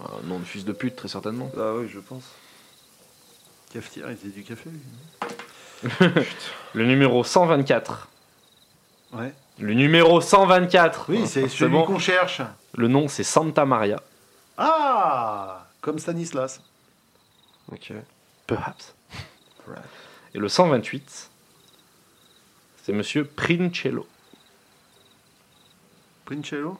Speaker 2: Un nom de fils de pute, très certainement.
Speaker 4: Ah oui, je pense.
Speaker 3: Cafetière, il faisait du café, lui.
Speaker 2: Le numéro 124.
Speaker 3: Ouais.
Speaker 2: Le numéro 124
Speaker 3: Oui, c'est celui
Speaker 2: Ah, bon.
Speaker 3: qu'on cherche.
Speaker 2: Le nom, c'est Santa Maria.
Speaker 3: Ah Comme Stanislas.
Speaker 4: Ok.
Speaker 3: (laughs)
Speaker 2: Perhaps. Et le 128, c'est monsieur Princello.
Speaker 3: Princello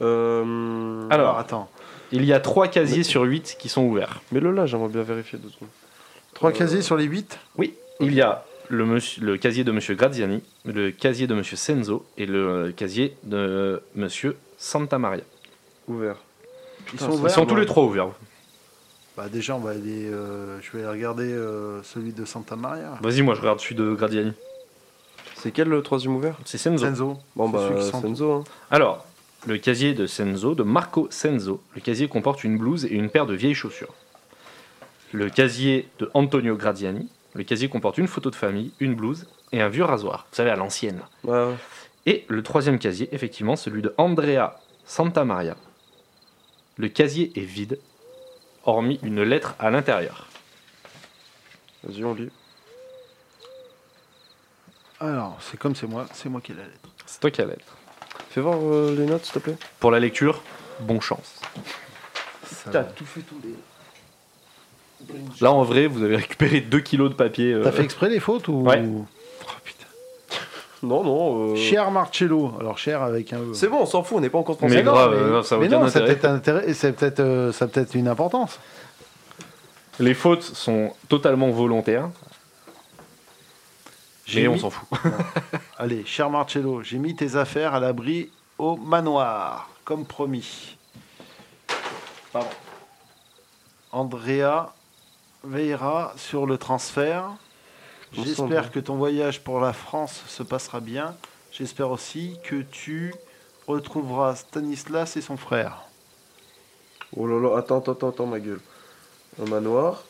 Speaker 4: Euh,
Speaker 2: Alors.
Speaker 3: attends.
Speaker 2: Il y a 3 casiers sur 8 qui sont ouverts.
Speaker 4: Mets-le là, j'aimerais bien vérifier deux secondes.
Speaker 3: Trois
Speaker 4: Euh,
Speaker 3: casiers sur les huit
Speaker 2: Oui, il y a le, monsieur- le casier de monsieur Graziani, le casier de monsieur Senzo et le casier de monsieur Santa Maria.
Speaker 4: Ouvert.
Speaker 3: Ils
Speaker 4: Putain,
Speaker 3: sont
Speaker 4: ça-
Speaker 2: Ils
Speaker 3: ouverts
Speaker 2: sont tous les trois ouverts.
Speaker 3: Bah déjà, on va aller. euh, je vais aller regarder euh, celui de Santa Maria.
Speaker 2: Vas-y, moi je regarde celui de Gradiani.
Speaker 4: C'est quel le troisième ouvert
Speaker 2: C'est Senzo.
Speaker 3: Senzo.
Speaker 4: Bon
Speaker 3: C'est
Speaker 4: bah
Speaker 3: celui qui sent-
Speaker 4: Senzo. Hein.
Speaker 2: Alors, le casier de Senzo, de Marco Senzo. Le casier comporte une blouse et une paire de vieilles chaussures. Le casier de Antonio Gradiani. Le casier comporte une photo de famille, une blouse et un vieux rasoir. Vous savez, à l'ancienne. là.
Speaker 4: Ouais, ouais.
Speaker 2: Et le troisième casier, effectivement, celui de Andrea Santa Maria. Le casier est vide, hormis une lettre à l'intérieur.
Speaker 4: Vas-y, on lit.
Speaker 3: Alors, c'est comme c'est moi, c'est moi qui ai la lettre.
Speaker 2: C'est toi qui as la lettre.
Speaker 4: Fais voir euh, les notes, s'il te plaît.
Speaker 2: Pour la lecture, bon chance.
Speaker 3: T'as
Speaker 4: tout fait tous les.
Speaker 2: Là, en vrai, vous avez récupéré 2 kilos de papier. euh,
Speaker 3: T'as fait exprès les fautes ou
Speaker 2: Ouais.
Speaker 3: Oh, putain.
Speaker 4: Non, non. euh,
Speaker 3: Cher Marcello. Alors, cher avec un E.
Speaker 4: C'est bon, on s'en fout, on n'est pas encore français.
Speaker 2: Mais
Speaker 3: non,
Speaker 2: grave,
Speaker 3: mais-
Speaker 2: euh, ça n'a
Speaker 3: mais
Speaker 2: aucun
Speaker 3: non, ça a
Speaker 2: intérêt.
Speaker 3: peut-être un intérêt- c'est peut-être euh, ça a peut-être une importance.
Speaker 2: Les fautes sont totalement volontaires, mais
Speaker 3: J'ai
Speaker 2: on
Speaker 3: mis-
Speaker 2: s'en fout.
Speaker 3: Allez, cher Marcello, j'ai mis tes affaires à l'abri au manoir, comme promis.
Speaker 2: Pardon.
Speaker 3: Andrea veillera sur le transfert.
Speaker 4: On
Speaker 3: J'espère
Speaker 4: sent
Speaker 3: que ton voyage pour la France se passera bien. J'espère aussi que tu retrouveras Stanislas et son frère.
Speaker 4: Oh là là, attends, attends, attends, attends, ma gueule. Un manoir.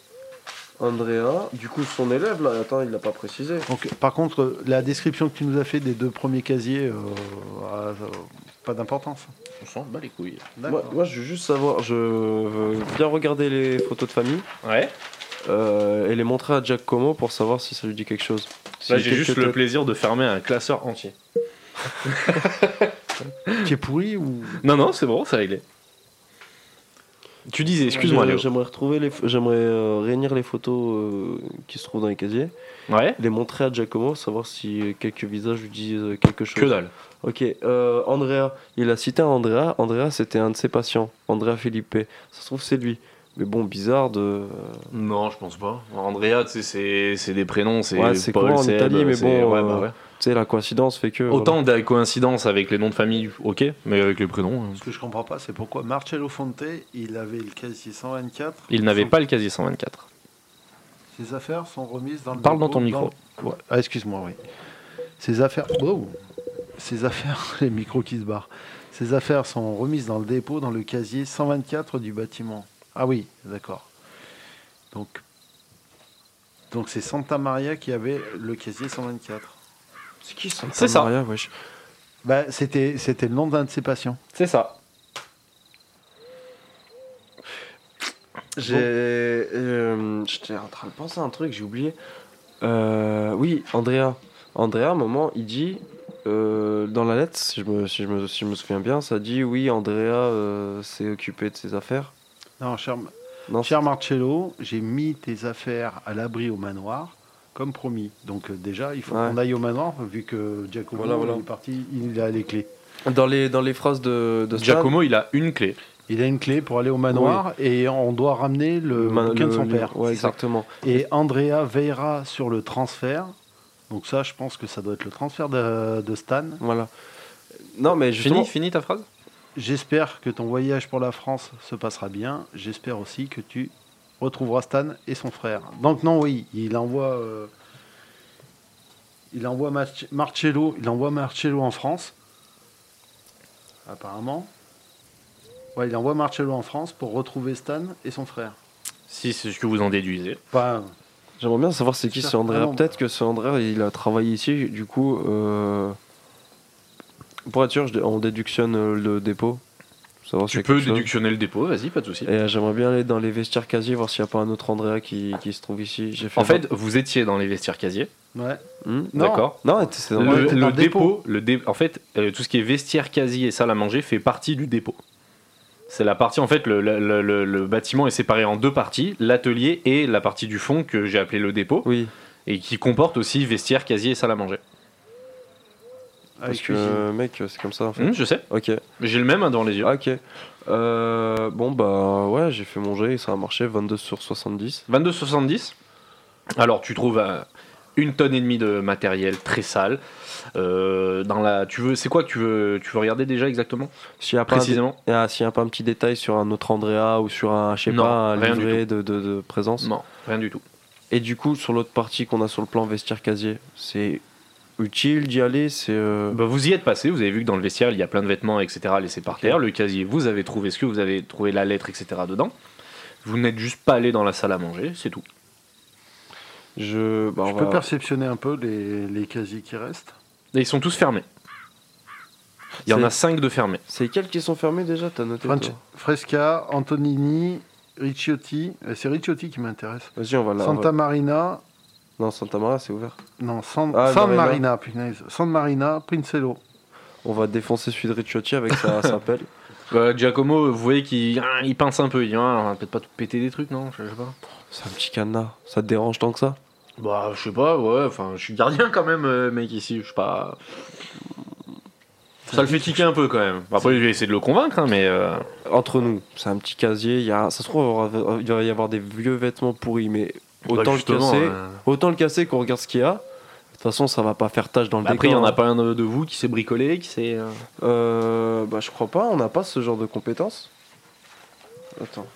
Speaker 4: Andrea. Du coup, son élève, là, attends, il l'a pas précisé.
Speaker 3: Donc, par contre, euh, la description que tu nous as fait des deux premiers casiers, euh, a- euh, pas d'importance.
Speaker 2: On s'en bat les couilles.
Speaker 4: Moi, moi, je veux juste savoir, je veux bien regarder les photos de famille
Speaker 2: Ouais,
Speaker 4: euh, et les montrer à Giacomo pour savoir si ça lui dit quelque chose. Si
Speaker 2: là j'ai
Speaker 4: quelques
Speaker 2: juste le
Speaker 4: têtes-
Speaker 2: plaisir de fermer un classeur entier.
Speaker 3: Qui est pourri ou
Speaker 2: Non, non, c'est bon, c'est réglé. Tu disais, excuse-moi,
Speaker 4: Je-
Speaker 2: Léo.
Speaker 4: J'aimerais retrouver les, ph- j'aimerais euh, réunir les photos euh, qui se trouvent dans les casiers,
Speaker 2: Ouais
Speaker 4: les montrer à Giacomo, savoir si euh, quelques visages lui disent euh, quelque chose.
Speaker 2: Que dalle.
Speaker 4: Ok, euh, Andrea, il a cité un Andrea. Andrea, c'était un de ses patients, Andrea Felipe. Ça se trouve, c'est lui. Mais bon, bizarre de. euh,
Speaker 2: Non, je pense pas. Andrea, tu sais, c'est- c'est des prénoms, c'est
Speaker 4: Ouais, c'est
Speaker 2: Paul,
Speaker 4: courant en
Speaker 2: Seb,
Speaker 4: Italie, mais
Speaker 2: c'est-
Speaker 4: bon,
Speaker 2: ouais,
Speaker 4: euh,
Speaker 2: bah ouais.
Speaker 4: Tu sais, la coïncidence fait que.
Speaker 2: Autant de coïncidences avec les noms de famille, ok, mais avec les prénoms. euh,
Speaker 3: Ce que je comprends pas, c'est pourquoi Marcello Fonte, il avait le casier 124.
Speaker 2: Il n'avait
Speaker 3: Son-
Speaker 2: pas le casier 124.
Speaker 3: Ses affaires sont remises dans le.
Speaker 2: Parle dans
Speaker 3: dépôt
Speaker 2: ton micro.
Speaker 3: Ouais. Ah, excuse-moi, oui. Ses affaires. Wow. Ses affaires, (laughs) les micros qui se barrent. Ses affaires sont remises dans le dépôt dans le casier 124 du bâtiment. Ah oui, d'accord. Donc. Donc c'est Santa Maria qui avait le casier 124.
Speaker 4: C'est qui ça
Speaker 2: C'est ça.
Speaker 3: Bah, c'était, c'était le nom d'un de ses patients.
Speaker 2: C'est ça.
Speaker 4: J'ai. euh, J'étais en train de penser à un truc, j'ai oublié. Euh, oui, Andrea. Andrea, à un moment, il dit. euh, dans la lettre, si je, me, si, je me, si je me souviens bien, ça dit oui, Andrea euh, s'est occupé de ses affaires.
Speaker 3: Non, cher,
Speaker 4: Non,
Speaker 3: Cher Marcello, j'ai mis tes affaires à l'abri au manoir, comme promis. Donc euh, déjà, il faut
Speaker 4: Ouais.
Speaker 3: qu'on aille au manoir, vu que Giacomo
Speaker 4: Voilà, voilà.
Speaker 3: il est parti, il a les clés.
Speaker 4: Dans les, dans les phrases de, de Stan,
Speaker 2: Giacomo, il a une clé.
Speaker 3: Il a une clé pour aller au manoir et on doit ramener le
Speaker 4: ma-
Speaker 3: bouquin de
Speaker 4: le-
Speaker 3: son
Speaker 4: le-
Speaker 3: père.
Speaker 4: Ouais,
Speaker 3: C'est ça.
Speaker 4: exactement.
Speaker 3: Et Andrea veillera sur le transfert. Donc ça, je pense que ça doit être le transfert de, de Stan.
Speaker 4: Voilà. Non, mais justement,
Speaker 2: Fini, fini ta phrase
Speaker 3: J'espère que ton voyage pour la France se passera bien. J'espère aussi que tu retrouveras Stan et son frère. Donc non, oui, il envoie, euh, il envoie Mach- Marcello, il envoie Marcello en France. Apparemment, ouais, il envoie Marcello en France pour retrouver Stan et son frère.
Speaker 2: Si c'est ce que vous en déduisez.
Speaker 3: Pas
Speaker 4: j'aimerais bien savoir c'est qui
Speaker 3: Cher-
Speaker 4: c'est Andrea.
Speaker 3: Ah non.
Speaker 4: Peut-être que c'est Andrea, il a travaillé ici, du coup, euh, pour être sûr, je dé- on déductionne euh, le dépôt. pour savoir s'il y
Speaker 2: Tu peux
Speaker 4: a quelque chose.
Speaker 2: déductionner le dépôt, vas-y, pas de souci.
Speaker 4: Et euh, j'aimerais bien aller dans les vestiaires casiers, voir s'il n'y a pas un autre Andrea qui, qui se trouve ici. J'ai
Speaker 2: En
Speaker 4: un-
Speaker 2: fait, vous étiez dans les vestiaires casiers,
Speaker 3: ouais.
Speaker 4: Hmm
Speaker 3: Non.
Speaker 2: d'accord
Speaker 4: non, c'est dans
Speaker 2: le,
Speaker 3: t'es
Speaker 2: le
Speaker 3: dans le
Speaker 2: dépôt, le dé- en fait, euh, tout ce qui est vestiaire, casier et salle à manger fait partie du dépôt. C'est la partie, en fait, le, le- le- le- le bâtiment est séparé en deux parties, l'atelier et la partie du fond que j'ai appelé le dépôt,
Speaker 4: Oui,
Speaker 2: et qui comporte aussi vestiaire, casier et salle à manger.
Speaker 4: parce
Speaker 3: Avec
Speaker 4: que
Speaker 3: cuisine.
Speaker 4: euh, mec, c'est comme ça en fait.
Speaker 2: Hum, je sais,
Speaker 4: Ok,
Speaker 2: j'ai le même hein, dans les yeux.
Speaker 4: Ah, ok. Euh, bon, bah ouais, j'ai fait mon jet et ça a marché 22 sur 70.
Speaker 2: 22,70. Alors, tu trouves euh, une tonne et demie de matériel très sale. Euh, dans la, tu veux, c'est quoi que tu veux, tu veux regarder déjà exactement,
Speaker 4: S'il n'y a pas un dé-
Speaker 2: précisément
Speaker 4: Ah, s'il n'y a pas un petit détail sur un autre Andrea ou sur un, je sais
Speaker 2: Non,
Speaker 4: pas, un
Speaker 2: rien du
Speaker 4: livret de, de- de présence.
Speaker 2: Non, rien du tout.
Speaker 4: Et du coup, sur l'autre partie qu'on a sur le plan vestiaire-casier, c'est utile d'y aller, c'est... euh,
Speaker 2: Bah, vous y êtes passé, vous avez vu que dans le vestiaire il y a plein de vêtements, etc. laissés par terre. Le casier, vous avez trouvé ce que vous avez trouvé la lettre, etc. dedans. Vous n'êtes juste pas allé dans la salle à manger, c'est tout.
Speaker 4: Je, bah, on
Speaker 3: Je
Speaker 4: va-
Speaker 3: peux perceptionner un peu les, les casiers qui restent.
Speaker 2: Et ils sont tous fermés. Il y en
Speaker 4: C'est-
Speaker 2: a 5 de fermés.
Speaker 4: C'est quels qui sont fermés déjà T'as noté
Speaker 3: French-
Speaker 4: toi
Speaker 3: Fresca, Antonini, Ricciotti. Euh, C'est Ricciotti qui m'intéresse.
Speaker 4: Vas-y, on va là. on
Speaker 3: Santa
Speaker 4: va-
Speaker 3: Marina,
Speaker 4: Non, Santa Maria, c'est ouvert.
Speaker 3: Non, San,
Speaker 4: Ah,
Speaker 3: San
Speaker 4: Marina.
Speaker 3: Marina, punaise. San Marina, Princello.
Speaker 4: On va défoncer celui de Ricciotti avec sa,
Speaker 3: (laughs)
Speaker 4: sa pelle.
Speaker 2: Euh, Giacomo, vous voyez qu'il ah, il pince un peu. Il dit Ah, on va peut-être pas tout péter des trucs, non Je sais pas.
Speaker 4: C'est un petit cadenas. Ça te dérange tant que ça
Speaker 2: Bah, je sais pas, ouais, enfin, je suis gardien quand même, euh, mec, ici, je sais pas. Ça le fait tiquer un peu quand même. Après, je vais essayer de le convaincre, hein, mais. euh,
Speaker 4: Entre nous, c'est un petit casier. Il y a... Ça se trouve, il va y avoir- il va y avoir des vieux vêtements pourris, mais
Speaker 2: bah,
Speaker 4: autant le
Speaker 2: justement,
Speaker 4: casser.
Speaker 2: euh,
Speaker 4: Autant le casser qu'on regarde ce qu'il y a. De toute façon, ça va pas faire tâche dans le
Speaker 2: bah, après, il y
Speaker 4: décor.
Speaker 2: en a
Speaker 4: hein.
Speaker 2: pas un de de vous qui s'est bricolé, qui s'est. euh,
Speaker 4: Euh, bah, je crois pas, on n'a pas ce genre de compétences. Attends.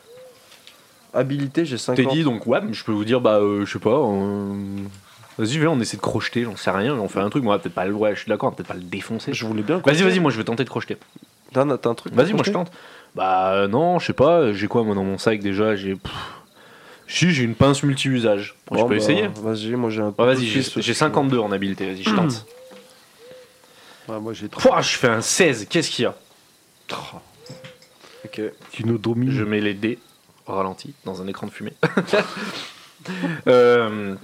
Speaker 4: Habilité, j'ai 50.
Speaker 2: T'es dit donc ouais, mais je peux vous dire bah euh, je sais pas. euh, Vas-y, viens, on essaie de crocheter, j'en sais rien, on fait un truc, moi peut-être pas le ouais, je suis d'accord, on va peut-être pas le défoncer.
Speaker 4: Je voulais bien.
Speaker 2: Vas-y,
Speaker 4: crocheter.
Speaker 2: vas-y, moi je vais tenter de crocheter.
Speaker 4: T'as un, t'as un truc
Speaker 2: Vas-y, moi je
Speaker 4: crocheté
Speaker 2: tente. Bah euh, non, je sais pas, euh, j'ai quoi moi dans mon sac déjà, j'ai pff, si j'ai une pince multi-usage. Bon, je
Speaker 4: Bon,
Speaker 2: peux
Speaker 4: bah,
Speaker 2: essayer.
Speaker 4: Vas-y, moi j'ai un.
Speaker 2: Ouais,
Speaker 4: coup
Speaker 2: vas-y,
Speaker 4: de
Speaker 2: j'ai
Speaker 4: fils,
Speaker 2: j'ai
Speaker 4: je-
Speaker 2: 52 en habileté, vas-y, je
Speaker 4: (clears throat)
Speaker 2: tente.
Speaker 4: Ah,
Speaker 3: Ouais, moi, j'ai trois.
Speaker 2: Pouah, je fais un 16, qu'est-ce qu'il y a
Speaker 4: Ok.
Speaker 3: Tu nous
Speaker 4: Mm.
Speaker 3: domines.
Speaker 2: Je mets les dés au ralenti dans un écran de fumée. (laughs) Euh,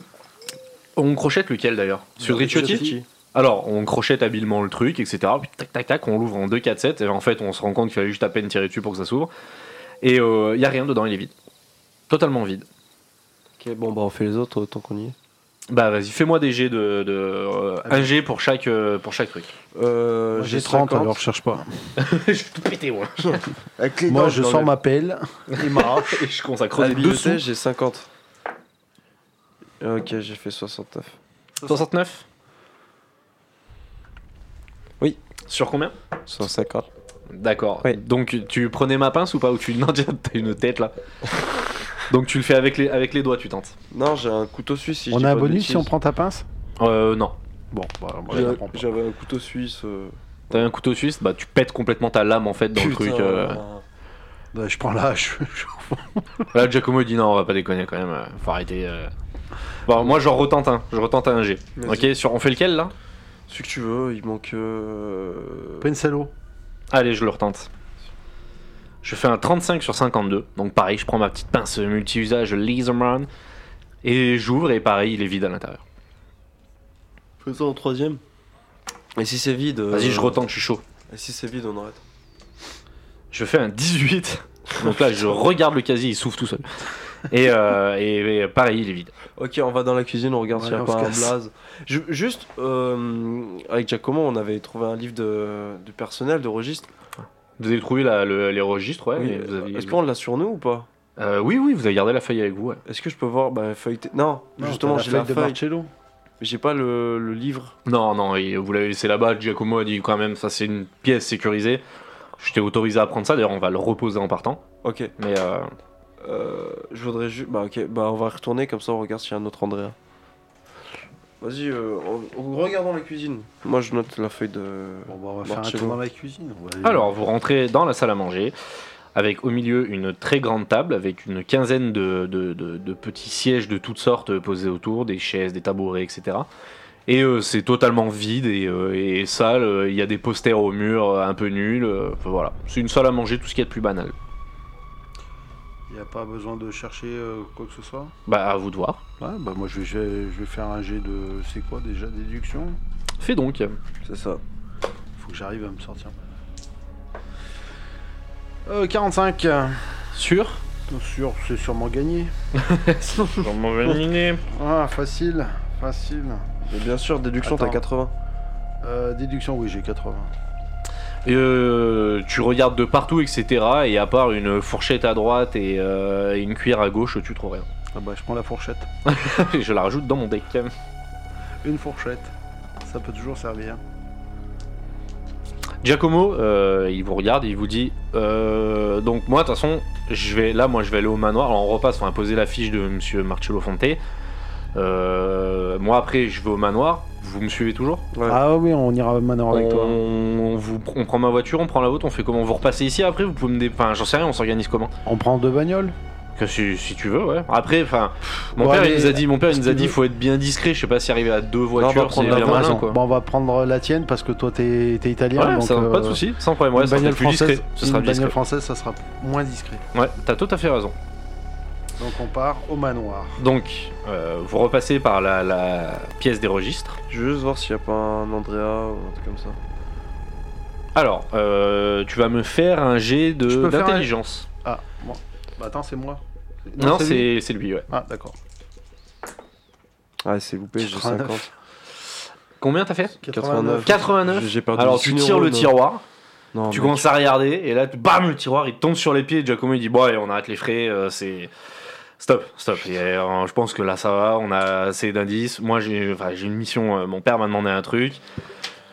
Speaker 2: on crochette lequel d'ailleurs
Speaker 4: Bah,
Speaker 2: Sur Ricciotti Alors, on crochette habilement le truc, etc. Puis tac, tac, tac, on l'ouvre en 2, 4, 7. Et en fait, on se rend compte qu'il fallait juste à peine tirer dessus pour que ça s'ouvre. Et il y n'y a rien dedans, il est vide. Totalement vide.
Speaker 4: Ok, bon, bah on fait les autres autant qu'on y est.
Speaker 2: Bah vas-y, fais-moi des jets de. de euh, un jet pour chaque, euh, pour chaque truc.
Speaker 4: Euh,
Speaker 3: Moi, J'ai
Speaker 4: 50.
Speaker 3: 30, alors je cherche pas.
Speaker 2: (laughs) je vais tout péter, moi.
Speaker 5: Avec les
Speaker 3: Moi,
Speaker 5: dents,
Speaker 3: je
Speaker 5: dans
Speaker 3: sors
Speaker 5: le-
Speaker 3: ma pelle et ma hache.
Speaker 2: (laughs) Et je commence à
Speaker 4: À la
Speaker 2: creuser dessous.
Speaker 4: bibliothèque, j'ai 50. Ok, j'ai fait 69.
Speaker 2: 69
Speaker 4: Oui.
Speaker 2: Sur combien
Speaker 4: 150.
Speaker 2: D'accord.
Speaker 4: Oui.
Speaker 2: Donc tu prenais ma pince ou pas Ou tu. (laughs) Non, déjà, t'as une tête
Speaker 4: (laughs)
Speaker 2: là. Donc tu le fais avec les, avec les doigts, tu tentes.
Speaker 4: Non, j'ai un couteau suisse. si je
Speaker 3: On
Speaker 4: dis
Speaker 3: a un
Speaker 4: pas de
Speaker 3: bonus si
Speaker 4: bêtises.
Speaker 3: on prend ta pince
Speaker 2: Euh, non.
Speaker 3: Bon, bah, moi, je la
Speaker 4: J'ai-
Speaker 3: prends pas.
Speaker 4: J'avais un couteau suisse. euh,
Speaker 2: T'as un couteau suisse, bah tu pètes complètement ta lame en fait dans le
Speaker 4: putain.
Speaker 2: truc. euh.
Speaker 3: Ouais, Bah, Je prends la hache.
Speaker 2: Là, Giacomo il dit non, on va pas déconner quand même, euh, faut arrêter. euh. Bon, moi j'en retente un, je retente un G.
Speaker 4: Vas-y.
Speaker 2: Ok, sur, on fait lequel là
Speaker 4: Celui que tu veux, il manque. euh,
Speaker 3: Pensello.
Speaker 2: Allez, je le retente. Je fais un 35 sur 52, donc pareil, je prends ma petite pince multi-usage Laserman et j'ouvre et pareil, il est vide à l'intérieur.
Speaker 5: Faisons en troisième.
Speaker 4: Et si c'est vide. euh,
Speaker 2: Vas-y, je retente, je suis chaud.
Speaker 4: Et si c'est vide, on arrête.
Speaker 2: Je fais un 18, donc là je regarde le casier, il s'ouvre tout seul. Et, euh, et- et pareil, il est vide.
Speaker 4: Ok, on va dans la cuisine, on regarde
Speaker 3: Ouais,
Speaker 4: s'il n'y a
Speaker 3: on
Speaker 4: pas
Speaker 3: se
Speaker 4: un
Speaker 3: casse.
Speaker 4: blaze. Ju- juste, euh, avec Giacomo, on avait trouvé un livre de, de personnel, de registre.
Speaker 2: Vous avez trouvé la- le- les registres, ouais.
Speaker 4: Oui, euh,
Speaker 2: mais vous avez-
Speaker 4: Est-ce qu'on l'a sur nous ou pas
Speaker 2: Euh, oui, oui, vous avez gardé la feuille avec vous. ouais.
Speaker 4: Est-ce que je peux voir bah, feuilleter Non, justement, j'ai la
Speaker 3: de
Speaker 4: feuille.
Speaker 3: Marcello.
Speaker 4: mais J'ai pas le, le livre.
Speaker 2: Non, non, il- vous l'avez laissé là-bas. Giacomo a dit quand même, ça c'est une pièce sécurisée. Je t'ai autorisé à prendre ça. D'ailleurs, on va le reposer en partant.
Speaker 4: Ok.
Speaker 2: Mais euh,
Speaker 4: Euh, je voudrais juste. Bah, ok, bah, on va retourner comme ça, on regarde s'il y a un autre Andrea. Vas-y, euh, on- on- regardons la cuisine. Moi, je note la feuille de.
Speaker 3: Bon, bah, on va faire un
Speaker 4: Marcello.
Speaker 3: tour dans la cuisine. on va aller-
Speaker 2: alors, vous rentrez dans la salle à manger avec au milieu une très grande table avec une quinzaine de, de- de- de petits sièges de toutes sortes posés autour, des chaises, des tabourets, etc. Et euh, c'est totalement vide et, euh, et sale. euh, Il y a des posters au mur euh, un peu nuls. euh, enfin, voilà, c'est une salle à manger, tout ce qu'il y a de plus banal.
Speaker 3: Il n'y a pas besoin de chercher euh, quoi que ce soit
Speaker 2: Bah, à vous de voir.
Speaker 3: Ouais, bah moi je vais, je vais- je vais faire un jet de. C'est quoi déjà Déduction
Speaker 2: Fais donc.
Speaker 4: C'est ça.
Speaker 3: Faut que j'arrive à me sortir. Euh, 45.
Speaker 2: Sûr
Speaker 3: Sûr, c'est sûrement gagné.
Speaker 2: Dans mon idée.
Speaker 3: Ah, facile, facile.
Speaker 4: Mais bien sûr, déduction, t'as
Speaker 3: Attends.
Speaker 4: 80.
Speaker 3: Euh, déduction, oui, j'ai 80.
Speaker 2: Et, euh, tu regardes de partout, etc. Et à part une fourchette à droite et euh, une cuillère à gauche, tu trouves rien. (laughs)
Speaker 3: Ah bah, je prends la fourchette.
Speaker 2: Et je la rajoute dans mon deck.
Speaker 3: Une fourchette, ça peut toujours servir.
Speaker 2: Giacomo, euh, il vous regarde, il vous dit euh, Donc, moi, de toute façon, je vais, là, moi, je vais aller au manoir. Alors, on repasse, on va poser la fiche de monsieur Marcello Fonte. Euh, moi, après, je vais au manoir. Vous me suivez toujours
Speaker 4: Ouais.
Speaker 3: Ah oui, on ira maintenant avec
Speaker 2: on,
Speaker 3: toi.
Speaker 2: on vous, on prend ma voiture, on prend la vôtre, on fait comment Vous repassez ici après Vous pouvez me. dé- Enfin, j'en sais rien, on s'organise comment
Speaker 3: On prend deux bagnoles
Speaker 2: Que si, si tu veux, ouais. Après, enfin, mon
Speaker 3: bon,
Speaker 2: père, il
Speaker 3: allez,
Speaker 2: nous a dit, mon père, il
Speaker 3: ce
Speaker 2: nous a
Speaker 3: qu'il
Speaker 2: dit,
Speaker 3: veut.
Speaker 2: faut être bien discret. Je sais pas si arriver à deux
Speaker 4: on va
Speaker 2: voitures, c'est
Speaker 4: prendre la
Speaker 2: bien
Speaker 4: bonne
Speaker 2: malin,
Speaker 3: raison.
Speaker 2: quoi.
Speaker 3: Bon, on va prendre la tienne parce que toi t'es t'es italien.
Speaker 2: ouais,
Speaker 3: donc,
Speaker 2: ça, pas de
Speaker 3: euh,
Speaker 2: souci, sans problème. Ouais,
Speaker 3: une
Speaker 2: ça sera
Speaker 3: bagnole
Speaker 2: plus discret.
Speaker 3: française,
Speaker 2: Ce sera
Speaker 3: une
Speaker 2: discret.
Speaker 3: bagnole française, ça sera moins discret.
Speaker 2: Ouais, t'as tout à fait raison.
Speaker 3: Donc on part au manoir.
Speaker 2: Donc, euh, vous repassez par la, la pièce des registres.
Speaker 4: Je veux juste voir s'il n'y a pas un Andrea ou un truc comme ça.
Speaker 2: Alors, euh, tu vas me faire un jet
Speaker 3: Je
Speaker 2: de
Speaker 3: peux faire un-
Speaker 2: d'intelligence.
Speaker 3: Ah, moi. Bah attends, c'est moi.
Speaker 2: Non,
Speaker 3: lui.
Speaker 2: c'est c'est lui, ouais.
Speaker 3: Ah, d'accord.
Speaker 4: Ah, c'est loupé, j'ai
Speaker 3: 89.
Speaker 4: 50.
Speaker 2: Combien t'as fait
Speaker 4: 89.
Speaker 2: 89.
Speaker 4: J'ai perdu
Speaker 2: Alors,
Speaker 4: 10
Speaker 2: tu
Speaker 4: euros,
Speaker 2: tires le
Speaker 4: non.
Speaker 2: tiroir.
Speaker 4: Non,
Speaker 2: Tu
Speaker 4: mais-
Speaker 2: commences à regarder et là, tu- bam, le tiroir il tombe sur les pieds. Giacomo il dit Bon, allez, on arrête les frais, euh, c'est. Stop, stop. Et, euh, je pense que là ça va, on a assez d'indices. Moi j'ai enfin, j'ai une mission, euh, mon père m'a demandé un truc.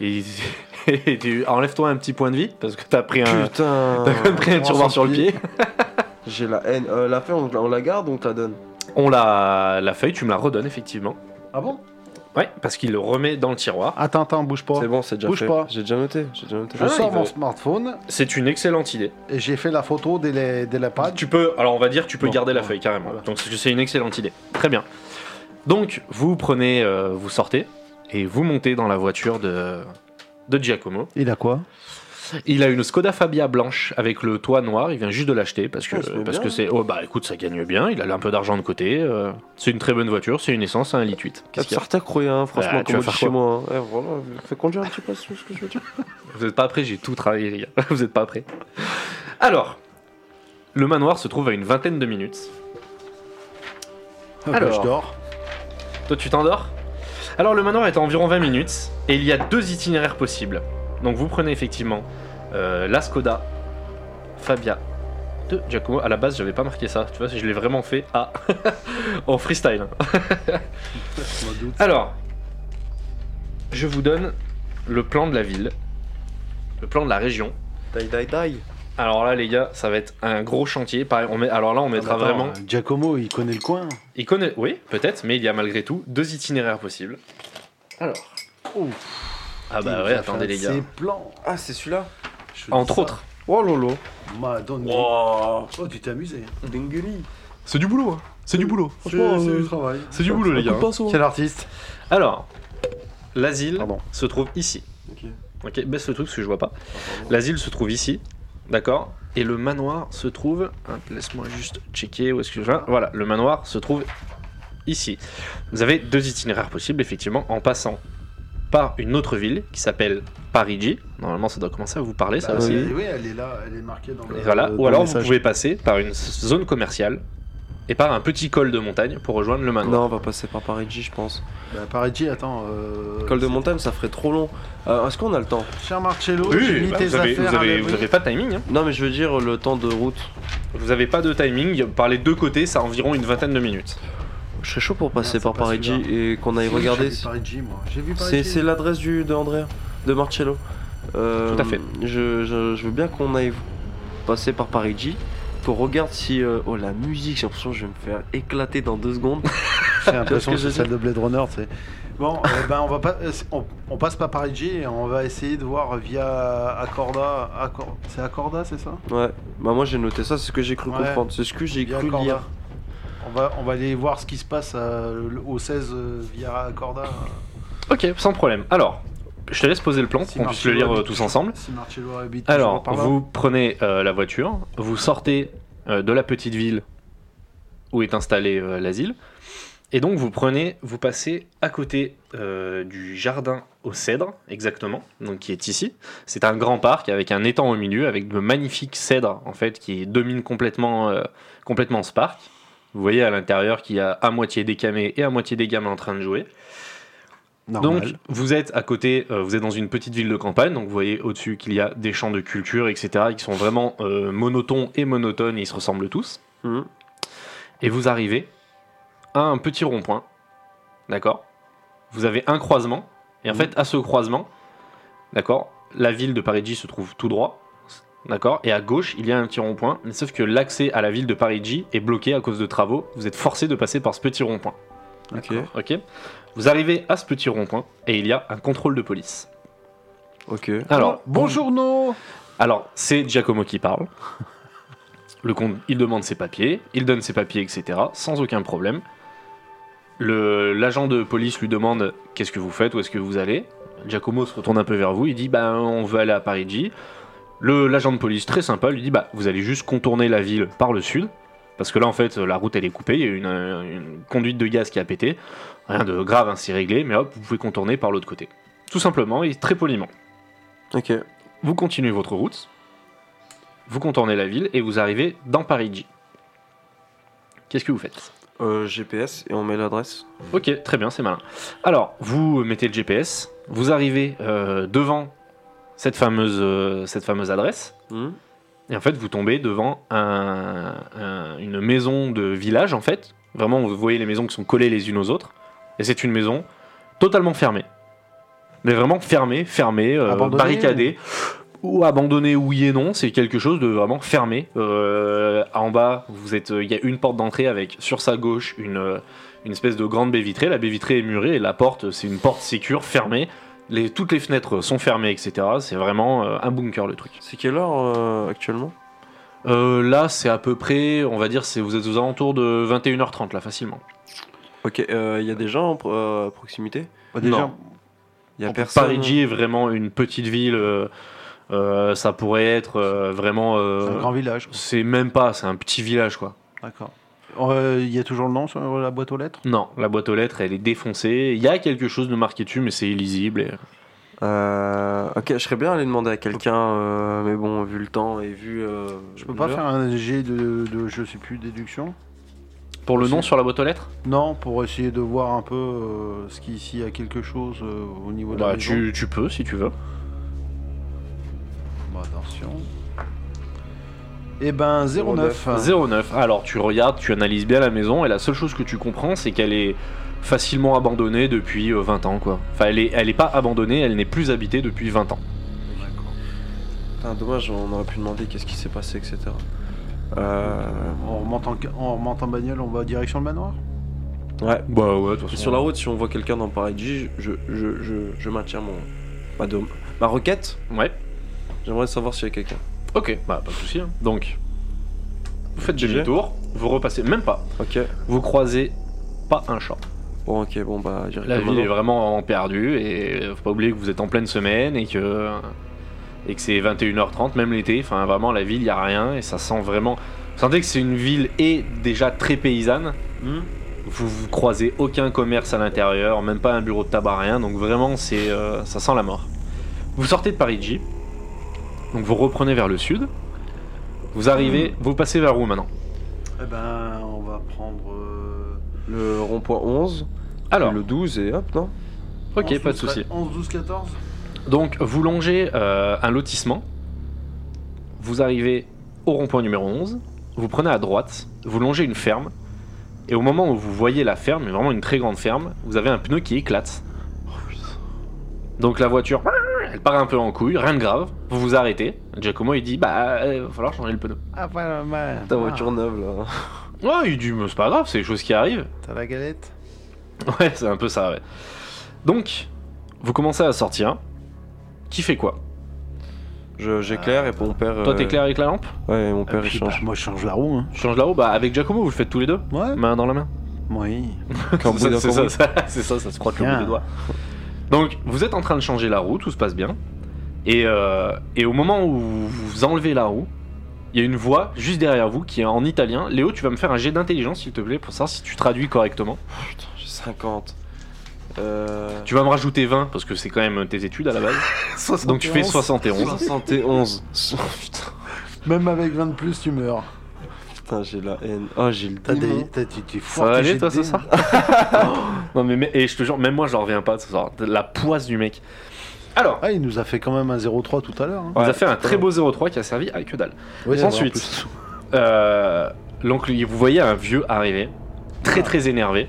Speaker 2: Et, (laughs) et tu- enlève-toi un petit point de vie parce que t'as pris un, t'as quand même
Speaker 4: Putain.
Speaker 2: pris un tiroir sur le pied.
Speaker 4: J'ai la haine. Euh, la feuille, on, on la garde ou on te la donne
Speaker 2: On la, la feuille, tu me la redonnes effectivement.
Speaker 3: Ah bon
Speaker 2: Ouais, parce qu'il le remet dans le tiroir.
Speaker 3: Attends, attends, bouge pas.
Speaker 4: C'est bon, c'est déjà
Speaker 3: Bouge
Speaker 4: fait.
Speaker 3: pas.
Speaker 4: J'ai déjà noté. J'ai déjà noté.
Speaker 3: Je
Speaker 2: Ah,
Speaker 3: sors
Speaker 2: il
Speaker 3: mon
Speaker 2: veut-
Speaker 3: smartphone
Speaker 2: C'est une excellente idée.
Speaker 3: et j'ai fait la photo de la, de la page.
Speaker 2: Tu peux, alors on va dire, tu peux
Speaker 3: Bon,
Speaker 2: garder la
Speaker 3: voilà.
Speaker 2: feuille carrément.
Speaker 3: Voilà.
Speaker 2: Donc parce que c'est une excellente idée. Très bien. Donc vous prenez, euh, vous sortez et vous montez dans la voiture de de Giacomo.
Speaker 3: Il a quoi
Speaker 2: Il a une Skoda Fabia blanche avec le toit noir. Il vient juste de l'acheter parce que
Speaker 4: Oh, ça va
Speaker 2: parce
Speaker 4: bien.
Speaker 2: que c'est oh bah écoute ça gagne bien. Il a un peu d'argent de côté. euh, c'est une très bonne voiture. C'est une essence à 1,8 litre.
Speaker 4: Qu'est-ce qu'il y a Sartre croyant, hein, franchement,
Speaker 2: Bah, tu vas
Speaker 4: comme on dit
Speaker 2: faire
Speaker 4: chez
Speaker 2: quoi
Speaker 4: moi. hein. Eh, voilà, fais conduire un petit peu, c'est ce que je veux dire.
Speaker 2: (laughs) Vous n'êtes pas prêts, j'ai tout travaillé, les gars. Vous n'êtes pas prêts. Alors, Le manoir se trouve à une vingtaine de minutes.
Speaker 3: Ah bah,
Speaker 2: Alors.
Speaker 3: je dors.
Speaker 2: Toi, tu t'endors Alors, le manoir est à environ 20 minutes et il y a deux itinéraires possibles. Donc, vous prenez effectivement euh, la Skoda Fabia de Giacomo. À la base, j'avais pas marqué ça. Tu vois, je l'ai vraiment fait à (laughs) en freestyle. Alors, je vous donne le plan de la ville, le plan de la région.
Speaker 5: Die, die, die.
Speaker 2: Alors là, les gars, ça va être un gros chantier. Pareil, on met, alors là, on mettra
Speaker 3: Attends, hein.
Speaker 2: vraiment.
Speaker 3: Giacomo, il connaît le coin.
Speaker 2: Il connaît, oui, peut-être, mais il y a malgré tout deux itinéraires possibles.
Speaker 5: Alors.
Speaker 3: Oh,
Speaker 2: Ah bah
Speaker 3: Il
Speaker 2: ouais,
Speaker 3: va
Speaker 2: attendez
Speaker 3: faire
Speaker 2: les gars.
Speaker 3: Ses plans.
Speaker 4: Ah, c'est celui-là
Speaker 3: Je te
Speaker 2: Entre
Speaker 3: dis ça.
Speaker 2: autres.
Speaker 4: Oh lolo
Speaker 3: Madonna. Oh, tu t'es amusé.
Speaker 5: Dinguli.
Speaker 2: C'est du boulot, hein. C'est du boulot.
Speaker 5: Franchement, euh,
Speaker 3: travail.
Speaker 2: C'est du boulot, les gars.
Speaker 3: Quel artiste
Speaker 2: Alors, l'asile
Speaker 3: Pardon.
Speaker 2: se trouve ici.
Speaker 4: Ok.
Speaker 2: Ok, baisse le truc parce que je vois pas. L'asile se trouve ici, d'accord Et le manoir se trouve. hop, Laisse-moi juste checker où est-ce que je vais. Voilà, le manoir se trouve ici. Vous avez deux itinéraires possibles, effectivement, en passant par une autre ville qui s'appelle Parigi. Normalement, ça doit commencer à vous parler, ça
Speaker 3: Bah,
Speaker 2: aussi.
Speaker 3: oui, oui, elle est là, elle est marquée dans le.
Speaker 2: Et voilà.
Speaker 3: Euh, dans
Speaker 2: Ou
Speaker 3: le
Speaker 2: alors vous
Speaker 3: message.
Speaker 2: pouvez passer par une s- zone commerciale et par un petit col de montagne pour rejoindre
Speaker 3: Ah
Speaker 2: le manoir.
Speaker 4: Non, on va passer par Parigi, je pense.
Speaker 3: Bah, Parigi, attends. euh,
Speaker 4: Col de montagne, ça ferait trop long. Euh, Est-ce qu'on a le temps
Speaker 3: Cher Marcello, j'ai
Speaker 2: Oui,
Speaker 3: mis
Speaker 2: bah,
Speaker 3: tes
Speaker 2: vous, avez, vous,
Speaker 3: affaires à
Speaker 2: avez,
Speaker 3: l'abri.
Speaker 2: vous avez pas de timing. hein.
Speaker 4: Non, mais je veux dire le temps de route.
Speaker 2: Vous avez pas de timing. Par les deux côtés, ça a environ une vingtaine de minutes.
Speaker 4: Je serais chaud pour passer
Speaker 3: Merde,
Speaker 4: par
Speaker 3: c'est pas
Speaker 4: Parigi et qu'on aille
Speaker 3: Si,
Speaker 4: regarder.
Speaker 3: J'ai vu
Speaker 4: si-
Speaker 3: Parigi, moi. J'ai vu
Speaker 4: C'est
Speaker 3: Parigi.
Speaker 4: c'est l'adresse du de Andrea, de Marcello. Euh,
Speaker 2: Tout à fait.
Speaker 4: Je, je- je veux bien qu'on aille passer par Parigi, qu'on regarde si. euh, oh la musique, j'ai l'impression que je vais me faire éclater dans
Speaker 3: (laughs)
Speaker 4: deux secondes.
Speaker 3: J'ai l'impression
Speaker 4: que
Speaker 3: que c'est
Speaker 4: je veux
Speaker 3: celle de Blade Runner, tu sais.
Speaker 2: (laughs)
Speaker 3: Bon, euh, ben on va pas, euh, c'est- on, on passe pas Parigi et on va essayer de voir via Accorda. Accor- c'est Accorda, c'est ça
Speaker 4: Ouais, bah moi j'ai noté ça, c'est ce que j'ai cru
Speaker 3: Ouais.
Speaker 4: comprendre, c'est ce que j'ai
Speaker 3: Via
Speaker 4: cru
Speaker 3: Accorda.
Speaker 4: lire.
Speaker 3: On va, on va aller voir ce qui se passe à- au 16 euh, via Accorda.
Speaker 2: Ok, sans problème. Alors, je te laisse poser le plan
Speaker 3: Si
Speaker 2: qu'on puisse le
Speaker 3: Marcello
Speaker 2: lire euh,
Speaker 3: habite
Speaker 2: tous
Speaker 3: toujours-
Speaker 2: ensemble.
Speaker 3: Si Marcello habite toujours
Speaker 2: Alors,
Speaker 3: par là.
Speaker 2: vous prenez euh, la voiture, vous sortez euh, de la petite ville où est installé euh, l'asile, et donc vous prenez, vous passez à côté euh, du jardin aux cèdres, exactement, donc qui est ici. C'est un grand parc avec un étang au milieu, avec de magnifiques cèdres en fait qui dominent complètement, euh, complètement ce parc. Vous voyez à l'intérieur qu'il y a à moitié des camés et à moitié des gamins en train de jouer.
Speaker 3: Normal.
Speaker 2: Donc, vous êtes à côté, euh, vous êtes dans une petite ville de campagne, donc vous voyez au-dessus qu'il y a des champs de culture, etc., qui sont vraiment euh, monotons et monotones, et ils se ressemblent tous.
Speaker 4: Mhm.
Speaker 2: Et vous arrivez à un petit rond-point, d'accord Vous avez un croisement, et en fait, à ce croisement, d'accord, la ville de Parigi se trouve tout droit, d'accord Et à gauche, il y a un petit rond-point, mais sauf que l'accès à la ville de Parigi est bloqué à cause de travaux, vous êtes forcé de passer par ce petit rond-point.
Speaker 4: Ok,
Speaker 2: Ok. Vous arrivez à ce petit rond-point et il y a un contrôle de police.
Speaker 4: ok.
Speaker 2: Alors,
Speaker 3: bonjour nos.
Speaker 2: alors c'est Giacomo qui parle. Le con- il demande ses papiers, il donne ses papiers, etc. Sans aucun problème. Le- L'agent de police lui demande qu'est-ce que vous faites, où est-ce que vous allez. Giacomo se retourne un peu vers vous, il dit bah on veut aller à Parigi. Le- L'agent de police très sympa lui dit bah vous allez juste contourner la ville par le sud. Parce que là en fait la route elle est coupée, il y a une, euh, une conduite de gaz qui a pété. Rien de grave, hein, c'est réglé, mais hop, vous pouvez contourner par l'autre côté. Tout simplement et très poliment.
Speaker 4: Ok,
Speaker 2: Vous continuez votre route, vous contournez la ville et vous arrivez dans Parigi. Qu'est-ce que vous faites
Speaker 4: Euh, GPS et on met l'adresse.
Speaker 2: Ok, très bien, c'est malin. Alors, vous mettez le GPS, vous arrivez euh, devant cette fameuse, euh, cette fameuse adresse,
Speaker 4: Hmm
Speaker 2: et en fait, vous tombez devant un- un- une maison de village, en fait. Vraiment, vous voyez les maisons qui sont collées les unes aux autres, et c'est une maison totalement fermée. Mais vraiment fermée, fermée, euh,
Speaker 3: Abandonnée
Speaker 2: barricadée. Ou abandonnée, oui et non, c'est quelque chose de vraiment fermé. Euh, en bas, vous êtes, euh, il y a une porte d'entrée avec sur sa gauche une, euh, une espèce de grande baie vitrée. La baie vitrée est murée et la porte, c'est une porte sécure, fermée. Les, toutes les fenêtres sont fermées, etc. C'est vraiment euh, un bunker le truc.
Speaker 4: C'est quelle heure euh, actuellement
Speaker 2: Euh, là, c'est à peu près, on va dire, c'est vous êtes aux alentours de 21h30 là, facilement.
Speaker 4: Ok, il y a des gens en pro- euh, à proximité
Speaker 3: déjà,
Speaker 2: Non.
Speaker 4: Il y a
Speaker 2: Donc,
Speaker 4: personne.
Speaker 2: Parigi est vraiment une petite ville. euh, euh, ça pourrait être euh, vraiment. euh,
Speaker 3: c'est un grand village.
Speaker 2: c'est même pas, c'est un petit village quoi.
Speaker 3: D'accord. Euh, Il y a toujours le nom sur la boîte aux lettres
Speaker 2: Non, la boîte aux lettres, elle est défoncée. Il y a quelque chose de marqué dessus, mais c'est illisible. et-
Speaker 4: Euh, ok, je serais bien allé demander à quelqu'un, euh, mais bon, vu le temps et vu. euh,
Speaker 3: Je peux pas
Speaker 4: l'heure-
Speaker 3: faire un jet de, de- je sais plus, déduction
Speaker 2: Pour le nom sur la boîte aux lettres
Speaker 3: Non, pour essayer de voir un peu euh, ce qui s'il y a quelque chose euh, au niveau de la
Speaker 2: Bah,
Speaker 3: maison.
Speaker 2: tu, tu peux si tu veux.
Speaker 3: Bon, attention. Eh ben 09.
Speaker 2: 09. Alors tu regardes, tu analyses bien la maison et la seule chose que tu comprends c'est qu'elle est facilement abandonnée depuis euh, 20 ans quoi. Enfin elle est, elle est pas abandonnée, elle n'est plus habitée depuis 20 ans.
Speaker 4: Putain, dommage, on aurait pu demander qu'est-ce qui s'est passé, etc. Euh,
Speaker 3: On remonte, en, ca- on remonte en bagnole, on va direction le manoir
Speaker 4: ouais.
Speaker 2: Bah ouais, de toute
Speaker 4: Et sur la route, si on voit quelqu'un dans Paradis, je, je, je, je maintiens mon, ma, dom- ma requête.
Speaker 2: Ouais,
Speaker 4: J'aimerais savoir s'il y a quelqu'un.
Speaker 2: ok, bah pas de soucis. hein. Donc, vous faites
Speaker 4: J'ai-
Speaker 2: demi-tour, vous repassez, même pas,
Speaker 4: Ok.
Speaker 2: vous croisez pas un chat.
Speaker 4: Bon, ok, bon, bah, j'irai
Speaker 2: La
Speaker 4: comme
Speaker 2: ville
Speaker 4: un
Speaker 2: est
Speaker 4: autre.
Speaker 2: vraiment en perdu et faut pas oublier que vous êtes en pleine semaine et que et que c'est 21h30 même l'été. Enfin vraiment la ville y a rien et ça sent vraiment. Vous sentez que c'est une ville et déjà très paysanne.
Speaker 4: Hmm
Speaker 2: Vous, vous croisez aucun commerce à l'intérieur, même pas un bureau de tabac rien. Donc vraiment c'est euh, ça sent la mort. Vous sortez de Paris donc vous reprenez vers le sud. Vous
Speaker 4: Hmm.
Speaker 2: arrivez, vous passez vers où maintenant
Speaker 3: Eh ben on va prendre. euh,
Speaker 4: Le rond-point 11,
Speaker 2: Alors,
Speaker 4: puis le 12 et hop, non
Speaker 2: ok,
Speaker 3: 11,
Speaker 2: pas de
Speaker 3: 12,
Speaker 2: souci.
Speaker 3: 11, 12, 14
Speaker 2: Donc vous longez euh, un lotissement, vous arrivez au rond-point numéro 11, vous prenez à droite, vous longez une ferme, et au moment où vous voyez la ferme, mais vraiment une très grande ferme, vous avez un pneu qui éclate. Donc la voiture, elle part un peu en couille, rien de grave, vous vous arrêtez, Giacomo il dit bah euh, va falloir changer le pneu.
Speaker 3: Ah voilà, man.
Speaker 4: Ta voiture neuve, là.
Speaker 2: Ouais il dit mais c'est pas grave, c'est des choses qui arrivent. (laughs)
Speaker 3: Ah, T'as la galette
Speaker 2: Ouais c'est un peu ça ouais. Donc vous commencez à sortir, qui fait quoi
Speaker 4: Je- J'éclaire et mon père.
Speaker 2: Ah. Toi
Speaker 4: euh,
Speaker 2: t'éclairs avec la lampe
Speaker 4: Ouais, mon
Speaker 3: Ah,
Speaker 4: père, il
Speaker 3: puis,
Speaker 4: change.
Speaker 3: bah, Moi je change la roue. Hein.
Speaker 2: Je change la roue, bah avec Giacomo vous le faites tous les deux
Speaker 3: Ouais.
Speaker 2: Main dans la (laughs) main.
Speaker 3: Oui.
Speaker 4: Quand
Speaker 2: (laughs)
Speaker 4: vous
Speaker 2: C'est
Speaker 4: êtes
Speaker 2: c'est
Speaker 4: encore
Speaker 2: ça, ça, c'est ça, ça se croit le bout
Speaker 3: Bien.
Speaker 2: des doigts. Donc, vous êtes en train de changer la roue, tout se passe bien. Et, euh, et au moment où vous enlevez la roue, il y a une voix juste derrière vous qui est en italien. Léo, tu vas me faire un jet d'intelligence, s'il te plaît, pour savoir si tu traduis correctement.
Speaker 4: Putain, j'ai 50. Euh...
Speaker 2: Tu vas me rajouter 20, parce que c'est quand même tes études à la base. Donc, tu fais 71.
Speaker 4: 71. (laughs) Putain,
Speaker 3: Même avec 20 de plus tu meurs.
Speaker 4: putain, j'ai la haine. Oh, j'ai le
Speaker 3: T'as des.
Speaker 4: démon.
Speaker 3: t'as- tu- tu es
Speaker 2: Mmh. Ça
Speaker 3: fort,
Speaker 2: va
Speaker 3: tes
Speaker 2: aller,
Speaker 3: jets
Speaker 2: toi,
Speaker 3: de
Speaker 2: ce
Speaker 3: dés,
Speaker 2: soir
Speaker 3: hein.
Speaker 2: (laughs) Non, mais, mais- et je te jure, même moi, j'en reviens pas, ce soir. La poisse du mec. Alors,
Speaker 3: Ah, il nous a fait quand même un 0,3 tout à l'heure. hein.
Speaker 2: on nous a fait un
Speaker 4: putain.
Speaker 2: très beau 0,3 qui a servi à que dalle.
Speaker 3: Ouais, ça va, en
Speaker 2: ensuite.
Speaker 3: plus.
Speaker 2: Euh, l'oncle, vous voyez un vieux arriver, très très énervé,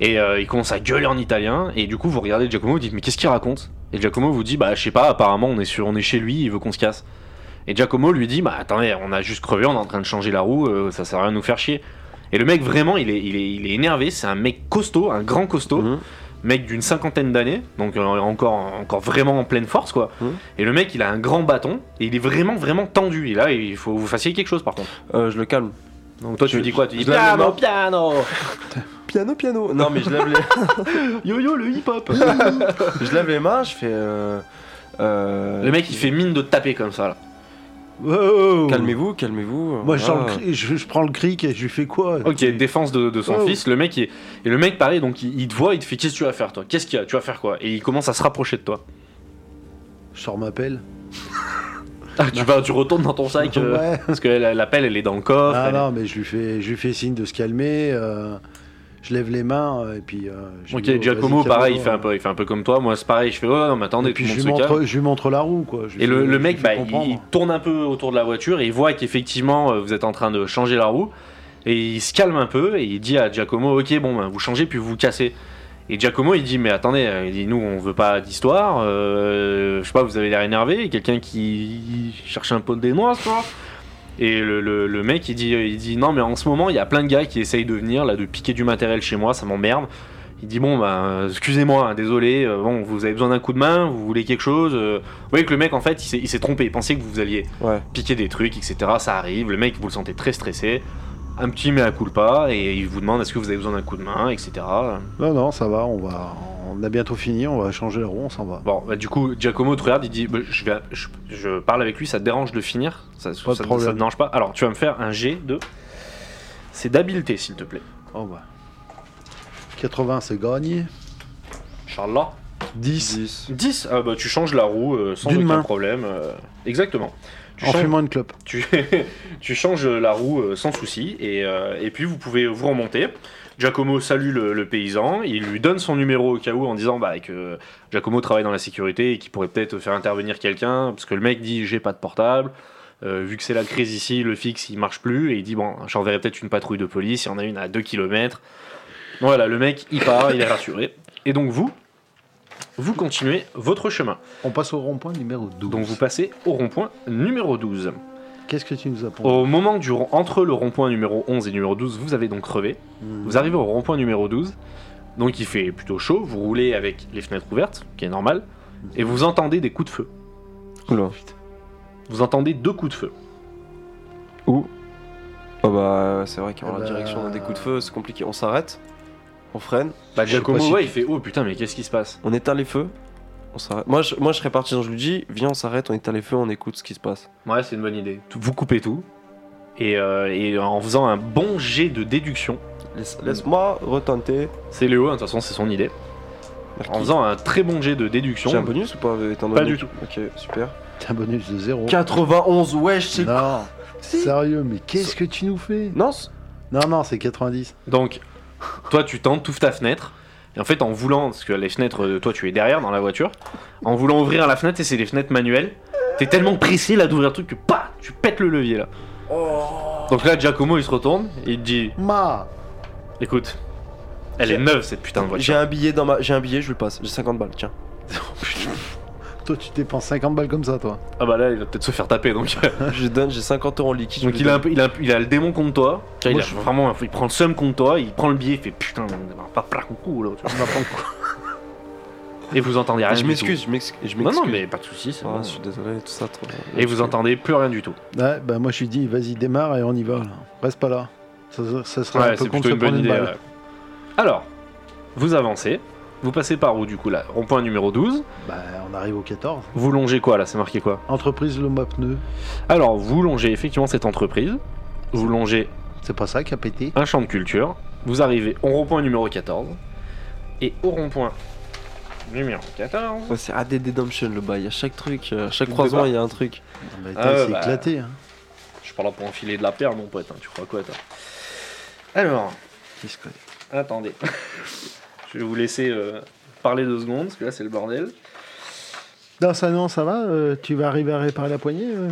Speaker 2: et euh, il commence à gueuler en italien, et du coup vous regardez Giacomo, vous dites mais qu'est-ce qu'il raconte Et Giacomo vous dit bah je sais pas, apparemment on est, sur, on est chez lui, il veut qu'on se casse. Et Giacomo lui dit bah attendez, on a juste crevé, on est en train de changer la roue, euh, ça sert à rien de nous faire chier. Et le mec vraiment il est, il est, il est énervé, c'est un mec costaud, un grand costaud,
Speaker 4: Mhm.
Speaker 2: mec d'une cinquantaine d'années, donc euh, encore, encore vraiment en pleine force quoi.
Speaker 3: Mmh.
Speaker 4: Mhm.
Speaker 2: Et le mec il a un grand bâton, et il est vraiment vraiment tendu, et là il faut que vous fassiez quelque chose par contre.
Speaker 4: Euh, je le calme.
Speaker 2: Donc toi tu
Speaker 4: Je-
Speaker 2: dis quoi Tu dis
Speaker 4: je lève les
Speaker 2: piano,
Speaker 4: mains.
Speaker 2: piano
Speaker 4: Piano, piano. Non, mais je lève les, (laughs)
Speaker 2: Yo yo le hip hop
Speaker 4: je lève les mains, je fais. Euh... euh,
Speaker 2: Le mec il fait mine de te taper comme ça là.
Speaker 3: Oh, oh, oh.
Speaker 4: Calmez-vous, calmez-vous. Ah,
Speaker 3: Moi, je,
Speaker 4: Voilà.
Speaker 3: sens
Speaker 2: Ah.
Speaker 3: le cri- je, je prends le cric et je lui fais quoi
Speaker 2: Ok, défense de, de son
Speaker 3: Oh.
Speaker 2: fils, le mec il- Et le mec pareil, donc il, il te voit, il te fait qu'est-ce que tu vas faire toi Qu'est-ce qu'il y a Tu vas faire quoi Et il commence à se rapprocher de toi.
Speaker 3: Je sors ma pelle.
Speaker 2: Ah, tu vas, tu retournes dans ton
Speaker 3: (laughs)
Speaker 2: sac euh,
Speaker 3: Ouais.
Speaker 2: Parce que la, la pelle elle est dans le coffre.
Speaker 3: Ah
Speaker 2: elle est-
Speaker 3: non, mais je lui fais, je lui fais signe de se calmer. euh, je lève les mains euh, et puis. euh, je
Speaker 2: Ok,
Speaker 3: lui dis, oh,
Speaker 2: Giacomo
Speaker 3: vas-y,
Speaker 2: pareil, il
Speaker 3: calme-toi.
Speaker 2: fait, un peu, il fait un peu comme toi. Moi c'est pareil, je fais oh non mais attendez,
Speaker 3: Et puis
Speaker 2: tout le
Speaker 3: je lui,
Speaker 2: monde se calme.
Speaker 3: montre, je lui montre la roue, quoi. Je lui
Speaker 2: Et le,
Speaker 3: fais-
Speaker 2: le
Speaker 3: je
Speaker 2: mec,
Speaker 3: lui
Speaker 2: bah,
Speaker 3: fais
Speaker 2: il,
Speaker 3: comprendre.
Speaker 2: il tourne un peu autour de la voiture et il voit qu'effectivement euh, vous êtes en train de changer la roue. Et il se calme un peu et il dit à Giacomo Ok, bon, bah, vous changez puis vous vous cassez. Et Giacomo il dit Mais attendez, euh, il dit Nous on veut pas d'histoire, euh, je sais pas, vous avez l'air énervé, quelqu'un qui cherche un pot de noix, quoi. Et le, le- le mec il dit, il dit Non, mais en ce moment il y a plein de gars qui essayent de venir là, de piquer du matériel chez moi, ça m'emmerde. Il dit Bon, bah, euh, excusez-moi, hein, désolé, euh, bon, vous avez besoin d'un coup de main, vous voulez quelque chose euh, vous voyez que le mec, en fait, il s'est- il s'est trompé. Il pensait que vous alliez
Speaker 4: Ouais.
Speaker 2: piquer des trucs, etc. Ça arrive. Le mec, vous le sentez très stressé. Un petit mea culpa. Et il vous demande est-ce que vous avez besoin d'un coup de main, etc.
Speaker 3: Non, non, ça va, on va. On a bientôt fini, on va changer la roue, on s'en va.
Speaker 2: Bon, bah, du coup, Giacomo te regarde. Il dit Bah, je, vais- je- je parle avec lui, ça te dérange de finir Ça, ça,
Speaker 3: de
Speaker 2: ça
Speaker 3: problème.
Speaker 2: te dérange pas Alors, tu vas me faire un G de. C'est d'habileté, s'il te plaît.
Speaker 3: Oh bah. 80, c'est gagné.
Speaker 2: Inch'Allah.
Speaker 3: 10
Speaker 2: 10 Ah bah tu changes la roue euh, sans
Speaker 3: D'une
Speaker 2: aucun
Speaker 3: main.
Speaker 2: problème. euh, exactement. Tu
Speaker 3: en
Speaker 2: changes,
Speaker 3: fumant une clope.
Speaker 2: tu, (laughs) tu changes la roue euh, sans souci et, euh, et puis vous pouvez vous remonter. Giacomo salue le, le paysan, il lui donne son numéro au cas où en disant bah, que Giacomo travaille dans la sécurité et qu'il pourrait peut-être faire intervenir quelqu'un parce que le mec dit j'ai pas de portable. Euh, vu que c'est la crise ici, le fixe il marche plus et il dit bon j'enverrai peut-être une patrouille de police, il y en a une à 2 km. Voilà, le mec il part, il est rassuré. Et donc vous, vous continuez votre chemin.
Speaker 3: On passe au rond-point numéro 12.
Speaker 2: Donc vous passez au rond-point numéro 12.
Speaker 3: Qu'est-ce que tu nous as pour
Speaker 2: Au moment du rond- entre le rond-point numéro 11 et numéro 12, vous avez donc crevé.
Speaker 3: Hmm.
Speaker 2: Oh, Vous arrivez au rond-point numéro 12. Donc il fait plutôt chaud, vous roulez avec les fenêtres ouvertes, qui est normal, et vous entendez des coups de feu.
Speaker 4: Oula.
Speaker 2: Vous entendez deux coups de feu.
Speaker 4: Où Oh bah c'est vrai qu'en
Speaker 3: Eh
Speaker 4: la
Speaker 3: bah-
Speaker 4: direction des coups de feu, c'est compliqué. On s'arrête, on freine,
Speaker 2: Bah
Speaker 3: Je sais
Speaker 2: Giacomo,
Speaker 3: pas si
Speaker 2: ouais,
Speaker 3: tu-
Speaker 2: il fait oh putain mais qu'est-ce qui se passe
Speaker 4: on éteint les feux, on s'arrête. Moi je, moi je serais partisan, je lui dis, viens on s'arrête, on éteint les feux, on écoute ce qui se passe.
Speaker 2: Ouais, c'est une bonne idée. Vous coupez tout et, euh, et en faisant un bon jet de déduction,
Speaker 4: Laisse-
Speaker 2: Mm.
Speaker 4: Laisse-moi retenter.
Speaker 2: c'est Léo, hein, de toute façon c'est son idée. En faisant un très bon jet de
Speaker 4: J'ai un
Speaker 2: déduction,
Speaker 4: bonus ou pas étant
Speaker 2: Pas euh,
Speaker 4: donné
Speaker 2: du
Speaker 4: que- Ok, super.
Speaker 3: T'as un bonus de 0.
Speaker 4: 91, wesh, c'est
Speaker 3: Non,
Speaker 4: Si.
Speaker 3: sérieux, mais qu'est-ce que tu nous fais
Speaker 4: Non, c'est-
Speaker 3: Non, non, c'est 90.
Speaker 2: Donc, toi, tu tentes, t'ouvres ta fenêtre. Et en fait, en voulant, parce que les fenêtres, euh, toi, tu es derrière dans la voiture, en voulant ouvrir la fenêtre, et c'est des fenêtres manuelles, t'es tellement pressé là d'ouvrir le truc que, pas, tu pètes le levier là.
Speaker 4: Oh.
Speaker 2: Donc là, Giacomo, il se retourne et il te dit
Speaker 3: Ma
Speaker 2: Écoute, elle est
Speaker 4: J'ai-
Speaker 2: neuve cette putain de voiture.
Speaker 4: j'ai un billet dans ma. J'ai un billet, je lui passe. J'ai 50 balles,
Speaker 2: (laughs)
Speaker 4: tiens.
Speaker 3: (laughs) Oh, Toi, tu dépenses 50 balles comme ça, toi.
Speaker 2: Ah bah là, il va peut-être se faire taper donc.
Speaker 4: (laughs) je lui donne, j'ai 50 euros en liquide. je
Speaker 2: donc
Speaker 4: lui
Speaker 2: il a, un
Speaker 4: donne.
Speaker 2: peu- il, a, il a le démon contre toi. Tu vois,
Speaker 4: Moi,
Speaker 2: il, a
Speaker 4: je-
Speaker 2: vraiment, un- il prend le seum contre toi, il prend le billet, il fait putain, on va pas plein coucou là. tu vois. Et vous entendez rien.
Speaker 4: Ah, je
Speaker 2: Ah, du
Speaker 4: m'excuse, je m'excuse. je
Speaker 2: tout. Non, non,
Speaker 4: m'excuse.
Speaker 2: mais pas de soucis, c'est
Speaker 4: Ah,
Speaker 2: bon.
Speaker 4: je suis désolé, tout ça. Trop...
Speaker 2: Et vous entendez plus rien du tout.
Speaker 3: Ouais, bah moi, je lui dis, vas-y, démarre et on y va. là. Reste pas là. Ça, ça serait un peu con de se prendre une balle.
Speaker 2: ouais. Alors, vous avancez, vous passez par où du coup là Rond-point numéro 12,
Speaker 3: Bah, on arrive au 14.
Speaker 2: vous longez quoi là C'est marqué quoi
Speaker 3: Entreprise Le Map Pneu.
Speaker 2: Alors, vous longez effectivement cette entreprise, vous longez
Speaker 3: C'est pas ça qui a pété
Speaker 2: un champ de culture, vous arrivez au rond-point numéro 14, et au rond-point numéro 14,
Speaker 4: Ouais, c'est ADD Dumption le bail, à chaque truc, euh, à chaque croisement il y a un truc.
Speaker 3: Bah,
Speaker 2: Ah
Speaker 3: t'as-
Speaker 2: ouais,
Speaker 3: C'est
Speaker 2: bah.
Speaker 3: éclaté. hein.
Speaker 2: je suis pas là pour enfiler de la paire mon pote, hein, tu crois quoi toi Alors, attendez, (laughs) je vais vous laisser euh, parler deux secondes, parce que là c'est le bordel.
Speaker 3: Non, ça, non, ça va euh, Tu vas arriver à réparer la poignée euh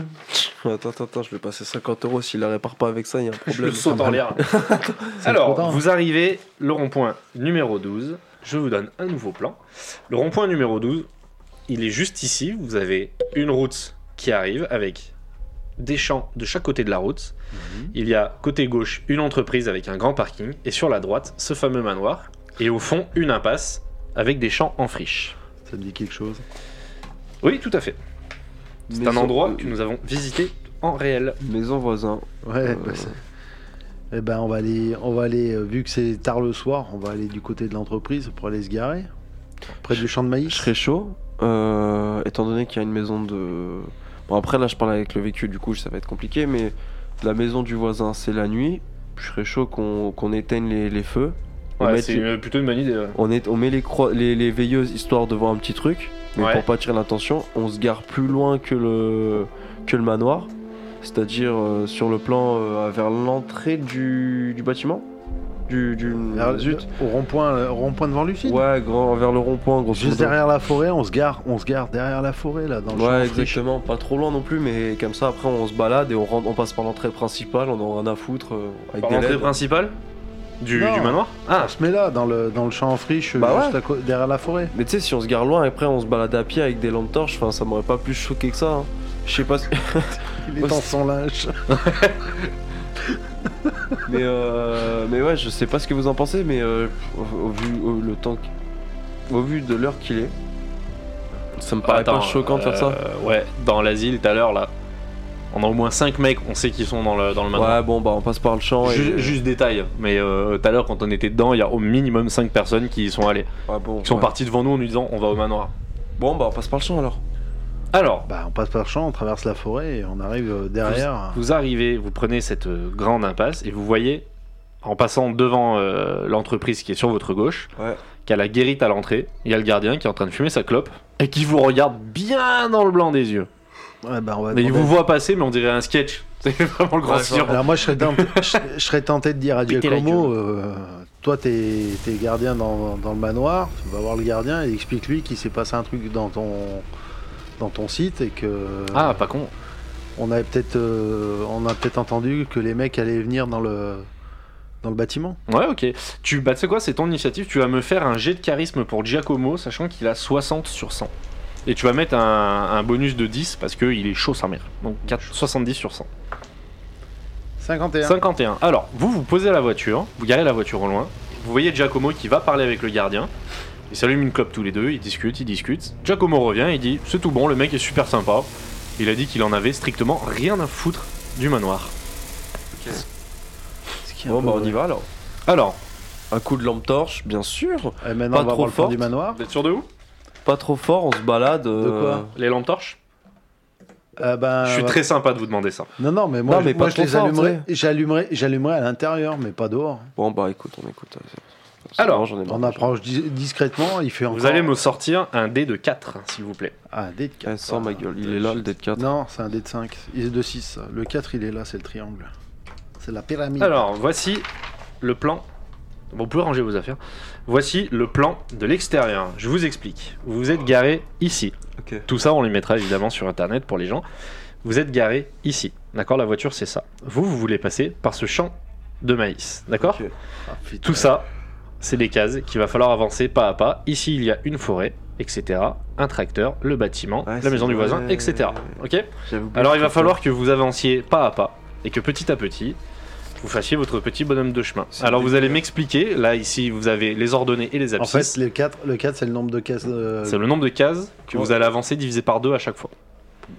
Speaker 4: Attends, attends, attends, je vais passer 50 euros. S'il la répare pas avec ça, il y a un
Speaker 2: (laughs) Je le
Speaker 4: problème.
Speaker 2: saute en l'air.
Speaker 3: trop tard.
Speaker 2: Alors, vous arrivez, le rond-point numéro 12. Je vous donne un nouveau plan. Le rond-point numéro 12, il est juste ici. Vous avez une route qui arrive avec des champs de chaque côté de la route. Il y a côté gauche une entreprise avec un grand parking. Et sur la droite, ce fameux manoir. Et au fond, une impasse avec des champs en friche.
Speaker 3: Ça me dit quelque chose.
Speaker 2: Oui, tout à fait. C'est un
Speaker 4: Maison-
Speaker 2: endroit que nous avons visité en réel.
Speaker 4: Maison voisin.
Speaker 3: Ouais,
Speaker 4: Euh,
Speaker 3: bah, c'est- Eh ben, on va aller, on va aller euh, vu que c'est tard le soir, on va aller du côté de l'entreprise pour aller se garer. Près du champ de
Speaker 4: Je
Speaker 3: maïs.
Speaker 4: serais chaud, euh, étant donné qu'il y a une maison de. Bon, après, là, je parle avec le vécu, du coup, ça va être compliqué, mais la maison du voisin, c'est la nuit. Je serais chaud qu'on qu'on éteigne les, les feux. On,
Speaker 2: Ouais,
Speaker 4: mette
Speaker 2: c'est
Speaker 4: les-
Speaker 2: une- plutôt une bonne idée. ouais.
Speaker 4: on, est, on met les, croi- les, les veilleuses histoire de voir un petit truc, mais
Speaker 2: Ouais.
Speaker 4: pour pas attirer l'attention, on se gare plus loin que le, que le manoir, c'est-à-dire euh, sur le plan euh, vers l'entrée du, du bâtiment. Du. du...
Speaker 3: Vers-
Speaker 4: Zut.
Speaker 3: Au rond-point, euh, rond-point devant Lucide.
Speaker 4: Ouais, grand, vers le rond-point, grosso
Speaker 3: Juste
Speaker 4: modo.
Speaker 3: derrière la forêt, on se gare, on se gare derrière la forêt là dans le champ
Speaker 4: Ouais,
Speaker 3: de friche.
Speaker 4: exactement, pas trop loin non plus, mais comme ça après on se balade et on, rentre, on passe par l'entrée principale, on en a rien à foutre euh, avec
Speaker 2: Par
Speaker 4: des
Speaker 2: l'entrée
Speaker 4: LED.
Speaker 2: principale du,
Speaker 3: Non.
Speaker 2: du manoir Ah,
Speaker 3: On se met là dans le dans le champ en friche
Speaker 4: Bah
Speaker 3: euh,
Speaker 4: ouais.
Speaker 3: juste à co- derrière la forêt.
Speaker 4: Mais tu sais, si on se gare loin et après on se balade à pied avec des lampes torches, enfin ça m'aurait pas plus choqué que ça. hein. Je sais pas si-
Speaker 3: Il est
Speaker 4: Oh,
Speaker 3: dans
Speaker 4: c'est-
Speaker 3: son linge.
Speaker 4: (laughs) mais, euh, mais ouais, je sais pas ce que vous en pensez, mais euh, au, au vu au- le temps, qu'- au vu de l'heure qu'il est, ça me paraît
Speaker 2: Ah, Attends,
Speaker 4: pas choquant de faire ça.
Speaker 2: euh, Ouais, dans l'asile tout à l'heure là. On a au moins 5 mecs, on sait qu'ils sont dans le, dans le manoir.
Speaker 4: Ouais, bon bah on passe par le champ et.
Speaker 2: Ju- juste détail, mais euh, tout à l'heure quand on était dedans, il y a au minimum 5 personnes qui y sont allées,
Speaker 4: Ouais, Ah, bon,
Speaker 2: qui sont
Speaker 4: ouais.
Speaker 2: parties devant nous en nous disant on va au manoir.
Speaker 4: Bon bah on passe par le champ alors.
Speaker 2: Alors,
Speaker 3: Bah, on passe par le champ, on traverse la forêt et on arrive euh, derrière.
Speaker 2: vous arrivez, vous prenez cette euh, grande impasse et vous voyez, en passant devant euh, l'entreprise qui est sur votre gauche,
Speaker 4: Ouais.
Speaker 2: qui a la guérite à l'entrée, il y a le gardien qui est en train de fumer sa clope et qui vous regarde bien dans le blanc des yeux.
Speaker 3: Ouais, bah, on va
Speaker 2: Mais il
Speaker 3: demander-
Speaker 2: vous voit passer, mais on dirait un sketch. (laughs) C'est vraiment le grand
Speaker 4: Ouais,
Speaker 2: silence.
Speaker 3: Alors moi, je serais, tenté, je, je serais tenté de dire à
Speaker 2: Pétez la
Speaker 3: Giacomo, euh, toi, t'es t'es gardien dans, dans le manoir, va voir le gardien et explique-lui qu'il s'est passé un truc dans ton dans ton site et que
Speaker 2: Ah, pas con.
Speaker 3: on avait peut-être euh, on a peut-être entendu que les mecs allaient venir dans le dans le bâtiment.
Speaker 2: Ouais, ok. Tu, bah, tu sais quoi, c'est ton initiative. Tu vas me faire un jet de charisme pour Giacomo, sachant qu'il a 60 sur 100. Et tu vas mettre un, un bonus de 10 parce qu'il est chaud sa mère. Donc 4, 70 sur 100.
Speaker 3: 51.
Speaker 2: 51. Alors, vous vous posez à la voiture, vous garez la voiture au loin. Vous voyez Giacomo qui va parler avec le gardien. Ils s'allument une clope tous les deux, ils discutent, ils discutent. Giacomo revient et dit C'est tout bon, le mec est super sympa. Il a dit qu'il en avait strictement rien à foutre du manoir.
Speaker 4: Bon, bah on y va alors.
Speaker 2: Alors,
Speaker 4: Un coup de lampe torche, bien sûr.
Speaker 3: Et Euh, maintenant,
Speaker 4: Pas
Speaker 3: on va
Speaker 4: trop
Speaker 3: voir le fond
Speaker 4: forte.
Speaker 3: du manoir.
Speaker 2: vous êtes sûr de où
Speaker 4: Pas trop fort, on se balade. euh,
Speaker 3: quoi
Speaker 2: Les lampes torches
Speaker 3: Euh, ben,
Speaker 2: Je suis
Speaker 3: bah-
Speaker 2: très sympa de vous demander ça.
Speaker 3: Non, non, mais moi,
Speaker 4: Non, mais
Speaker 3: je- moi,
Speaker 4: pas
Speaker 3: je
Speaker 4: trop
Speaker 3: les
Speaker 4: fort,
Speaker 3: allumerai.
Speaker 4: tu
Speaker 3: J'allumerai, j'allumerai à l'intérieur, mais pas dehors.
Speaker 4: Bon, bah écoute, on écoute. euh, c'est- c'est
Speaker 2: Alors,
Speaker 4: bon, j'en ai marre.
Speaker 3: On approche dis- discrètement. Il fait encore.
Speaker 2: Vous allez me sortir un dé de 4, s'il vous plaît.
Speaker 3: Ah, un dé de quatre.
Speaker 4: Eh, sors ma gueule, il est là le D4.
Speaker 3: Non, c'est un dé de 5. Il est de 6. Le 4, il est là, c'est le triangle. C'est la pyramide.
Speaker 2: Alors, voici le plan. Bon, vous pouvez ranger vos affaires. Voici le plan de l'extérieur. Je vous explique. Vous vous êtes garé ici.
Speaker 4: Ok.
Speaker 2: Tout ça, on les mettra évidemment sur internet pour les gens. Vous êtes garé ici. D'accord La voiture, c'est ça. Vous, vous voulez passer par ce champ de maïs. D'accord
Speaker 4: Ok.
Speaker 3: Ah, putain.
Speaker 2: Tout ça, c'est des cases qu'il va falloir avancer pas à pas. Ici, il y a une forêt, etc. Un tracteur, le bâtiment,
Speaker 4: Ouais,
Speaker 2: la maison
Speaker 4: c'est
Speaker 2: du voisin,
Speaker 4: vrai.
Speaker 2: etc. Ok
Speaker 4: J'avais oublié
Speaker 2: Alors
Speaker 4: le
Speaker 2: il va
Speaker 4: tracteur.
Speaker 2: falloir que vous avanciez pas à pas et que petit à petit vous fassiez votre petit bonhomme de chemin.
Speaker 4: C'est
Speaker 2: Alors vous allez
Speaker 4: dégueu.
Speaker 2: m'expliquer, là ici vous avez les ordonnées et les
Speaker 3: En
Speaker 2: abscisses.
Speaker 3: fait, le 4, le 4 c'est le nombre de cases euh,
Speaker 2: c'est le nombre de cases que vous allez avancer divisé par deux à chaque fois.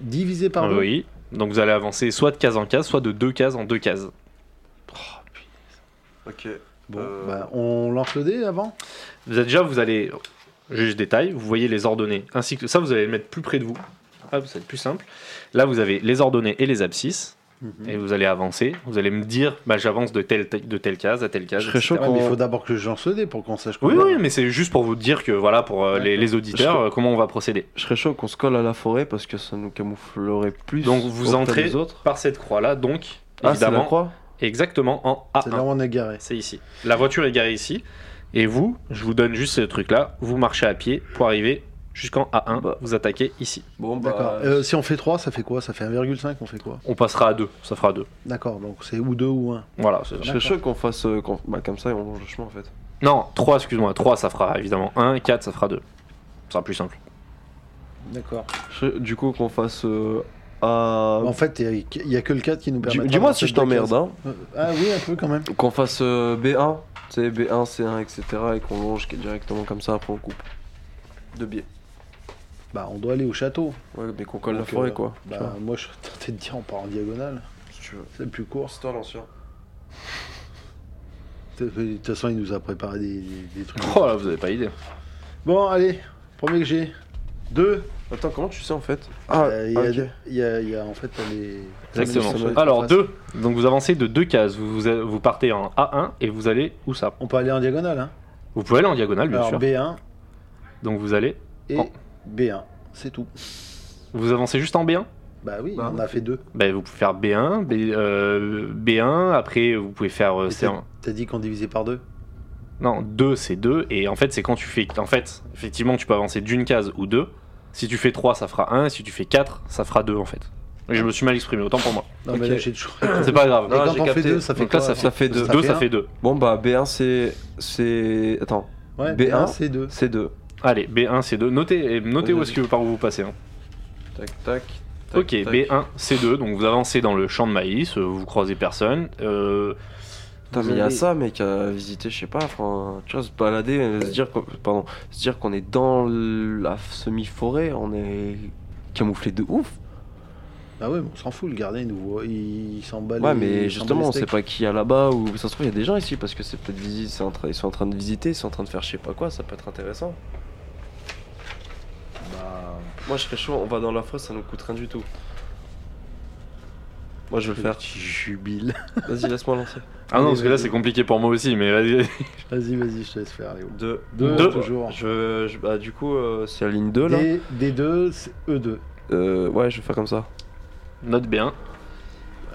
Speaker 3: divisé par deux.
Speaker 2: Oui. Donc vous allez avancer soit de case en case, soit de deux cases en deux cases.
Speaker 4: Ok.
Speaker 3: Bon,
Speaker 4: Euh.
Speaker 3: bah, on lance le dé avant
Speaker 2: Vous êtes déjà, vous allez, juge détail, vous voyez les ordonnées, ainsi que ça, vous allez le mettre plus près de vous. Hop, ça va être plus simple. Là, vous avez les ordonnées et les abscisses, et vous allez avancer. Vous allez me dire, bah, j'avance de telle, de telle case à telle case.
Speaker 4: Je serais
Speaker 2: etc.
Speaker 4: chaud
Speaker 3: Ouais, mais Il
Speaker 4: qu'on-
Speaker 3: faut d'abord que je lance le dé pour qu'on sache
Speaker 2: Oui,
Speaker 3: combien.
Speaker 2: oui, mais c'est juste pour vous dire que voilà, pour euh, les, les auditeurs,
Speaker 4: Je-
Speaker 2: euh, comment on va procéder.
Speaker 4: Je serais chaud qu'on se colle à la forêt parce que ça nous camouflerait plus.
Speaker 2: Donc vous
Speaker 4: auprès
Speaker 2: entrez
Speaker 4: des autres.
Speaker 2: par cette croix-là, donc
Speaker 4: Ah, c'est la
Speaker 2: évidemment,
Speaker 4: croix
Speaker 2: exactement en A1.
Speaker 3: C'est là où on est garé.
Speaker 2: C'est ici. La voiture est garée ici. Et vous, je vous donne juste ce truc-là. Vous marchez à pied pour arriver jusqu'en A1.
Speaker 4: Bah.
Speaker 2: Vous attaquez ici.
Speaker 4: Bon,
Speaker 3: D'accord.
Speaker 4: bah.
Speaker 3: Euh, si on fait 3, ça fait quoi Ça fait 1,5, on fait quoi
Speaker 2: On passera à 2. Ça fera 2.
Speaker 3: D'accord, donc c'est ou 2 ou 1.
Speaker 2: Voilà, c'est
Speaker 4: Je
Speaker 2: ça.
Speaker 4: serais chaud qu'on fasse. euh, qu'on- Bah, comme ça, et on longe le chemin en fait.
Speaker 2: Non, 3, excuse-moi. 3, ça fera évidemment 1. 4, ça fera 2. Ça sera plus simple.
Speaker 3: D'accord.
Speaker 4: Je serais- Du coup, qu'on fasse. euh, à-
Speaker 3: Bah, En fait, il n'y a, que le 4 qui nous
Speaker 4: Du-
Speaker 3: permet.
Speaker 4: Dis-moi si je t'emmerde, hein.
Speaker 3: Ah oui, un peu quand même.
Speaker 4: Qu'on fasse euh, B1, tu sais, B1, C1, etc. et qu'on longe directement comme ça, après on coupe. De biais.
Speaker 3: Bah, on doit aller au château.
Speaker 4: Ouais, mais qu'on colle
Speaker 3: Donc,
Speaker 4: la forêt,
Speaker 3: euh,
Speaker 4: quoi. tu
Speaker 3: Bah,
Speaker 4: vois,
Speaker 3: moi, je suis tenté de dire on part en diagonale.
Speaker 4: si tu veux.
Speaker 3: C'est le plus court.
Speaker 4: C'est toi l'ancien.
Speaker 3: De toute façon, il nous a préparé des, des- des trucs.
Speaker 2: Oh là, vous avez pas idée.
Speaker 3: Bon, allez, premier que j'ai. Deux.
Speaker 4: Attends, comment tu sais en fait Ah,
Speaker 3: Euh, il y a
Speaker 4: ok.
Speaker 3: des- il y, a, il y a en fait t'as les.
Speaker 4: Ça doit
Speaker 2: Exactement.
Speaker 4: être
Speaker 2: Alors,
Speaker 3: facile.
Speaker 2: 2. Donc vous avancez de 2 cases. Vous, vous, vous partez en A1 et vous allez où ça
Speaker 3: On peut aller en diagonale, hein.
Speaker 2: Vous pouvez aller en diagonale, bien
Speaker 3: Alors
Speaker 2: sûr.
Speaker 3: B1
Speaker 2: Donc vous allez.
Speaker 3: et
Speaker 4: Oh.
Speaker 2: En-
Speaker 3: B1, c'est tout.
Speaker 2: Vous avancez juste en B1
Speaker 3: Bah oui,
Speaker 4: Bah,
Speaker 3: on a fait deux.
Speaker 2: Ben, vous pouvez faire B1, B, euh, B1, après vous pouvez faire euh,
Speaker 3: Mais
Speaker 2: C1.
Speaker 3: T'as dit qu'on divisait par deux.
Speaker 2: Non, 2 c'est 2, et en fait c'est quand tu fais... En fait, effectivement tu peux avancer d'une case ou deux. Si tu fais 3 ça fera 1, si tu fais 4 ça fera 2 en fait. Et je me suis mal exprimé, autant pour moi.
Speaker 3: Non
Speaker 4: Ok.
Speaker 3: mais là j'ai toujours.
Speaker 4: (coughs)
Speaker 2: C'est pas grave.
Speaker 3: Mais
Speaker 4: Non,
Speaker 3: quand
Speaker 4: j'ai
Speaker 3: on fait
Speaker 4: capté.
Speaker 3: deux, ça fait
Speaker 2: Donc là
Speaker 3: quoi
Speaker 2: ça
Speaker 4: Ça fait 2.
Speaker 3: Ça
Speaker 2: 2
Speaker 3: fait
Speaker 2: ça
Speaker 3: un.
Speaker 2: fait 2.
Speaker 4: Bon, bah, B1, c'est. C'est. Attends,
Speaker 3: Ouais,
Speaker 4: B1,
Speaker 3: B1, c'est deux.
Speaker 4: c'est 2.
Speaker 2: Allez, B1 c'est 2. Notez, et notez où
Speaker 4: Vas-y.
Speaker 2: est-ce que par où vous passez. hein.
Speaker 4: Tac, tac. tac,
Speaker 2: Ok,
Speaker 4: tac.
Speaker 2: B1 c'est 2, donc vous avancez dans le champ de maïs, euh, vous croisez personne. Euh,
Speaker 4: Putain, mais il y a ça, mec, à visiter, je sais pas, enfin, tu vois, se balader, euh, se dire qu'on pardon, se dire qu'on est dans la semi-forêt, on est camouflé de ouf.
Speaker 3: Ah ouais, mais on s'en fout, le gardien il nous voit, il, il s'emballe.
Speaker 4: ouais,
Speaker 3: les- il
Speaker 4: mais
Speaker 3: s'emballe
Speaker 4: justement,
Speaker 3: les
Speaker 4: on sait
Speaker 3: steaks.
Speaker 4: pas qui y a là-bas, ou ça se trouve, il y a des gens ici, parce que c'est peut-être visite, c'est en train- ils sont en train de visiter, ils sont en train de faire je sais pas quoi, ça peut être intéressant.
Speaker 3: Bah,
Speaker 4: Moi, je serais chaud, on va dans la forêt, ça nous coûte rien du tout. Moi, je vais le faire.
Speaker 3: Petit
Speaker 4: (laughs)
Speaker 3: jubile.
Speaker 4: Vas-y, laisse-moi lancer.
Speaker 2: Ah non, parce que là, c'est compliqué pour moi aussi, mais vas-y.
Speaker 3: Vas-y, vas-y, je te laisse faire, Léo.
Speaker 4: Deux.
Speaker 3: Deux,
Speaker 2: Deux.
Speaker 3: toujours.
Speaker 4: Je, je- bah, du coup, euh, c'est la ligne 2 là.
Speaker 3: D- D2, c'est E E2.
Speaker 4: Euh, ouais, je vais faire comme ça.
Speaker 2: (laughs) Note bien.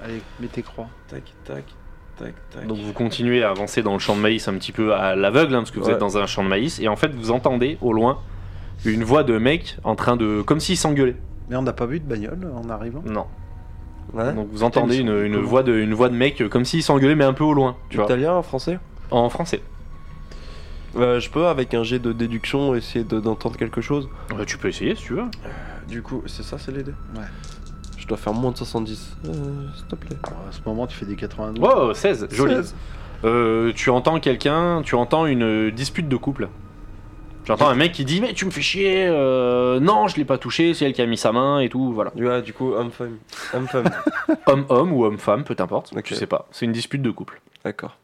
Speaker 3: Allez, mets tes croix.
Speaker 4: Tac, tac, tac, tac.
Speaker 2: Donc vous continuez à avancer dans le champ de maïs un petit peu à l'aveugle, hein, parce que vous
Speaker 4: Ouais.
Speaker 2: êtes dans un champ de maïs, et en fait vous entendez au loin une voix de mec en train de... comme s'il s'engueulait.
Speaker 3: Mais on n'a pas vu de bagnole en arrivant
Speaker 2: Non.
Speaker 4: ouais.
Speaker 2: Hein Donc vous entendez une, une
Speaker 4: Comment
Speaker 2: voix de, une voix de mec euh, comme s'il s'engueulait, mais un peu au loin, tu vois.
Speaker 4: Italien, français
Speaker 2: En français.
Speaker 4: Euh, Je peux, avec un jet de déduction, essayer de- d'entendre quelque chose
Speaker 2: Euh, tu peux essayer si tu veux.
Speaker 4: Du coup, c'est ça, c'est les dés
Speaker 3: Ouais.
Speaker 4: Je dois faire moins de 70. Euh, S'il te plaît.
Speaker 3: Alors, À ce moment, tu fais des 92.
Speaker 2: Wow, 16, joli.
Speaker 4: 16.
Speaker 2: Euh, tu entends quelqu'un, tu entends une euh, dispute de couple. Tu entends un mec qui dit mais tu me fais chier, euh, non je l'ai pas touché, c'est elle qui a mis sa main et tout, voilà.
Speaker 4: Ouais, du coup, homme-femme. Homme-femme.
Speaker 2: Homme-homme ou homme-femme, peu importe,
Speaker 4: Ok.
Speaker 2: tu sais pas. C'est une dispute de couple.
Speaker 4: D'accord.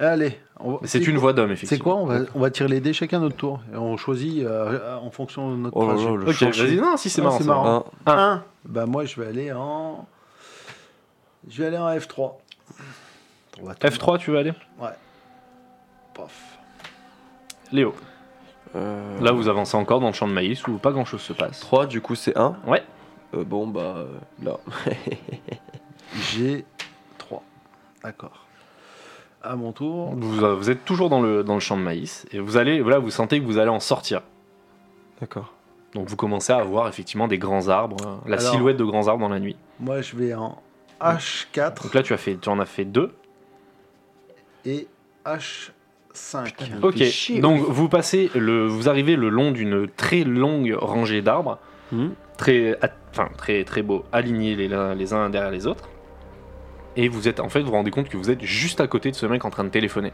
Speaker 3: Allez. on va-
Speaker 2: C'est une voix d'homme, effectivement.
Speaker 3: C'est quoi on va, on va tirer les dés chacun notre tour. Et on choisit euh, en fonction de notre
Speaker 4: Oh là
Speaker 3: trajet.
Speaker 4: là, le
Speaker 2: Ok,
Speaker 4: change.
Speaker 2: vas-y, non, si c'est
Speaker 3: Ah,
Speaker 2: marrant.
Speaker 3: c'est
Speaker 2: ça.
Speaker 3: marrant.
Speaker 4: Un.
Speaker 2: Un.
Speaker 3: Un. Bah moi je vais aller en. Je vais aller en F3. On va tomber.
Speaker 2: F3, tu veux aller
Speaker 3: Paf.
Speaker 2: Léo.
Speaker 4: Euh,
Speaker 2: Là, vous avancez encore dans le champ de maïs où pas grand chose se passe.
Speaker 4: 3, du coup, c'est 1.
Speaker 2: Ouais.
Speaker 4: Euh, bon, bah, euh, là.
Speaker 3: J'ai 3. D'accord. À mon tour.
Speaker 2: Vous, euh, vous êtes toujours dans le, dans le champ de maïs et vous allez, voilà, vous sentez que vous allez en sortir.
Speaker 4: D'accord.
Speaker 2: Donc vous commencez à voir effectivement des grands arbres, euh, la
Speaker 3: Alors-
Speaker 2: silhouette de grands arbres dans la nuit.
Speaker 3: Moi je vais en
Speaker 2: Donc
Speaker 3: H4
Speaker 2: là, tu, as fait, tu en as fait deux.
Speaker 3: et H5.
Speaker 2: Ok, donc vous passez, le, vous arrivez le long d'une très longue rangée d'arbres,
Speaker 4: Hmm.
Speaker 2: très, a- enfin très très beau, alignés les, l'un- les uns derrière les autres. Et vous êtes, en fait, vous vous rendez compte que vous êtes juste à côté de ce mec en train de téléphoner,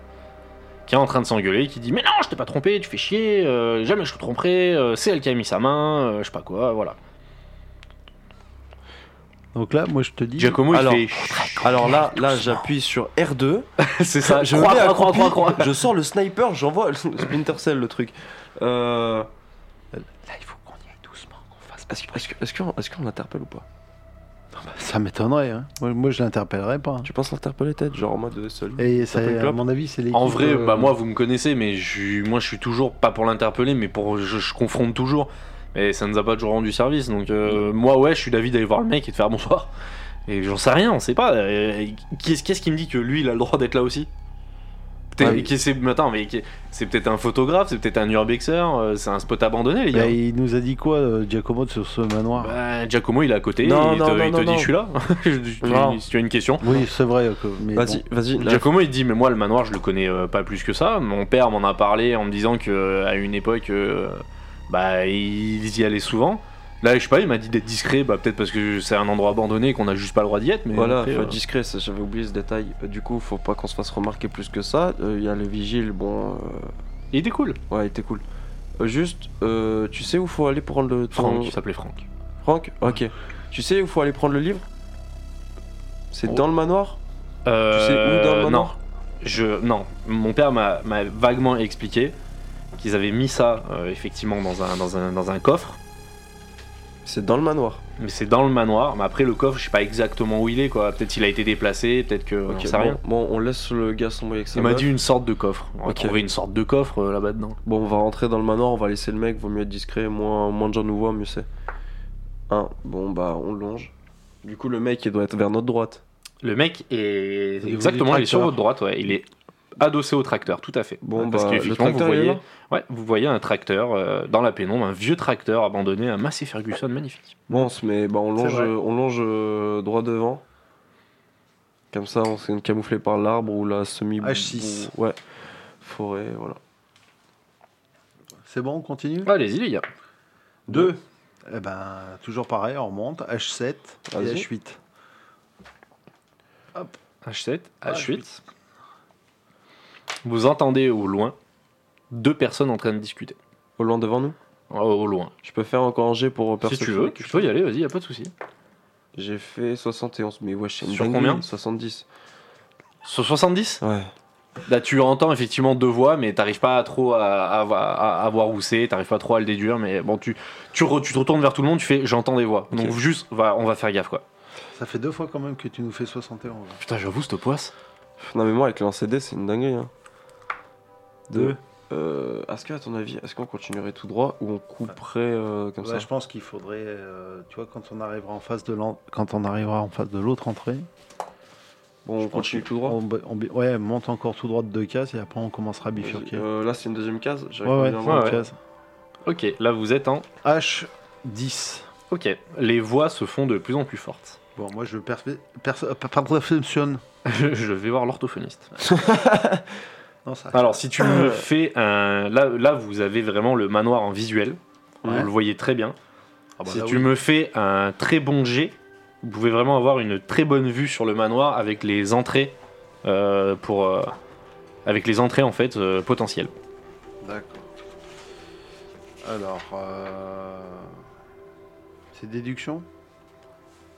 Speaker 2: qui est en train de s'engueuler, qui dit mais non, je t'ai pas trompé, tu fais chier, euh, jamais je te tromperai, euh, c'est elle qui a mis sa main, euh, je sais pas quoi, voilà.
Speaker 3: Donc là moi je te dis.
Speaker 2: Giacomo,
Speaker 4: Alors-
Speaker 2: il fait
Speaker 4: Alors là, Ah, là j'appuie sur R2.
Speaker 2: (laughs) c'est ça,
Speaker 4: je
Speaker 2: crois,
Speaker 4: me mets
Speaker 2: crois,
Speaker 4: accroupi,
Speaker 2: crois, crois, crois.
Speaker 4: Je sors le sniper, j'envoie le Splinter Cell, le truc. Euh,
Speaker 3: Là il faut qu'on y aille doucement, qu'on fasse
Speaker 4: Est-ce est-ce que- est-ce qu'on est-ce qu'on l'interpelle ou pas
Speaker 3: bah, Ça m'étonnerait. hein. Moi, moi, je l'interpellerais pas. hein.
Speaker 4: Tu penses l'interpeller tête Genre en mode euh, seul
Speaker 3: Et ça,
Speaker 4: Ça fait
Speaker 3: à
Speaker 4: clope.
Speaker 3: mon avis, c'est euh, les.
Speaker 2: En vrai, bah moi vous me connaissez, mais je, suis- moi je suis toujours pas pour l'interpeller, mais pour je, je confronte toujours. Mais ça nous a pas toujours rendu service, donc euh, moi ouais, je suis d'avis d'aller voir le mec et de faire bonsoir. Et j'en sais rien, on sait pas. euh, Qu'est-ce qu'est-ce qui me dit que lui il a le droit d'être là aussi Peut-être-
Speaker 4: Ouais.
Speaker 2: qui- c'est- mais attends, mais qui- c'est peut-être un photographe, c'est peut-être un urbexer, euh, c'est un spot abandonné les gars.
Speaker 3: il nous a dit quoi, euh, Giacomo, sur ce manoir
Speaker 2: Bah, Giacomo il est à côté,
Speaker 4: Non,
Speaker 2: il
Speaker 4: non,
Speaker 2: te,
Speaker 4: non,
Speaker 2: il te
Speaker 4: non,
Speaker 2: dit
Speaker 4: non.
Speaker 2: je suis là. (laughs) Je- tu-
Speaker 4: Non.
Speaker 2: si tu as une question.
Speaker 3: Oui, c'est vrai. que- mais
Speaker 4: Vas-y, vas-y. là.
Speaker 2: Giacomo il dit mais moi le manoir je le connais euh, pas plus que ça. Mon père m'en a parlé en me disant que euh, à une époque euh, bah ils y allaient souvent. Là je sais pas il m'a dit d'être discret bah peut-être parce que c'est un endroit abandonné et qu'on a juste pas le droit d'y être mais
Speaker 4: Voilà,
Speaker 2: après,
Speaker 4: faut
Speaker 2: euh,
Speaker 4: être discret, ça, j'avais oublié ce détail. Euh, Du coup, faut pas qu'on se fasse remarquer plus que ça. Euh, Il y a le vigile, bon, euh,
Speaker 2: il était cool.
Speaker 4: ouais, il était cool. Euh, juste, euh, tu sais où faut aller prendre le. ton-
Speaker 2: Franck il s'appelait Franck.
Speaker 4: Franck Ok. Tu sais où faut aller prendre le livre C'est dans le manoir Tu sais où dans le
Speaker 2: Euh, non
Speaker 4: manoir
Speaker 2: je non mon père m'a m'a vaguement expliqué qu'ils avaient mis ça euh, effectivement dans un dans un dans un coffre
Speaker 4: C'est dans le manoir.
Speaker 2: mais c'est dans le manoir mais après le coffre je sais pas exactement où il est quoi peut-être il a été déplacé peut-être que on
Speaker 4: Ok,
Speaker 2: sait
Speaker 4: bon,
Speaker 2: rien.
Speaker 4: bon, on laisse le gars sombrer avec ça.
Speaker 2: Il m'a dit une sorte de coffre. On va
Speaker 4: Ok.
Speaker 2: trouver une sorte de coffre euh, là-bas dedans.
Speaker 4: Bon, on va rentrer dans le manoir, on va laisser le mec, vaut mieux être discret, moins, moins de gens nous voient, mieux c'est. Un, bon bah on longe. Du coup, le mec il doit être vers notre droite.
Speaker 2: Le mec est
Speaker 3: niveau du
Speaker 2: exactement, il est sur
Speaker 3: tracteur.
Speaker 2: votre droite, ouais. Il est adossé au tracteur, tout à fait.
Speaker 4: Bon,
Speaker 2: Parce
Speaker 4: bah, le
Speaker 2: qu'effectivement, vous
Speaker 4: tracteur, il est
Speaker 2: voyez,
Speaker 4: là
Speaker 2: ouais, vous voyez un tracteur euh, dans la pénombre, un vieux tracteur abandonné, un Massey Ferguson magnifique.
Speaker 4: Bon, on se met, bah, on
Speaker 3: C'est
Speaker 4: longe,
Speaker 3: vrai.
Speaker 4: euh, on longe euh, droit devant. Comme ça, on s'est camouflé par l'arbre ou la semi.
Speaker 3: H6.
Speaker 4: Ouais. Forêt, voilà.
Speaker 3: C'est bon, on continue
Speaker 2: Allez-y les gars.
Speaker 3: Bah, Deux. Eh ben, toujours pareil, on remonte. H7 et
Speaker 4: Vas-y.
Speaker 3: H8.
Speaker 2: H7,
Speaker 3: Ah,
Speaker 2: H8. Vous entendez au loin deux personnes en train de discuter.
Speaker 4: Au loin devant nous.
Speaker 2: Au- Au loin.
Speaker 4: Je peux faire encore un G pour
Speaker 2: si
Speaker 4: perception
Speaker 2: tu veux,
Speaker 4: quelque
Speaker 2: tu
Speaker 4: chose
Speaker 2: peux y aller, vas-y, y a pas de souci.
Speaker 4: J'ai fait 71, mais ouais, c'est une
Speaker 2: Sur
Speaker 4: dinguerie,
Speaker 2: combien
Speaker 4: 70.
Speaker 2: Sur 70
Speaker 4: Ouais.
Speaker 2: Là, Bah, tu entends effectivement deux voix, mais t'arrives pas à trop à, à- à- à voir où c'est, t'arrives pas trop à le déduire, mais bon, tu, tu, re- tu te retournes vers tout le monde, tu fais j'entends des voix. Donc,
Speaker 4: Ok.
Speaker 2: juste, va, on va faire gaffe quoi.
Speaker 3: Ça fait deux fois quand même que tu nous fais 71. là.
Speaker 6: Putain, j'avoue, cette poisse.
Speaker 4: Pff, Non, mais moi, avec le 1CD, c'est une dinguerie. Hein.
Speaker 6: Deux.
Speaker 4: Euh, est-ce qu'à ton avis, est-ce qu'on continuerait tout droit ou on couperait euh, comme
Speaker 3: Ouais,
Speaker 4: ça
Speaker 3: je pense qu'il faudrait, euh, tu vois, quand on arrivera en face de l'en- quand on arrivera en face de l'autre entrée,
Speaker 4: Bon,
Speaker 3: je
Speaker 4: on
Speaker 3: pense
Speaker 4: continue
Speaker 3: que-
Speaker 4: tout droit.
Speaker 3: on b- on b- ouais, monte encore tout droit de deux cases et après on commencera à bifurquer.
Speaker 4: Euh, là, c'est une deuxième case.
Speaker 3: ouais,
Speaker 4: j'avais
Speaker 3: ouais,
Speaker 4: pas bien
Speaker 3: c'est
Speaker 4: vu.
Speaker 3: une
Speaker 2: ouais.
Speaker 3: case.
Speaker 2: Ok, là vous êtes en.
Speaker 3: H10.
Speaker 2: Ok, les voix se font de plus en plus fortes.
Speaker 3: Bon, moi je perfe- perfe- euh, perfectionne.
Speaker 2: Je vais voir l'orthophoniste.
Speaker 3: Non, ça.
Speaker 2: Alors, si tu me fais un. Là, là, vous avez vraiment le manoir en visuel.
Speaker 3: Ouais.
Speaker 2: Vous le voyez très bien.
Speaker 3: Ah bah
Speaker 2: si
Speaker 3: là,
Speaker 2: tu
Speaker 3: oui.
Speaker 2: me fais un très bon jet, vous pouvez vraiment avoir une très bonne vue sur le manoir avec les entrées euh, pour. euh, avec les entrées en fait euh, potentielles.
Speaker 3: D'accord. Alors, euh, c'est déduction.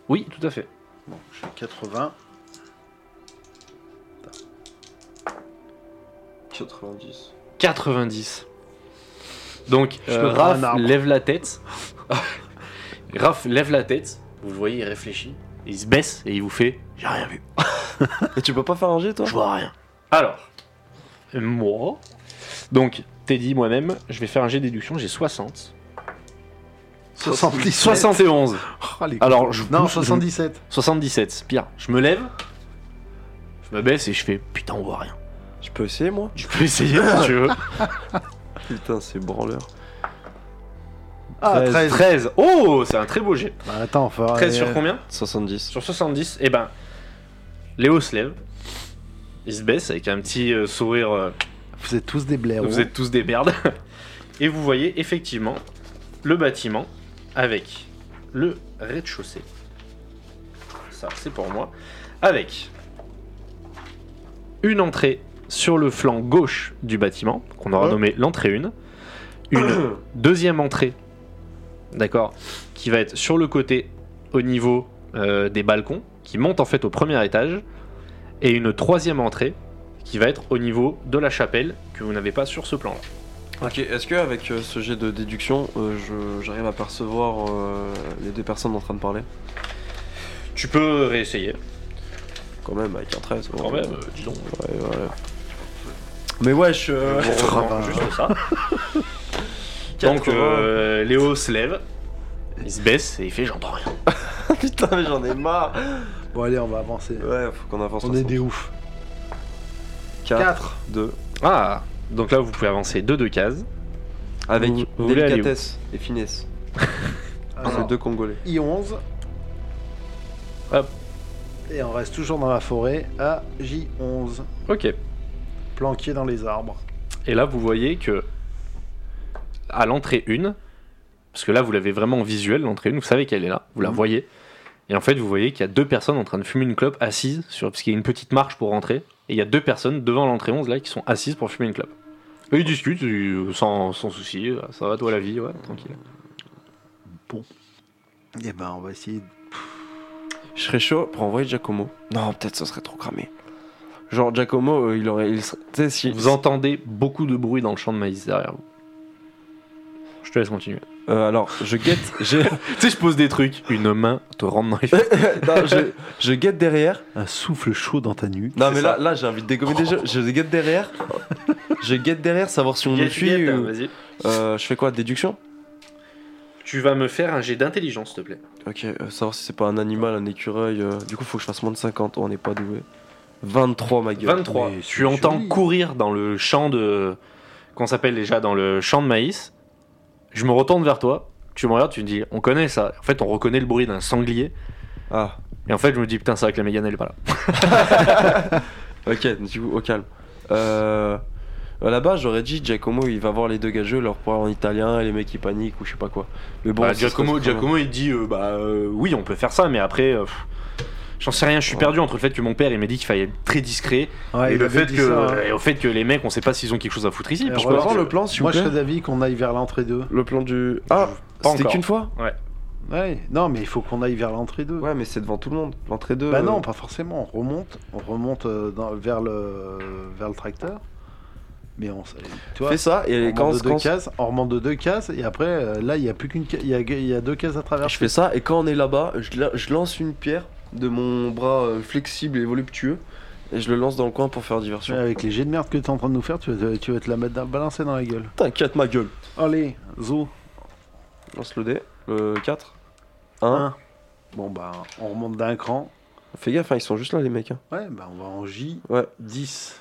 Speaker 2: Oui, tout à fait.
Speaker 3: Bon, je suis 80.
Speaker 4: 90.
Speaker 2: 90. Donc,
Speaker 3: Je
Speaker 2: euh,
Speaker 3: peux prendre un
Speaker 2: Raph
Speaker 3: arbre.
Speaker 2: lève la
Speaker 3: (laughs)
Speaker 2: tête. Raph lève la tête. Vous le voyez, il réfléchit. Il se baisse et il vous fait J'ai rien vu.
Speaker 4: Et tu peux pas faire un jet, toi
Speaker 2: Je vois rien. Alors, moi. Donc, Teddy, moi-même, je vais faire un jet de déduction. J'ai 60.
Speaker 3: 77.
Speaker 2: 71.
Speaker 3: Oh, les
Speaker 2: Alors, je
Speaker 3: Non,
Speaker 2: bouge-
Speaker 3: 77.
Speaker 2: 77, pire. Je me lève. Je me baisse et je fais Putain, on voit rien.
Speaker 4: Je peux essayer, moi
Speaker 2: Je peux essayer si tu veux.
Speaker 4: Putain, c'est branleur.
Speaker 3: (laughs) Ah, 13.
Speaker 2: 13. Oh, c'est un très beau jet.
Speaker 3: Bah, attends, on fera-
Speaker 2: 13 sur combien
Speaker 4: 70.
Speaker 2: Sur 70, et ben, Léo se lève, il se baisse avec un petit euh, sourire, euh,
Speaker 3: Vous êtes tous des blaireaux.
Speaker 2: vous êtes tous des merdes, (laughs) et vous voyez effectivement le bâtiment avec le rez-de-chaussée. Ça, c'est pour moi. Avec une entrée sur le flanc gauche du bâtiment, qu'on aura
Speaker 3: Ouais.
Speaker 2: nommé l'entrée 1. Une deuxième entrée, d'accord, qui va être sur le côté au niveau euh, des balcons, qui monte en fait au premier étage. Et une troisième entrée qui va être au niveau de la chapelle, que vous n'avez pas sur ce plan-là.
Speaker 4: Ok, est-ce que avec euh, ce jet de déduction, euh, je- j'arrive à percevoir euh, les deux personnes en train de parler
Speaker 2: Tu peux réessayer.
Speaker 4: Quand même, avec un 13.
Speaker 2: Quand
Speaker 4: ouais.
Speaker 2: même, euh, dis donc.
Speaker 4: Ouais, voilà. Mais wesh
Speaker 3: (laughs)
Speaker 4: euh,
Speaker 2: Vraiment,
Speaker 3: bah.
Speaker 2: juste (laughs) ça. Donc euh, Léo se lève, il se baisse et il fait j'entends rien.
Speaker 4: (laughs) Putain, mais j'en ai marre
Speaker 3: Bon, allez, on va avancer.
Speaker 4: Ouais, faut qu'on avance.
Speaker 3: on est des ouf.
Speaker 4: 4, 2.
Speaker 2: Ah Donc là vous pouvez avancer de deux cases.
Speaker 4: Avec
Speaker 2: Vous- vous voulez aller où
Speaker 4: délicatesse et finesse. Ah, C'est
Speaker 3: Alors,
Speaker 4: deux Congolais.
Speaker 3: I11.
Speaker 2: Hop.
Speaker 3: Et on reste toujours dans la forêt à J11,
Speaker 2: Ok.
Speaker 3: planqué dans les arbres.
Speaker 2: Et là vous voyez que à l'entrée 1, parce que là vous l'avez vraiment en visuel, l'entrée 1, vous savez qu'elle est là, vous la
Speaker 3: Mhm.
Speaker 2: voyez. Et en fait vous voyez qu'il y a deux personnes en train de fumer une clope assises, sur, parce qu'il y a une petite marche pour rentrer. Et il y a deux personnes devant l'entrée 11 là qui sont assises pour fumer une clope. Et ils discutent euh, sans, sans souci, euh, ça va toi la vie, ouais, tranquille.
Speaker 3: Et ben, on va essayer. de-
Speaker 4: Je serais chaud pour envoyer Giacomo. Non, peut-être ça serait trop cramé. Genre Giacomo, euh, il aurait. il serait- Tu sais, si.
Speaker 2: Vous entendez beaucoup de bruit dans le champ de maïs derrière vous. Je te laisse continuer.
Speaker 4: Euh, alors, je guette. (laughs) j'ai-
Speaker 2: tu sais, je pose des trucs. Une main te rentre (laughs) dans les
Speaker 4: Non, je, je guette derrière.
Speaker 3: Un souffle chaud dans ta nuque.
Speaker 4: Non, mais là, là j'ai envie de dégommer des jeux. Je guette derrière. Je guette derrière, savoir si on me suit. ou-
Speaker 2: vas-y.
Speaker 4: Euh, je fais quoi Déduction
Speaker 2: Tu vas me faire un jet d'intelligence, s'il te plaît.
Speaker 4: Ok, euh, savoir si c'est pas un animal, un écureuil. euh, Du coup, faut que je fasse moins de 50. on n'est pas doué. 23, ma gueule.
Speaker 2: 23.
Speaker 3: mais
Speaker 2: Tu
Speaker 3: c'est
Speaker 2: entends
Speaker 3: joli.
Speaker 2: courir dans le champ de. Qu'on s'appelle déjà dans le champ de maïs. Je me retourne vers toi. Tu me regardes, tu me dis, on connaît ça. En fait, on reconnaît le bruit d'un sanglier.
Speaker 4: Ah,
Speaker 2: Et en fait, je me dis, putain, c'est vrai que la Mégane, elle est pas là.
Speaker 4: ok, du coup, au calme. Euh, euh, Là-bas, j'aurais dit Giacomo, il va voir les deux gageux, leur parle en italien, et les mecs qui paniquent ou je sais pas quoi. Mais bon,
Speaker 2: Bah,
Speaker 4: ça
Speaker 2: Giacomo,
Speaker 4: serait-
Speaker 2: Giacomo, il dit, euh, bah euh, oui, on peut faire ça, mais après, euh, pff, j'en sais rien, je suis
Speaker 4: Ouais.
Speaker 2: perdu entre le fait que mon père, il m'a dit qu'il fallait être très discret,
Speaker 3: Ouais,
Speaker 2: et
Speaker 3: Ah, il
Speaker 2: le
Speaker 3: avait
Speaker 2: fait
Speaker 3: dit
Speaker 2: que,
Speaker 3: ça, hein.
Speaker 2: et au fait que les mecs, on sait pas s'ils ont quelque chose à foutre ici.
Speaker 3: Et
Speaker 2: parce
Speaker 4: Je
Speaker 2: que-
Speaker 4: peux
Speaker 3: Ouais,
Speaker 4: avoir
Speaker 3: je-
Speaker 4: le plan, s'il vous
Speaker 3: Moi, je
Speaker 4: plaît
Speaker 3: serais d'avis qu'on aille vers l'entrée 2.
Speaker 4: Le plan du. Ah,
Speaker 2: Pas
Speaker 4: c'était
Speaker 2: encore.
Speaker 4: qu'une fois
Speaker 3: Ouais. Non, mais il faut qu'on aille vers l'entrée 2.
Speaker 4: Ouais, mais c'est devant tout le monde. L'entrée euh, 2.
Speaker 3: Bah non, euh, pas forcément. On remonte, on remonte euh, dans- vers le vers le tracteur. Mais on s- tu vois,
Speaker 4: Fais ça et
Speaker 3: on
Speaker 4: quand,
Speaker 3: remonte de deux
Speaker 4: quand-
Speaker 3: cases, on remonte de deux cases, et après, euh, là, il n'y a plus qu'une ca- il y a, il y a deux cases à travers.
Speaker 4: je fais ça et quand on est là-bas, je, la- je lance une pierre de mon bras euh, flexible et voluptueux et je le lance dans le coin pour faire diversion.
Speaker 3: Mais Avec les jets de merde que tu es en train de nous faire, tu vas, te- tu vas te la mettre dans- balancer dans la gueule.
Speaker 4: T'inquiète ma gueule.
Speaker 3: Allez, zo.
Speaker 4: Lance le dé, Euh, le 4. 1.
Speaker 3: Bon, bah, on remonte d'un cran.
Speaker 4: Fais gaffe, hein, ils sont juste là les mecs. hein.
Speaker 3: Ouais, bah, on va en J.
Speaker 4: Ouais.
Speaker 3: 10.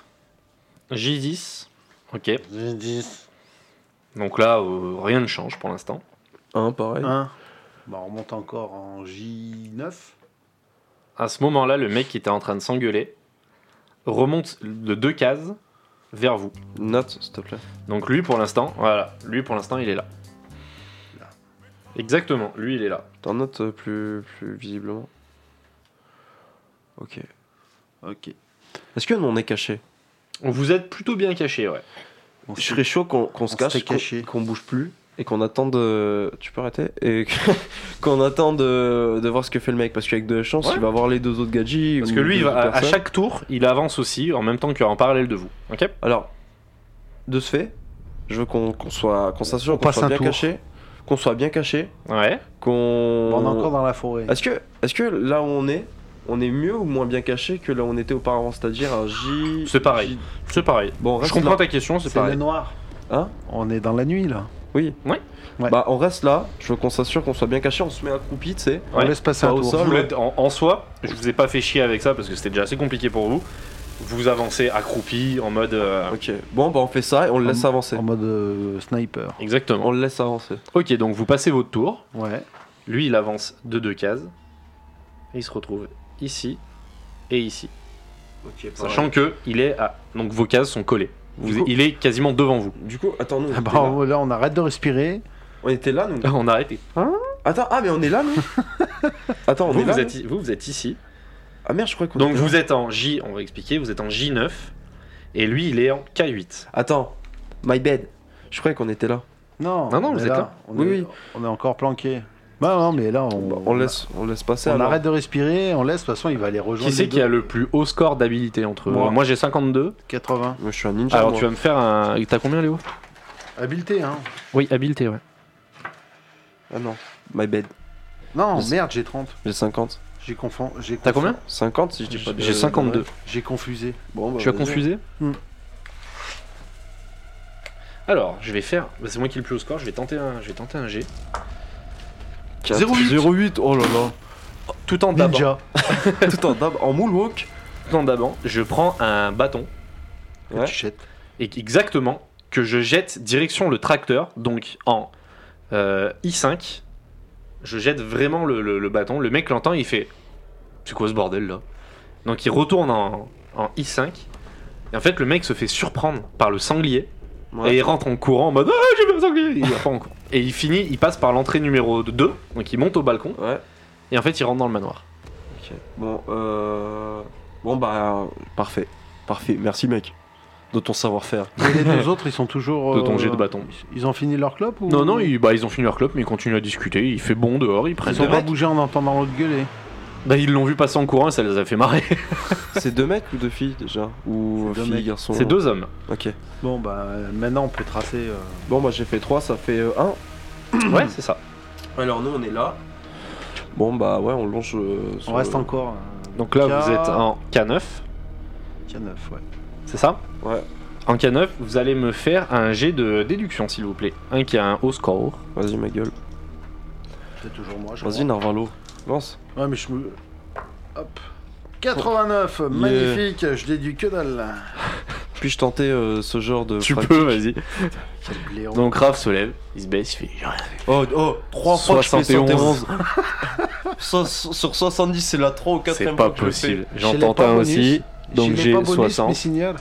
Speaker 2: J10. Ok.
Speaker 3: 10.
Speaker 2: Donc là, euh, rien ne change pour l'instant.
Speaker 4: 1 pareil.
Speaker 3: 1. Bah, on remonte encore en J9.
Speaker 2: À ce moment-là, le mec qui était en train de s'engueuler remonte de deux cases vers vous.
Speaker 4: Note s'il te plaît.
Speaker 2: Donc lui, pour l'instant, voilà. Lui, pour l'instant, il est là. Exactement. Lui, il est là.
Speaker 4: T'en notes euh, plus, plus visiblement. Ok.
Speaker 3: Ok.
Speaker 4: Est-ce que nous on est caché
Speaker 2: Vous êtes plutôt bien caché, ouais.
Speaker 3: On
Speaker 4: Je serais chaud qu'on qu'on se
Speaker 3: on
Speaker 4: cache,
Speaker 3: s'était
Speaker 4: qu'on
Speaker 3: caché.
Speaker 4: qu'on bouge plus et qu'on attende. euh, Tu peux arrêter Et (laughs) qu'on attende euh, de voir ce que fait le mec parce qu'avec de chance,
Speaker 2: Ouais.
Speaker 4: il va voir les deux autres gadgets.
Speaker 2: Parce
Speaker 4: ou
Speaker 2: que lui, il
Speaker 4: deux
Speaker 2: va-
Speaker 4: autres
Speaker 2: à, à
Speaker 4: personnes.
Speaker 2: chaque tour, il avance aussi en même temps qu'en parallèle de vous. Ok
Speaker 4: Alors, de ce fait, je veux qu'on qu'on soit, qu'on s'assure qu'on
Speaker 3: passe
Speaker 4: soit
Speaker 3: un
Speaker 4: bien
Speaker 3: tour.
Speaker 4: caché, qu'on soit bien caché,
Speaker 2: Ouais.
Speaker 4: qu'on.
Speaker 3: on est encore dans la forêt.
Speaker 4: Est-ce que, est-ce que là où on est, on est mieux ou moins bien caché que là où on était auparavant, c'est-à-dire un J.
Speaker 2: C'est pareil.
Speaker 4: J-
Speaker 2: C'est pareil.
Speaker 4: Bon, on
Speaker 2: Je
Speaker 4: reste
Speaker 2: comprends
Speaker 4: là.
Speaker 2: ta question, c'est
Speaker 3: C'est le
Speaker 2: pareil.
Speaker 3: noir.
Speaker 4: Hein
Speaker 3: On est dans la nuit, là.
Speaker 4: Oui.
Speaker 2: Ouais.
Speaker 3: Ouais.
Speaker 4: Bah, on reste là. Je veux qu'on s'assure qu'on soit bien caché. On se met accroupi, tu sais.
Speaker 3: On
Speaker 2: Ouais.
Speaker 3: laisse passer un
Speaker 4: Pas au
Speaker 3: tour.
Speaker 4: sol.
Speaker 2: Vous l'êtes- en, en soi, je vous ai pas fait chier avec ça parce que c'était déjà assez compliqué pour vous. Vous avancez accroupi en mode. euh,
Speaker 4: Ok. Bon, bah, on fait ça et on le laisse
Speaker 3: En-
Speaker 4: avancer.
Speaker 3: En mode euh, sniper.
Speaker 2: Exactement.
Speaker 4: On le laisse avancer.
Speaker 2: Ok, donc vous passez votre tour.
Speaker 3: Ouais.
Speaker 2: Lui, il avance de deux cases. Et il se retrouve ici et ici. Sachant que il est à. Donc vos cases sont collées. Vous-
Speaker 4: Du coup-
Speaker 2: il est quasiment devant vous. (laughs)
Speaker 4: Du coup, attends, nous. On,
Speaker 3: Ah bah,
Speaker 4: était là.
Speaker 3: on- là, on arrête de respirer.
Speaker 4: On était là, nous.
Speaker 3: (laughs)
Speaker 2: On a arrêté.
Speaker 4: Attends, ah, mais on est là, nous. attends, on
Speaker 2: Vous,
Speaker 4: est là.
Speaker 2: vous,
Speaker 4: nous
Speaker 2: êtes, i- vous, vous êtes ici.
Speaker 4: Ah merde, je crois qu'on
Speaker 2: Donc
Speaker 4: était là.
Speaker 2: vous êtes en J, on va expliquer, vous êtes en J9. Et lui, il est en K8.
Speaker 4: Attends, my bed. Je croyais qu'on était là.
Speaker 3: Non,
Speaker 2: Non, non,
Speaker 3: on
Speaker 2: vous
Speaker 3: est
Speaker 2: êtes
Speaker 3: là.
Speaker 2: là.
Speaker 3: On
Speaker 4: Oui,
Speaker 3: est,
Speaker 4: oui.
Speaker 3: On est encore planqué. Bah non, mais là, on,
Speaker 4: Bah, On,
Speaker 3: on-
Speaker 4: laisse, on laisse passer.
Speaker 3: on
Speaker 4: alors.
Speaker 3: arrête de respirer, on laisse. De toute façon, il va aller rejoindre.
Speaker 2: Qui c'est
Speaker 3: les
Speaker 2: qui a
Speaker 3: deux.
Speaker 2: le plus haut score d'habilité entre eux
Speaker 3: Moi.
Speaker 2: Moi, j'ai 52.
Speaker 3: 80.
Speaker 4: Moi, je suis un ninja.
Speaker 2: Alors
Speaker 4: moi.
Speaker 2: tu vas me faire un. T'as combien, Léo
Speaker 3: Habileté, hein.
Speaker 2: Oui, habilité, ouais.
Speaker 4: Ah non, my bed.
Speaker 3: Non,
Speaker 4: Je-
Speaker 3: merde, j'ai 30.
Speaker 4: J'ai 50.
Speaker 3: J'ai confond. J'ai
Speaker 2: T'as
Speaker 3: confond-
Speaker 2: combien
Speaker 4: 50 si je dis pas de-
Speaker 2: J'ai 52.
Speaker 3: J'ai confusé.
Speaker 4: Bon, bah,
Speaker 2: Tu as
Speaker 4: vas-y.
Speaker 2: confusé
Speaker 3: Hmm.
Speaker 2: Alors, je vais faire. bah, c'est moi qui ai le plus haut score, je vais tenter un, je vais tenter un G.
Speaker 4: 4.
Speaker 2: 08.
Speaker 4: 08, oh là là.
Speaker 2: Tout en dabant.
Speaker 3: Ninja.
Speaker 4: (laughs) Tout en dab, en moonwalk.
Speaker 2: Tout en dabant, je prends un bâton.
Speaker 4: Ouais.
Speaker 3: Tu jettes.
Speaker 2: Et exactement, que je jette direction le tracteur, donc en euh, I5. Je jette vraiment le, le- le bâton. Le mec l'entend, il fait C'est quoi ce bordel là Donc il retourne en, en I5. Et en fait, le mec se fait surprendre par le sanglier.
Speaker 4: Ouais.
Speaker 2: Et il rentre en courant en mode Ah, j'ai vu un sanglier Il repart en courant. Et il finit, il passe par l'entrée numéro 2. Donc il monte au balcon.
Speaker 4: Ouais.
Speaker 2: Et en fait, il rentre dans le manoir.
Speaker 4: Ok. Bon, euh... Bon, bah, parfait. Parfait. Merci, mec. De
Speaker 2: (laughs)
Speaker 4: ton savoir-faire.
Speaker 3: Et les deux autres, ils sont toujours.
Speaker 2: De ton
Speaker 3: euh,
Speaker 2: jet de bâton.
Speaker 3: Ils ont fini leur clope ou
Speaker 2: Non, non, ils, bah, ils ont fini leur club, mais ils continuent à discuter. Il fait bon dehors, ils prennent
Speaker 3: Ils ont
Speaker 2: des
Speaker 3: pas
Speaker 2: mecs.
Speaker 3: bougé en entendant l'autre gueuler.
Speaker 2: Bah, ils l'ont vu passer en courant et ça les a fait marrer.
Speaker 4: C'est deux mecs ou deux filles déjà Ou
Speaker 3: C'est deux
Speaker 4: filles,
Speaker 3: mecs.
Speaker 4: garçons
Speaker 2: C'est deux (clears throat) hommes.
Speaker 4: Ok.
Speaker 3: Bon, bah euh, maintenant, on peut tracer. euh,
Speaker 4: Bon, bah, j'ai fait 3, ça fait 1.
Speaker 2: ouais, c'est ça.
Speaker 4: Alors, nous, on est là. Bon, bah, ouais, on longe. euh,
Speaker 3: On
Speaker 4: sur
Speaker 3: reste
Speaker 4: le-
Speaker 3: encore. euh,
Speaker 2: Donc là, vous êtes
Speaker 3: en
Speaker 2: en K9,
Speaker 3: K9, ouais.
Speaker 2: c'est ça
Speaker 4: Ouais.
Speaker 2: En K9, vous allez me faire un jet de déduction, s'il vous plaît. Un qui a un haut score.
Speaker 4: Vas-y, ma gueule.
Speaker 3: C'est toujours moi, je
Speaker 4: Vas-y, Narvalo. Lance.
Speaker 3: Ouais, mais je me. Hop. 89, magnifique, je déduis que dalle.
Speaker 4: Puis-je tenter euh, ce genre de.
Speaker 2: Tu
Speaker 4: pratique
Speaker 2: peux, vas-y.
Speaker 3: Quel blaireau.
Speaker 2: Donc Raph se lève, il se baisse, il fait.
Speaker 4: Oh, oh, 3 fois que je fais
Speaker 2: 71.
Speaker 4: 71. (laughs) So- so- sur 70, c'est la 3 ou 4
Speaker 2: C'est pas possible. J'entends
Speaker 3: pas
Speaker 2: un
Speaker 3: bonus.
Speaker 2: aussi. Donc
Speaker 3: J'ai pas
Speaker 2: j'ai
Speaker 3: bonus, mais
Speaker 2: 60.
Speaker 3: signal.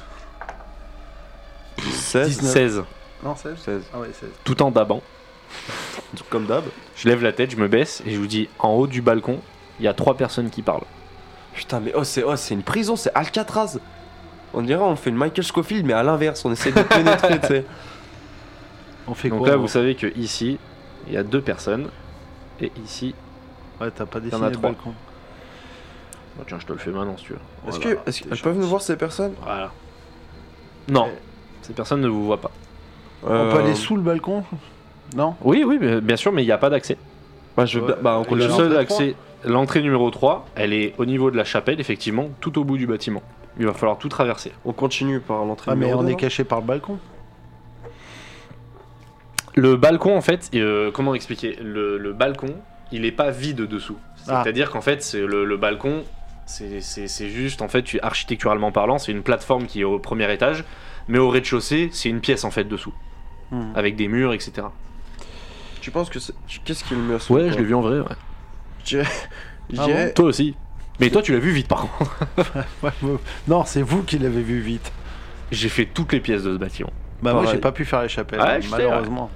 Speaker 4: 16,
Speaker 2: 16.
Speaker 3: Non, 16
Speaker 4: 16.
Speaker 3: Ah ouais, 16.
Speaker 2: Tout en dabant.
Speaker 4: Comme d'hab.
Speaker 2: Je lève la tête, je me baisse et je vous dis en haut du balcon, il y a trois personnes qui parlent.
Speaker 4: Putain, mais oh, c'est oh, c'est une prison, c'est Alcatraz. On dirait, on fait le Michael Scofield, mais à l'inverse, on essaie de pénétrer, tu sais.
Speaker 3: On fait
Speaker 2: Donc
Speaker 3: quoi
Speaker 2: là,
Speaker 3: moi
Speaker 2: vous savez que ici, il y a deux personnes. Et ici.
Speaker 3: Ouais, t'as pas
Speaker 2: en
Speaker 3: dessiné
Speaker 2: a
Speaker 3: le
Speaker 2: trois.
Speaker 3: balcon.
Speaker 2: Bah, tiens, je te le fais maintenant si tu veux.
Speaker 4: Est-ce
Speaker 3: Voilà,
Speaker 4: que- est-ce
Speaker 3: t'es
Speaker 4: qu'elles peuvent nous voir ces personnes
Speaker 2: Voilà. Non. Ces personnes ne vous voient pas.
Speaker 3: On
Speaker 4: Euh,
Speaker 3: peut aller sous le balcon Non
Speaker 2: Oui, oui, bien- bien sûr, mais il n'y a pas d'accès.
Speaker 4: bah, je vais-
Speaker 3: Ouais.
Speaker 4: bah, on
Speaker 3: Et
Speaker 4: continue.
Speaker 2: Le
Speaker 3: l'entrée
Speaker 2: seul
Speaker 3: trois
Speaker 2: accès, l'entrée numéro 3, elle est au niveau de la chapelle, effectivement, tout au bout du bâtiment. Il va falloir tout traverser.
Speaker 4: On continue par l'entrée.
Speaker 3: Ah, mais
Speaker 4: numéro
Speaker 3: on
Speaker 4: deux,
Speaker 3: est
Speaker 4: là.
Speaker 3: caché par le balcon.
Speaker 2: Le balcon, en fait, euh, comment expliquer le, le balcon, il n'est pas vide dessous.
Speaker 3: Ah.
Speaker 2: C'est-à-dire qu'en fait, c'est le, le balcon, c'est- c'est c'est juste, en fait, tu- architecturalement parlant, c'est une plateforme qui est au premier étage, mais au rez-de-chaussée, c'est une pièce, en fait, dessous,
Speaker 3: Hmm.
Speaker 2: avec des murs, etc.
Speaker 4: Tu penses que c'est- qu'est-ce qui est le mieux à
Speaker 2: Ouais, je l'ai vu en vrai, ouais.
Speaker 4: Je
Speaker 3: Ah
Speaker 4: dirais-
Speaker 2: Toi aussi. Mais toi, tu l'as vu vite, par contre.
Speaker 3: Ouais, ouais. non, c'est vous qui l'avez vu vite.
Speaker 2: J'ai fait toutes les pièces de ce bâtiment.
Speaker 3: Bah, moi,
Speaker 4: Pareil.
Speaker 3: j'ai pas pu faire les chapelles,
Speaker 2: Ouais, Ah, je sais,
Speaker 3: malheureusement.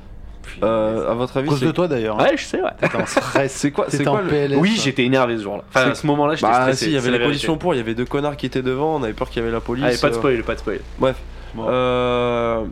Speaker 4: Euh, à votre
Speaker 3: À
Speaker 4: avis,
Speaker 3: cause
Speaker 4: c'est
Speaker 3: de toi, d'ailleurs. hein.
Speaker 2: Ouais, je sais, ouais.
Speaker 3: T'étais en stress.
Speaker 2: (laughs)
Speaker 4: c'est quoi, c'est
Speaker 3: T'étais
Speaker 4: quoi
Speaker 3: en
Speaker 4: le-
Speaker 3: PLS.
Speaker 2: Oui, j'étais énervé ce jour-là. Enfin, à ce moment-là, j'étais
Speaker 4: Bah
Speaker 2: stressé.
Speaker 4: si, il y
Speaker 2: c'est
Speaker 4: avait les
Speaker 2: la vérité.
Speaker 4: conditions pour, il y avait deux connards qui étaient devant, on avait peur qu'il y avait la police.
Speaker 2: Allez, pas de
Speaker 4: euh,
Speaker 2: spoil, pas de spoil.
Speaker 4: Bref.
Speaker 3: Bon.
Speaker 4: Euh,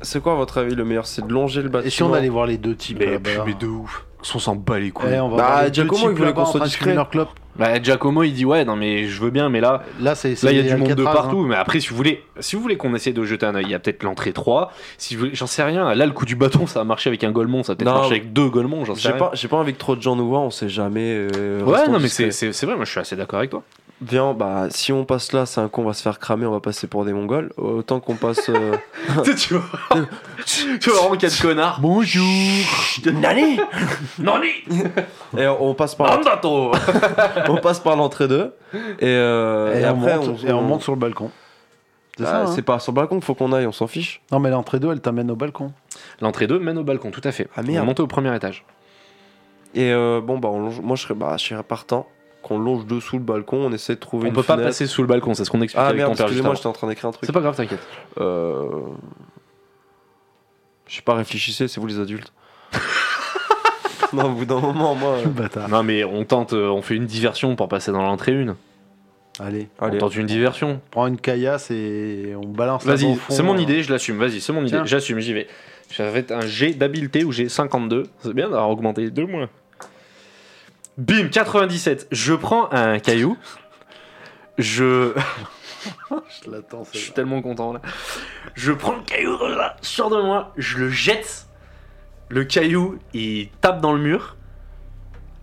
Speaker 4: c'est quoi à votre avis le meilleur C'est de longer le bâtiment.
Speaker 3: Et si on allait voir les deux types
Speaker 2: Mais,
Speaker 3: là-bas
Speaker 2: mais de ouf. On s'en bat les couilles.
Speaker 3: Ah, bah, Eh, on va
Speaker 4: Bah,
Speaker 3: voir les deux
Speaker 4: Giacomo, il
Speaker 3: types
Speaker 4: voulait
Speaker 3: là-bas
Speaker 4: qu'on
Speaker 3: en
Speaker 4: soit
Speaker 3: train de
Speaker 4: discret.
Speaker 3: fumer leur clope.
Speaker 2: Bah, Giacomo, il dit ouais, non mais je veux bien, mais là,
Speaker 3: Là, c'est c'est
Speaker 2: là il y a du monde de
Speaker 3: Alcatraz, hein.
Speaker 2: partout. Mais après, si vous voulez, si vous voulez qu'on essaie de jeter un œil, il y a peut-être l'entrée 3. Si vous voulez- j'en sais rien. Là, le coup du bâton, ça a marché avec un golemon, ça a peut-être
Speaker 4: Non.
Speaker 2: marché avec deux golemons, j'en sais
Speaker 4: J'ai
Speaker 2: rien.
Speaker 4: pas, j'ai pas envie que trop de gens nous voient, on sait jamais. euh,
Speaker 2: Ouais,
Speaker 4: restons
Speaker 2: non mais
Speaker 4: discrets.
Speaker 2: c'est c'est- c'est vrai, moi je suis assez d'accord avec toi.
Speaker 4: Viens, bah si on passe là, c'est un con, on va se faire cramer, on va passer pour des Mongols. Autant qu'on passe. (laughs) euh,
Speaker 2: (laughs) tu vois, (laughs) tu vois vraiment qu'il y a de connards.
Speaker 3: Bonjour
Speaker 2: Nani Nani
Speaker 4: et on passe par,
Speaker 2: Andato
Speaker 4: on passe par l'entrée 2 et, euh,
Speaker 3: et,
Speaker 4: et
Speaker 3: on
Speaker 4: après
Speaker 3: monte, et on monte sur le balcon.
Speaker 2: Ah,
Speaker 3: C'est
Speaker 4: Bah,
Speaker 3: ça, hein
Speaker 4: c'est pas sur le balcon, faut qu'on aille, on s'en fiche.
Speaker 3: Non, mais l'entrée d'eau, elle t'amène
Speaker 2: (laughs)
Speaker 3: au balcon.
Speaker 2: L'entrée 2 mène au balcon, tout à fait.
Speaker 4: Ah, merde.
Speaker 2: On monte au premier étage.
Speaker 4: Et euh, bon bah on longe- moi je serais, bah, je serais partant qu'on longe dessous le balcon, on essaie de trouver
Speaker 2: On
Speaker 4: une
Speaker 2: peut pas
Speaker 4: fenêtre.
Speaker 2: passer sous le balcon, c'est ce qu'on explique
Speaker 4: Ah
Speaker 2: avec
Speaker 4: merde,
Speaker 2: ton père juste
Speaker 4: excusez-moi,
Speaker 2: avant.
Speaker 4: j'étais en train d'écrire un truc.
Speaker 2: C'est pas grave, t'inquiète.
Speaker 4: Euh... Je sais pas, réfléchissez, c'est vous les adultes. (laughs) non, au bout d'un moment, moi. euh,
Speaker 3: Le bâtard.
Speaker 2: Non mais on tente, euh, on fait une diversion pour passer dans l'entrée 1.
Speaker 3: Allez,
Speaker 2: On
Speaker 4: Allez.
Speaker 2: tente une diversion.
Speaker 3: prends une caillasse et on balance la
Speaker 2: Vas-y, c'est
Speaker 3: euh,
Speaker 2: mon idée, je l'assume. Vas-y, c'est mon idée,
Speaker 3: Tiens.
Speaker 2: j'assume, j'y vais. Je vais faire un G d'habileté où j'ai 52. C'est bien d'avoir augmenté deux mois. Bim, 97. Je prends un caillou. Je.
Speaker 3: Je l'attends,
Speaker 2: Je suis
Speaker 3: c'est
Speaker 2: tellement content là. Je prends le caillou là, sur de moi, je le jette. Le caillou, il tape dans le mur.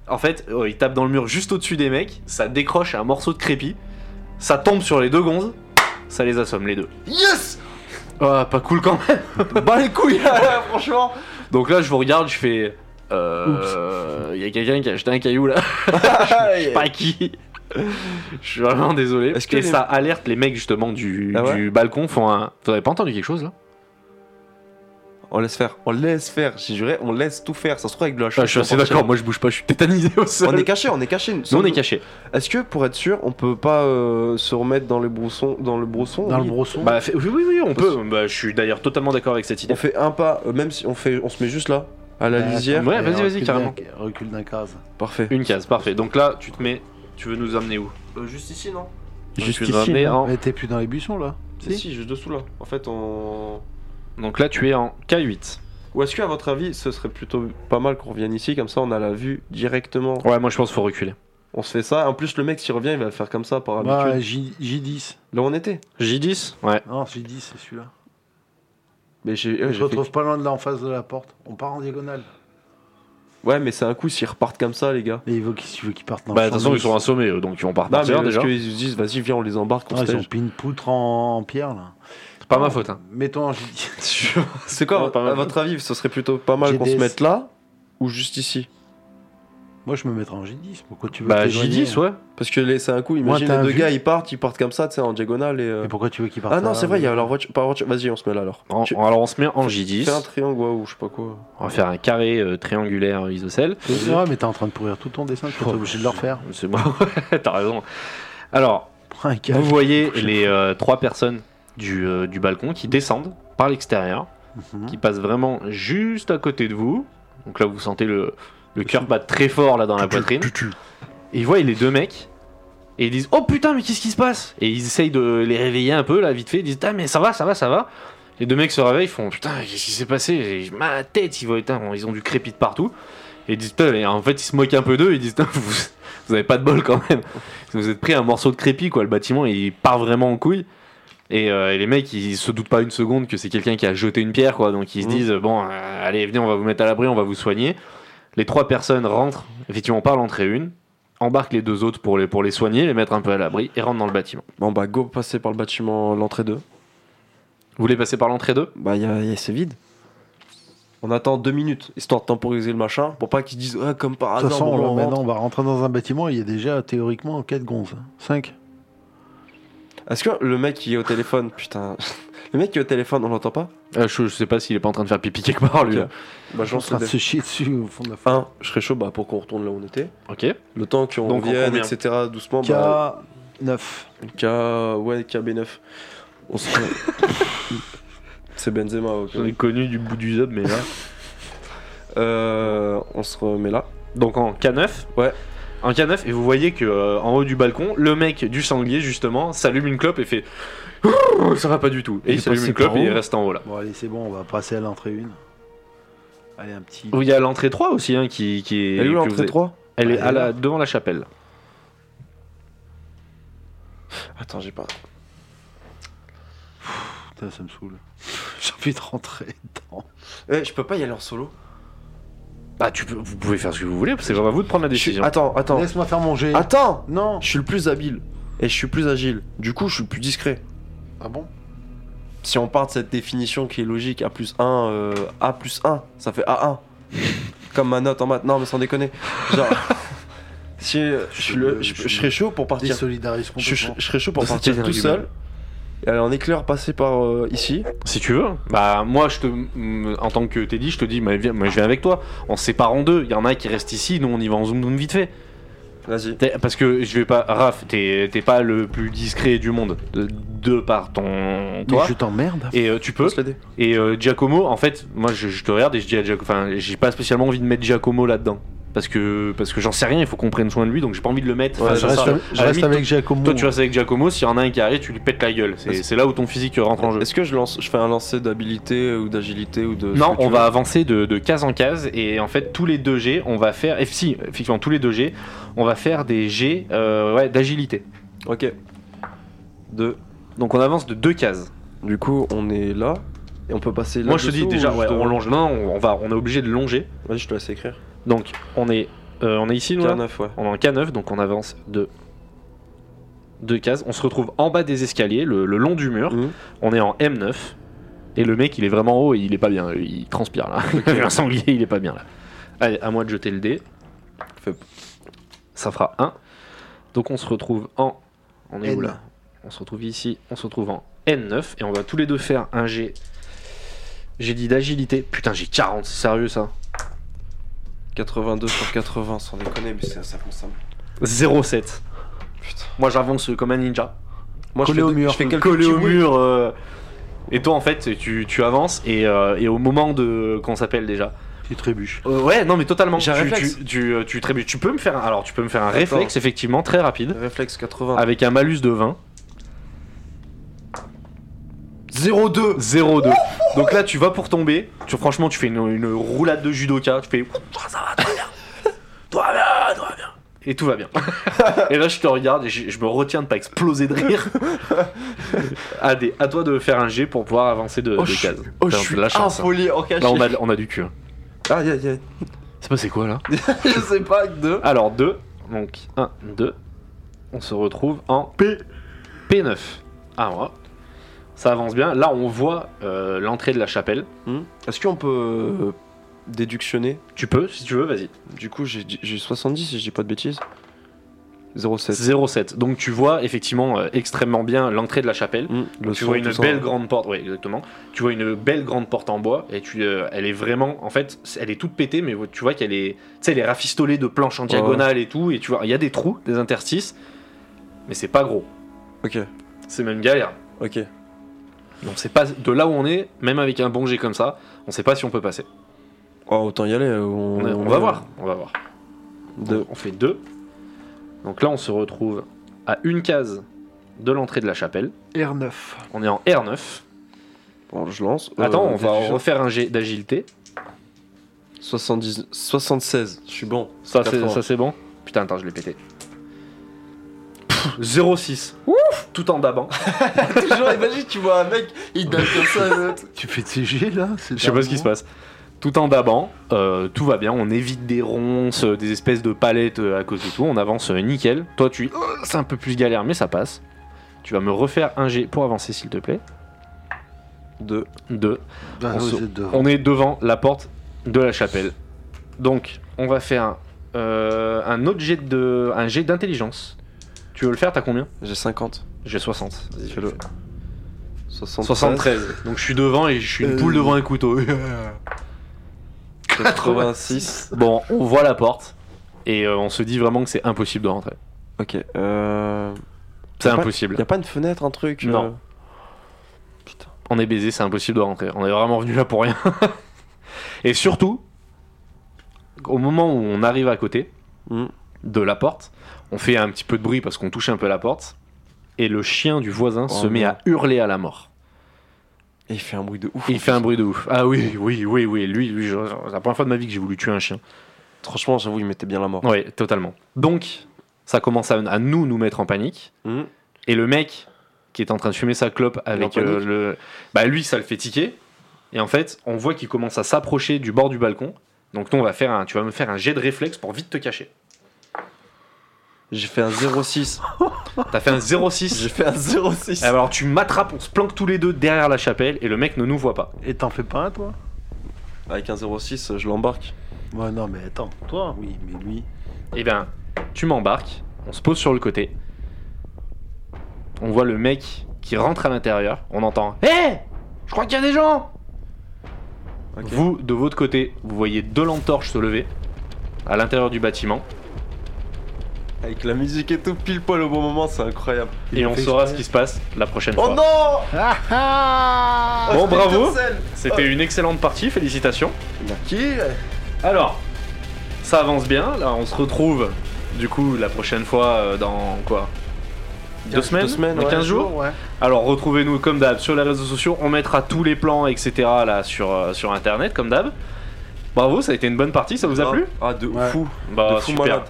Speaker 2: En fait, euh, il tape dans le mur juste au-dessus des mecs. Ça décroche un morceau de crépi. Ça tombe sur les deux gonzes. Ça les assomme les deux.
Speaker 5: Yes
Speaker 2: Ah, pas cool quand même. bah les (laughs) couilles, franchement. Donc là, je vous regarde, je fais. Euh. Il y a quelqu'un qui a acheté un caillou là. je sais (laughs) pas qui. Je suis vraiment désolé.
Speaker 4: Est-ce
Speaker 2: Est-ce
Speaker 4: que
Speaker 2: que
Speaker 4: les-
Speaker 2: ça alerte les mecs justement du,
Speaker 4: Ah ouais
Speaker 2: du balcon font un. Vous avez pas entendu quelque chose là
Speaker 4: On laisse faire, on laisse faire, j'ai juré, on laisse tout faire. Ça se trouve avec de la
Speaker 2: Ah, Je suis assez d'accord, moi je bouge pas, je suis tétanisé au sol.
Speaker 4: On est caché, on est caché.
Speaker 2: Nous on est caché.
Speaker 4: Est-ce que pour être sûr, on peut pas euh, se remettre dans le brousson Dans le brousson
Speaker 3: Dans
Speaker 4: oui.
Speaker 3: le brosson.
Speaker 2: Bah fait- oui, oui, oui, on peut. Bah, je suis d'ailleurs totalement d'accord avec cette idée.
Speaker 4: On fait un pas, euh, même si on, fait, on se met juste là, à la
Speaker 3: Bah,
Speaker 4: lisière.
Speaker 2: Ouais,
Speaker 3: Et
Speaker 2: vas-y, vas-y,
Speaker 3: recule
Speaker 2: carrément.
Speaker 3: d'un- Recule d'un case.
Speaker 4: Parfait.
Speaker 2: Une case, parfait. Donc là, tu te mets. Tu veux nous amener où
Speaker 4: Euh, juste ici, non
Speaker 2: Tu veux nous amener en-
Speaker 3: Mais t'es plus dans les buissons, là
Speaker 4: si. si, juste dessous là. En fait, on.
Speaker 2: Donc là, tu es en K8.
Speaker 4: Ou est-ce que à votre avis, ce serait plutôt pas mal qu'on revienne ici, comme ça on a la vue directement.
Speaker 2: Ouais, moi je pense qu'il faut reculer.
Speaker 4: On se fait ça. En plus, le mec s'il revient, il va faire comme ça par
Speaker 3: Bah,
Speaker 4: habitude.
Speaker 3: J- J10.
Speaker 4: Là, on était.
Speaker 2: J10 Ouais.
Speaker 3: Non, J10, c'est celui-là.
Speaker 4: Mais j'ai.
Speaker 3: On
Speaker 4: ouais,
Speaker 3: se
Speaker 4: j'ai
Speaker 3: retrouve pas loin de là, en face de la porte. On part en diagonale.
Speaker 4: fait- Ouais, mais c'est un coup s'ils repartent comme ça, les gars.
Speaker 3: Et il veut qu'ils veut qu'ils partent dans
Speaker 2: Bah de
Speaker 3: le
Speaker 2: toute
Speaker 3: champ
Speaker 2: façon,
Speaker 3: de
Speaker 2: ils sont
Speaker 3: mine.
Speaker 2: assommés, eux, donc ils vont pas
Speaker 4: Non, mais
Speaker 2: repartir
Speaker 4: parce
Speaker 2: déjà.
Speaker 4: qu'ils se disent, vas-y, viens, on les embarque, on
Speaker 3: Ah, ils ont
Speaker 4: stage.
Speaker 3: pris une poutre en, en pierre, là.
Speaker 2: C'est pas ma faute.
Speaker 4: Ah.
Speaker 2: Hein.
Speaker 3: Mettons en J10.
Speaker 4: (laughs) C'est quoi,
Speaker 2: Ouais, pas mal.
Speaker 4: à votre avis, ce serait plutôt pas mal qu'on se
Speaker 3: GDS.
Speaker 4: mette là ou juste ici
Speaker 3: (laughs) Moi, je me mettrais en J10. Pourquoi tu veux
Speaker 2: Bah
Speaker 3: t'éloigner
Speaker 2: J10, ouais.
Speaker 4: Parce que les- c'est un coup, imagine
Speaker 3: t'as
Speaker 4: les
Speaker 3: un
Speaker 4: deux
Speaker 3: vu.
Speaker 4: gars, ils partent, ils partent comme ça, tu sais, en diagonale et. euh,
Speaker 3: Et pourquoi tu veux qu'ils partent
Speaker 4: Ah non,
Speaker 3: là,
Speaker 4: c'est vrai, il y a
Speaker 3: mais-
Speaker 4: leur voiture. Par voiture. Vas-y, on se met là alors.
Speaker 2: En-
Speaker 4: Tu-
Speaker 2: Alors on se met en
Speaker 4: Fais un
Speaker 2: J10.
Speaker 4: triangle, waouh, je sais pas quoi.
Speaker 2: On va faire un carré euh, triangulaire euh, isocèle.
Speaker 3: Ouais, mais t'es en train de pourrir tout ton dessin, tu es
Speaker 2: Oh,
Speaker 3: obligé de le refaire.
Speaker 2: C'est moi, (laughs) ouais, t'as raison. Alors,
Speaker 3: (laughs) Prends un
Speaker 2: vous
Speaker 3: câble.
Speaker 2: voyez les euh, trois personnes du, euh, du balcon qui descendent par l'extérieur,
Speaker 3: Mhm.
Speaker 2: qui passent vraiment juste à côté de vous. Donc là, vous sentez le, le cœur battre très fort là dans la poitrine. Et ils voient les deux mecs. Et ils disent Oh putain, mais qu'est-ce qui se passe Et ils essayent de les réveiller un peu là, vite fait. Ils disent Ah, mais ça va, ça va, ça va. Les deux mecs se réveillent, ils font Putain, qu'est-ce qui s'est passé J'ai ma tête, ils, voient, putain, ils ont du crépi de partout. Et ils disent Putain, mais en fait, ils se moquent un peu d'eux. Ils disent Putain, (laughs) vous, vous avez pas de bol quand même. Vous êtes pris un morceau de crépi, quoi. Le bâtiment, il part vraiment en couille. Et, euh, et les mecs, ils se doutent pas une seconde que c'est quelqu'un qui a jeté une pierre, quoi. Donc ils se
Speaker 4: Mhm.
Speaker 2: disent, bon, euh, allez, venez, on va vous mettre à l'abri, on va vous soigner. Les trois personnes rentrent, effectivement, par l'entrée une, embarquent les deux autres pour les, pour les soigner, les mettre un peu à l'abri et rentrent dans le bâtiment.
Speaker 4: Bon, bah, go passer par le bâtiment, l'entrée 2.
Speaker 2: Vous voulez passer par l'entrée deux
Speaker 4: Bah, y a- y a- c'est vide. On attend deux minutes, histoire de temporiser le machin, pour pas qu'ils se disent, ah, comme par
Speaker 3: De toute
Speaker 4: hasard,
Speaker 3: façon,
Speaker 4: bon,
Speaker 3: là,
Speaker 4: on rentre.
Speaker 3: maintenant, on va rentrer dans un bâtiment. Il y a déjà théoriquement 4 gonzes. hein. 5.
Speaker 4: Est-ce que le mec qui est au téléphone, putain, (laughs) le mec qui est au téléphone, on l'entend pas
Speaker 2: Euh, je, je sais pas s'il est pas en train de faire pipi quelque part, lui.
Speaker 4: Ok. Bah, je
Speaker 3: en
Speaker 4: lance le
Speaker 3: train de
Speaker 4: dé.
Speaker 3: se chier dessus au fond de la forêt.
Speaker 4: Un, je serais chaud bah, pour qu'on retourne là où on était.
Speaker 2: Ok.
Speaker 4: Le temps qu'on
Speaker 2: Donc, en
Speaker 4: revienne,
Speaker 2: combien
Speaker 4: etc. Doucement,
Speaker 3: K9.
Speaker 4: bah, K... Ouais, KB9. On se... (laughs) C'est Benzema, ok.
Speaker 2: J'en ai connu du bout du zob, mais là.
Speaker 4: Euh, on se remet là.
Speaker 2: (laughs) Donc en K9
Speaker 4: Ouais.
Speaker 2: En K9, et vous voyez que euh, en haut du balcon, le mec du sanglier, justement, s'allume une clope et fait. Ouh, Ça va pas du tout. Et
Speaker 6: Il
Speaker 2: il
Speaker 6: est
Speaker 2: s'allume
Speaker 6: passé
Speaker 2: une clope
Speaker 6: par
Speaker 2: et il
Speaker 6: où
Speaker 2: reste en haut là.
Speaker 3: Bon, allez, c'est bon, on va passer à l'entrée 1. Allez, un petit.
Speaker 2: Il y a l'entrée 3 aussi hein, qui, qui est.
Speaker 4: Elle est
Speaker 2: que
Speaker 4: où
Speaker 2: vous
Speaker 4: l'entrée
Speaker 2: avez-
Speaker 4: 3
Speaker 2: Elle est
Speaker 3: Elle
Speaker 2: à la-
Speaker 3: est là.
Speaker 2: devant la chapelle.
Speaker 4: Attends, j'ai pas.
Speaker 3: Putain, ça me saoule. (laughs) J'ai envie de rentrer dedans.
Speaker 4: Eh, je peux pas y aller en solo.
Speaker 2: Bah, tu peux, vous pouvez faire ce que vous voulez, c'est vraiment à vous de prendre la
Speaker 4: Je suis-
Speaker 2: décision.
Speaker 4: Attends, attends.
Speaker 3: Laisse-moi faire manger.
Speaker 4: Attends
Speaker 3: non
Speaker 4: Je suis le plus habile. Et je suis plus agile. Du coup, je suis le plus discret.
Speaker 3: Ah bon
Speaker 4: Si on part de cette définition qui est logique, A plus 1, euh, A plus 1, ça fait A1. (laughs) Comme ma note en maths. Non, mais sans déconner. Genre. (laughs) si, euh, je, suis le- je- je serais chaud pour partir.
Speaker 3: Désolidarise
Speaker 4: Je, je-
Speaker 3: complètement.
Speaker 4: je serais chaud pour
Speaker 2: Ça,
Speaker 4: partir
Speaker 2: c'était
Speaker 4: tout seul. Et aller en éclair passer par euh, ici.
Speaker 2: Si tu veux. Bah, moi, je te, mm, en tant que Teddy, je te dis, mais viens, mais je viens avec toi. On se sépare en deux. Il y en a qui restent ici, nous on y va en zoom zoom vite fait.
Speaker 4: Vas-y.
Speaker 2: T'es- Parce que je vais pas. Raph, t'es t'es pas le plus discret du monde. De, de par ton.
Speaker 3: Mais
Speaker 2: Toi.
Speaker 3: je t'emmerde.
Speaker 2: Et euh, tu peux.
Speaker 4: Lance le dé.
Speaker 2: Et euh, Giacomo, en fait, moi je, je te regarde et je dis à Giacomo. Enfin, j'ai pas spécialement envie de mettre Giacomo là-dedans. Parce que, parce que j'en sais rien, il faut qu'on prenne soin de lui, donc j'ai pas envie de le mettre.
Speaker 4: Ouais,
Speaker 2: Enfin,
Speaker 3: je
Speaker 2: ça
Speaker 3: reste,
Speaker 2: sera-
Speaker 3: je
Speaker 2: à la
Speaker 3: reste
Speaker 2: limite,
Speaker 3: avec Giacomo.
Speaker 2: Toi, tu restes avec Giacomo, s'il y en a un qui arrive, tu lui pètes la gueule. C'est
Speaker 4: Vas-y.
Speaker 2: c'est là où ton physique rentre en jeu.
Speaker 4: Est-ce que je lance, je fais un lancer d'habilité ou d'agilité ou de.
Speaker 2: Non,
Speaker 4: ce que
Speaker 2: on
Speaker 4: tu
Speaker 2: va
Speaker 4: veux.
Speaker 2: avancer de, de case en case et en fait tous les 2 G, on va faire, et si effectivement tous les 2 G, on va faire des G euh, ouais, d'agilité.
Speaker 4: Ok. Deux.
Speaker 2: Donc on avance de deux cases.
Speaker 4: Du coup, on est là. Et on peut passer là.
Speaker 2: Moi je te dis
Speaker 4: dessous
Speaker 2: déjà,
Speaker 4: ou
Speaker 2: ouais,
Speaker 4: je te-
Speaker 2: on longe, non, on, on va, on est obligé de longer.
Speaker 4: Vas-y, je te laisse écrire.
Speaker 2: Donc on est, euh, on est ici, nous. là
Speaker 4: 49, ouais.
Speaker 2: On est en K9, donc on avance de deux cases. On se retrouve en bas des escaliers, le, le long du mur.
Speaker 4: Mhm.
Speaker 2: On est en M9. Et le mec, il est vraiment haut et il est pas bien. Il transpire là. (laughs) Il a un sanglier, il est pas bien là. Allez, à moi de jeter le dé.
Speaker 4: Fais-
Speaker 2: Ça fera 1. Donc on se retrouve en. On est où
Speaker 3: N.
Speaker 2: là On se retrouve ici. On se retrouve en N9. Et on va tous les deux faire un G. J'ai dit d'agilité. Putain, j'ai 40, c'est sérieux ça
Speaker 4: 82 sur 80, sans déconner, mais c'est insafonçable.
Speaker 2: 0,7.
Speaker 4: Putain.
Speaker 2: Moi j'avance comme un ninja.
Speaker 4: Moi,
Speaker 3: Collé
Speaker 4: je fais
Speaker 3: au
Speaker 4: deux-
Speaker 3: mur.
Speaker 4: Je fais quelques
Speaker 2: collé
Speaker 4: petits
Speaker 2: au
Speaker 4: bruits.
Speaker 2: mur. euh, et toi, en fait, tu, tu avances et, euh, et au moment de. Qu'on s'appelle déjà
Speaker 3: Tu trébuches.
Speaker 2: Euh, Ouais, non, mais totalement.
Speaker 4: J'ai
Speaker 2: Tu,
Speaker 4: un réflexe.
Speaker 2: tu, tu, euh, tu trébuches. Tu peux me faire un, alors, tu peux me faire un
Speaker 4: Attends.
Speaker 2: réflexe, effectivement, très rapide,
Speaker 4: Réflexe 80.
Speaker 2: avec un malus de 20.
Speaker 4: 02
Speaker 2: 0-2. Donc là, tu vas pour tomber. Tu, franchement, tu fais une, une roulade de judoka. Tu fais. Ça va, tout va bien. Tout va bien, tout va bien. Et tout va
Speaker 4: (laughs)
Speaker 2: bien. et là, je te regarde et je, je me retiens de pas exploser de
Speaker 4: (laughs)
Speaker 2: rire. à, des, à toi de faire un G pour pouvoir avancer de,
Speaker 4: Oh,
Speaker 2: de
Speaker 4: je suis-
Speaker 2: cases.
Speaker 4: Oh, je
Speaker 2: Putain,
Speaker 4: suis
Speaker 2: de la chance, hein.
Speaker 4: affolé en cachet.
Speaker 2: Là, on a, on a du cul. hein.
Speaker 4: Aïe, aïe, aïe.
Speaker 2: C'est passé quoi là
Speaker 5: (laughs)
Speaker 4: Je sais pas, 2.
Speaker 2: Alors 2, donc 1, 2, on se retrouve en P... P9. Ah ouais. Ça avance bien. Là on voit euh, l'entrée de la chapelle.
Speaker 4: Est-ce qu'on peut euh, déductionner
Speaker 2: Tu peux, si tu veux, vas-y.
Speaker 4: Du coup, j'ai j'ai 70 si je dis pas de bêtises. 07.
Speaker 2: 07. Donc tu vois effectivement euh, extrêmement bien l'entrée de la chapelle.
Speaker 4: Hmm, le
Speaker 2: tu
Speaker 4: son,
Speaker 2: vois une
Speaker 4: tout ça.
Speaker 2: belle grande porte, ouais exactement. Tu vois une belle grande porte en bois et tu, euh, elle est vraiment, en fait, elle est toute pétée, mais tu vois qu'elle est, tu sais, elle est rafistolée de planches en diagonale et tout, et tu vois, il y a des trous, des interstices, mais c'est pas gros,
Speaker 4: Ok,
Speaker 2: c'est même galère.
Speaker 4: ok.
Speaker 2: Donc c'est pas de là où on est, même avec un bon jet comme ça, on sait pas si on peut passer.
Speaker 4: Oh, autant y aller. On,
Speaker 2: On, est- on va voir, on va voir.
Speaker 4: Euh, Deux.
Speaker 2: On fait deux. Donc là on se retrouve à une case de l'entrée de la chapelle.
Speaker 3: R9.
Speaker 2: On est en R9.
Speaker 4: Bon, je lance. Euh,
Speaker 2: Attends, on va
Speaker 4: déduction.
Speaker 2: refaire un jet d'agilité.
Speaker 4: 70, 76, je suis bon.
Speaker 2: Ça c'est
Speaker 4: 80.
Speaker 2: ça, c'est bon. Putain, attends, je l'ai pété.
Speaker 7: Pff, 06. Ouf Tout en dabant.
Speaker 5: Toujours, imagine, tu vois un mec, il donne comme ça à l'autre.
Speaker 3: (laughs) Tu fais de CG là
Speaker 2: Je sais pas ce qui se passe. Tout en dabant, euh, tout va bien, on évite des ronces, euh, des espèces de palettes euh, à cause de tout, on avance euh, nickel. Toi tu... Oh, C'est un peu plus galère mais ça passe. Tu vas me refaire un G pour avancer s'il te plaît.
Speaker 4: Deux.
Speaker 2: Deux.
Speaker 3: Bah,
Speaker 2: On
Speaker 3: vous
Speaker 2: se-
Speaker 3: êtes dehors.
Speaker 2: On est devant la porte de la chapelle. Donc on va faire euh, un autre jet de... un jet d'intelligence. Tu veux le faire, t'as combien
Speaker 4: J'ai 50.
Speaker 2: J'ai 60. Vas-y, fais-le.
Speaker 4: 73.
Speaker 2: 73. Donc je suis devant et je suis une
Speaker 3: Euh.
Speaker 2: poule devant un couteau.
Speaker 4: 86.
Speaker 2: Bon, on voit la porte et euh, on se dit vraiment que c'est impossible de rentrer.
Speaker 4: ok. Euh...
Speaker 2: C'est
Speaker 4: Y a pas-
Speaker 2: impossible.
Speaker 4: Y a pas une fenêtre, un truc
Speaker 2: Non.
Speaker 4: euh,
Speaker 2: On est baisé, c'est impossible de rentrer. On est vraiment venu là pour rien. (laughs) et surtout, au moment où on arrive à côté
Speaker 4: Mm.
Speaker 2: de la porte, on fait un petit peu de bruit parce qu'on touche un peu la porte et le chien du voisin
Speaker 4: Oh
Speaker 2: se met
Speaker 4: non.
Speaker 2: à hurler à la mort.
Speaker 4: Et il fait un bruit de ouf.
Speaker 2: Et il fait un bruit de ouf. Ah oui, oui, oui, oui. Lui, lui, je- c'est la première fois de ma vie que j'ai voulu tuer un chien.
Speaker 4: Franchement, j'avoue, il mettait bien la mort.
Speaker 2: Oui, totalement. Donc, ça commence à, à nous nous mettre en panique.
Speaker 4: Hmm.
Speaker 2: Et le mec qui est en train de fumer sa clope avec
Speaker 4: en panique.
Speaker 2: euh, le. Bah lui, ça le fait tiquer. Et en fait, on voit qu'il commence à s'approcher du bord du balcon. Donc toi, on va faire un, tu vas me faire un jet de réflexe pour vite te cacher.
Speaker 4: J'ai fait un
Speaker 2: (laughs)
Speaker 4: 06.
Speaker 2: T'as fait un 06.
Speaker 4: J'ai fait un 06.
Speaker 2: Alors tu m'attrapes, on se planque tous les deux derrière la chapelle et le mec ne nous voit pas.
Speaker 3: Et t'en fais pas un toi
Speaker 4: Avec un 06, euh, je l'embarque.
Speaker 3: Ouais, non, mais attends, toi, oui, mais lui.
Speaker 2: Eh bien, tu m'embarques, on se pose sur le côté. On voit le mec qui rentre à l'intérieur, on entend Hé Je crois qu'il y a des gens
Speaker 4: Ok.
Speaker 2: Vous, de votre côté, vous voyez deux lampes torches se lever à l'intérieur du bâtiment
Speaker 4: Avec la musique et tout, pile poil au bon moment, c'est incroyable.
Speaker 2: et on saura ce qui se passe la prochaine fois.
Speaker 4: Oh non
Speaker 5: Ah,
Speaker 4: Ah,
Speaker 2: bon, bravo C'était une excellente partie, félicitations Alors, ça avance bien, là on se retrouve du coup la prochaine fois euh, dans quoi deux semaines,
Speaker 4: deux semaines,
Speaker 2: Dans
Speaker 4: ouais.
Speaker 2: 15 jours
Speaker 3: ouais.
Speaker 2: Alors retrouvez-nous comme d'hab sur les réseaux sociaux, on mettra tous les plans, etc. là sur, euh, sur internet comme d'hab. Bravo, ça a été une bonne partie, ça vous a plu
Speaker 4: Ah, de
Speaker 3: Ouais.
Speaker 4: fou.
Speaker 2: Bah
Speaker 4: de fou
Speaker 2: super.
Speaker 4: malade.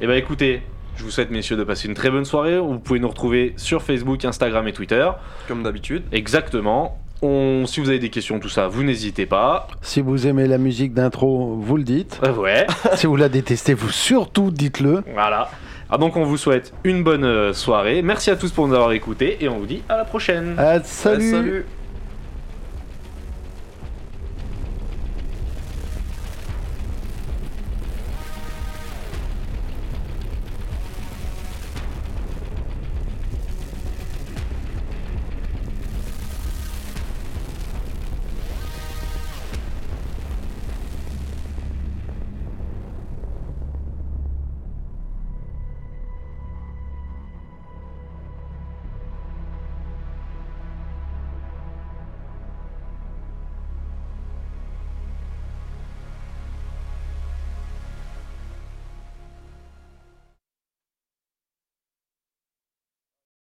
Speaker 2: Et bah écoutez, je vous souhaite messieurs de passer une très bonne soirée. Vous pouvez nous retrouver sur Facebook, Instagram et Twitter.
Speaker 4: Comme d'habitude.
Speaker 2: Exactement. On, si vous avez des questions, tout ça, vous n'hésitez pas.
Speaker 3: Si vous aimez la musique d'intro, vous le dites.
Speaker 2: Euh, ouais, (laughs)
Speaker 3: si vous la détestez, vous surtout dites-le.
Speaker 2: voilà. Ah, donc on vous souhaite une bonne euh, soirée. Merci à tous pour nous avoir écoutés et on vous dit à la prochaine.
Speaker 3: Ah, salut.
Speaker 5: Bah,
Speaker 4: Ah, salut.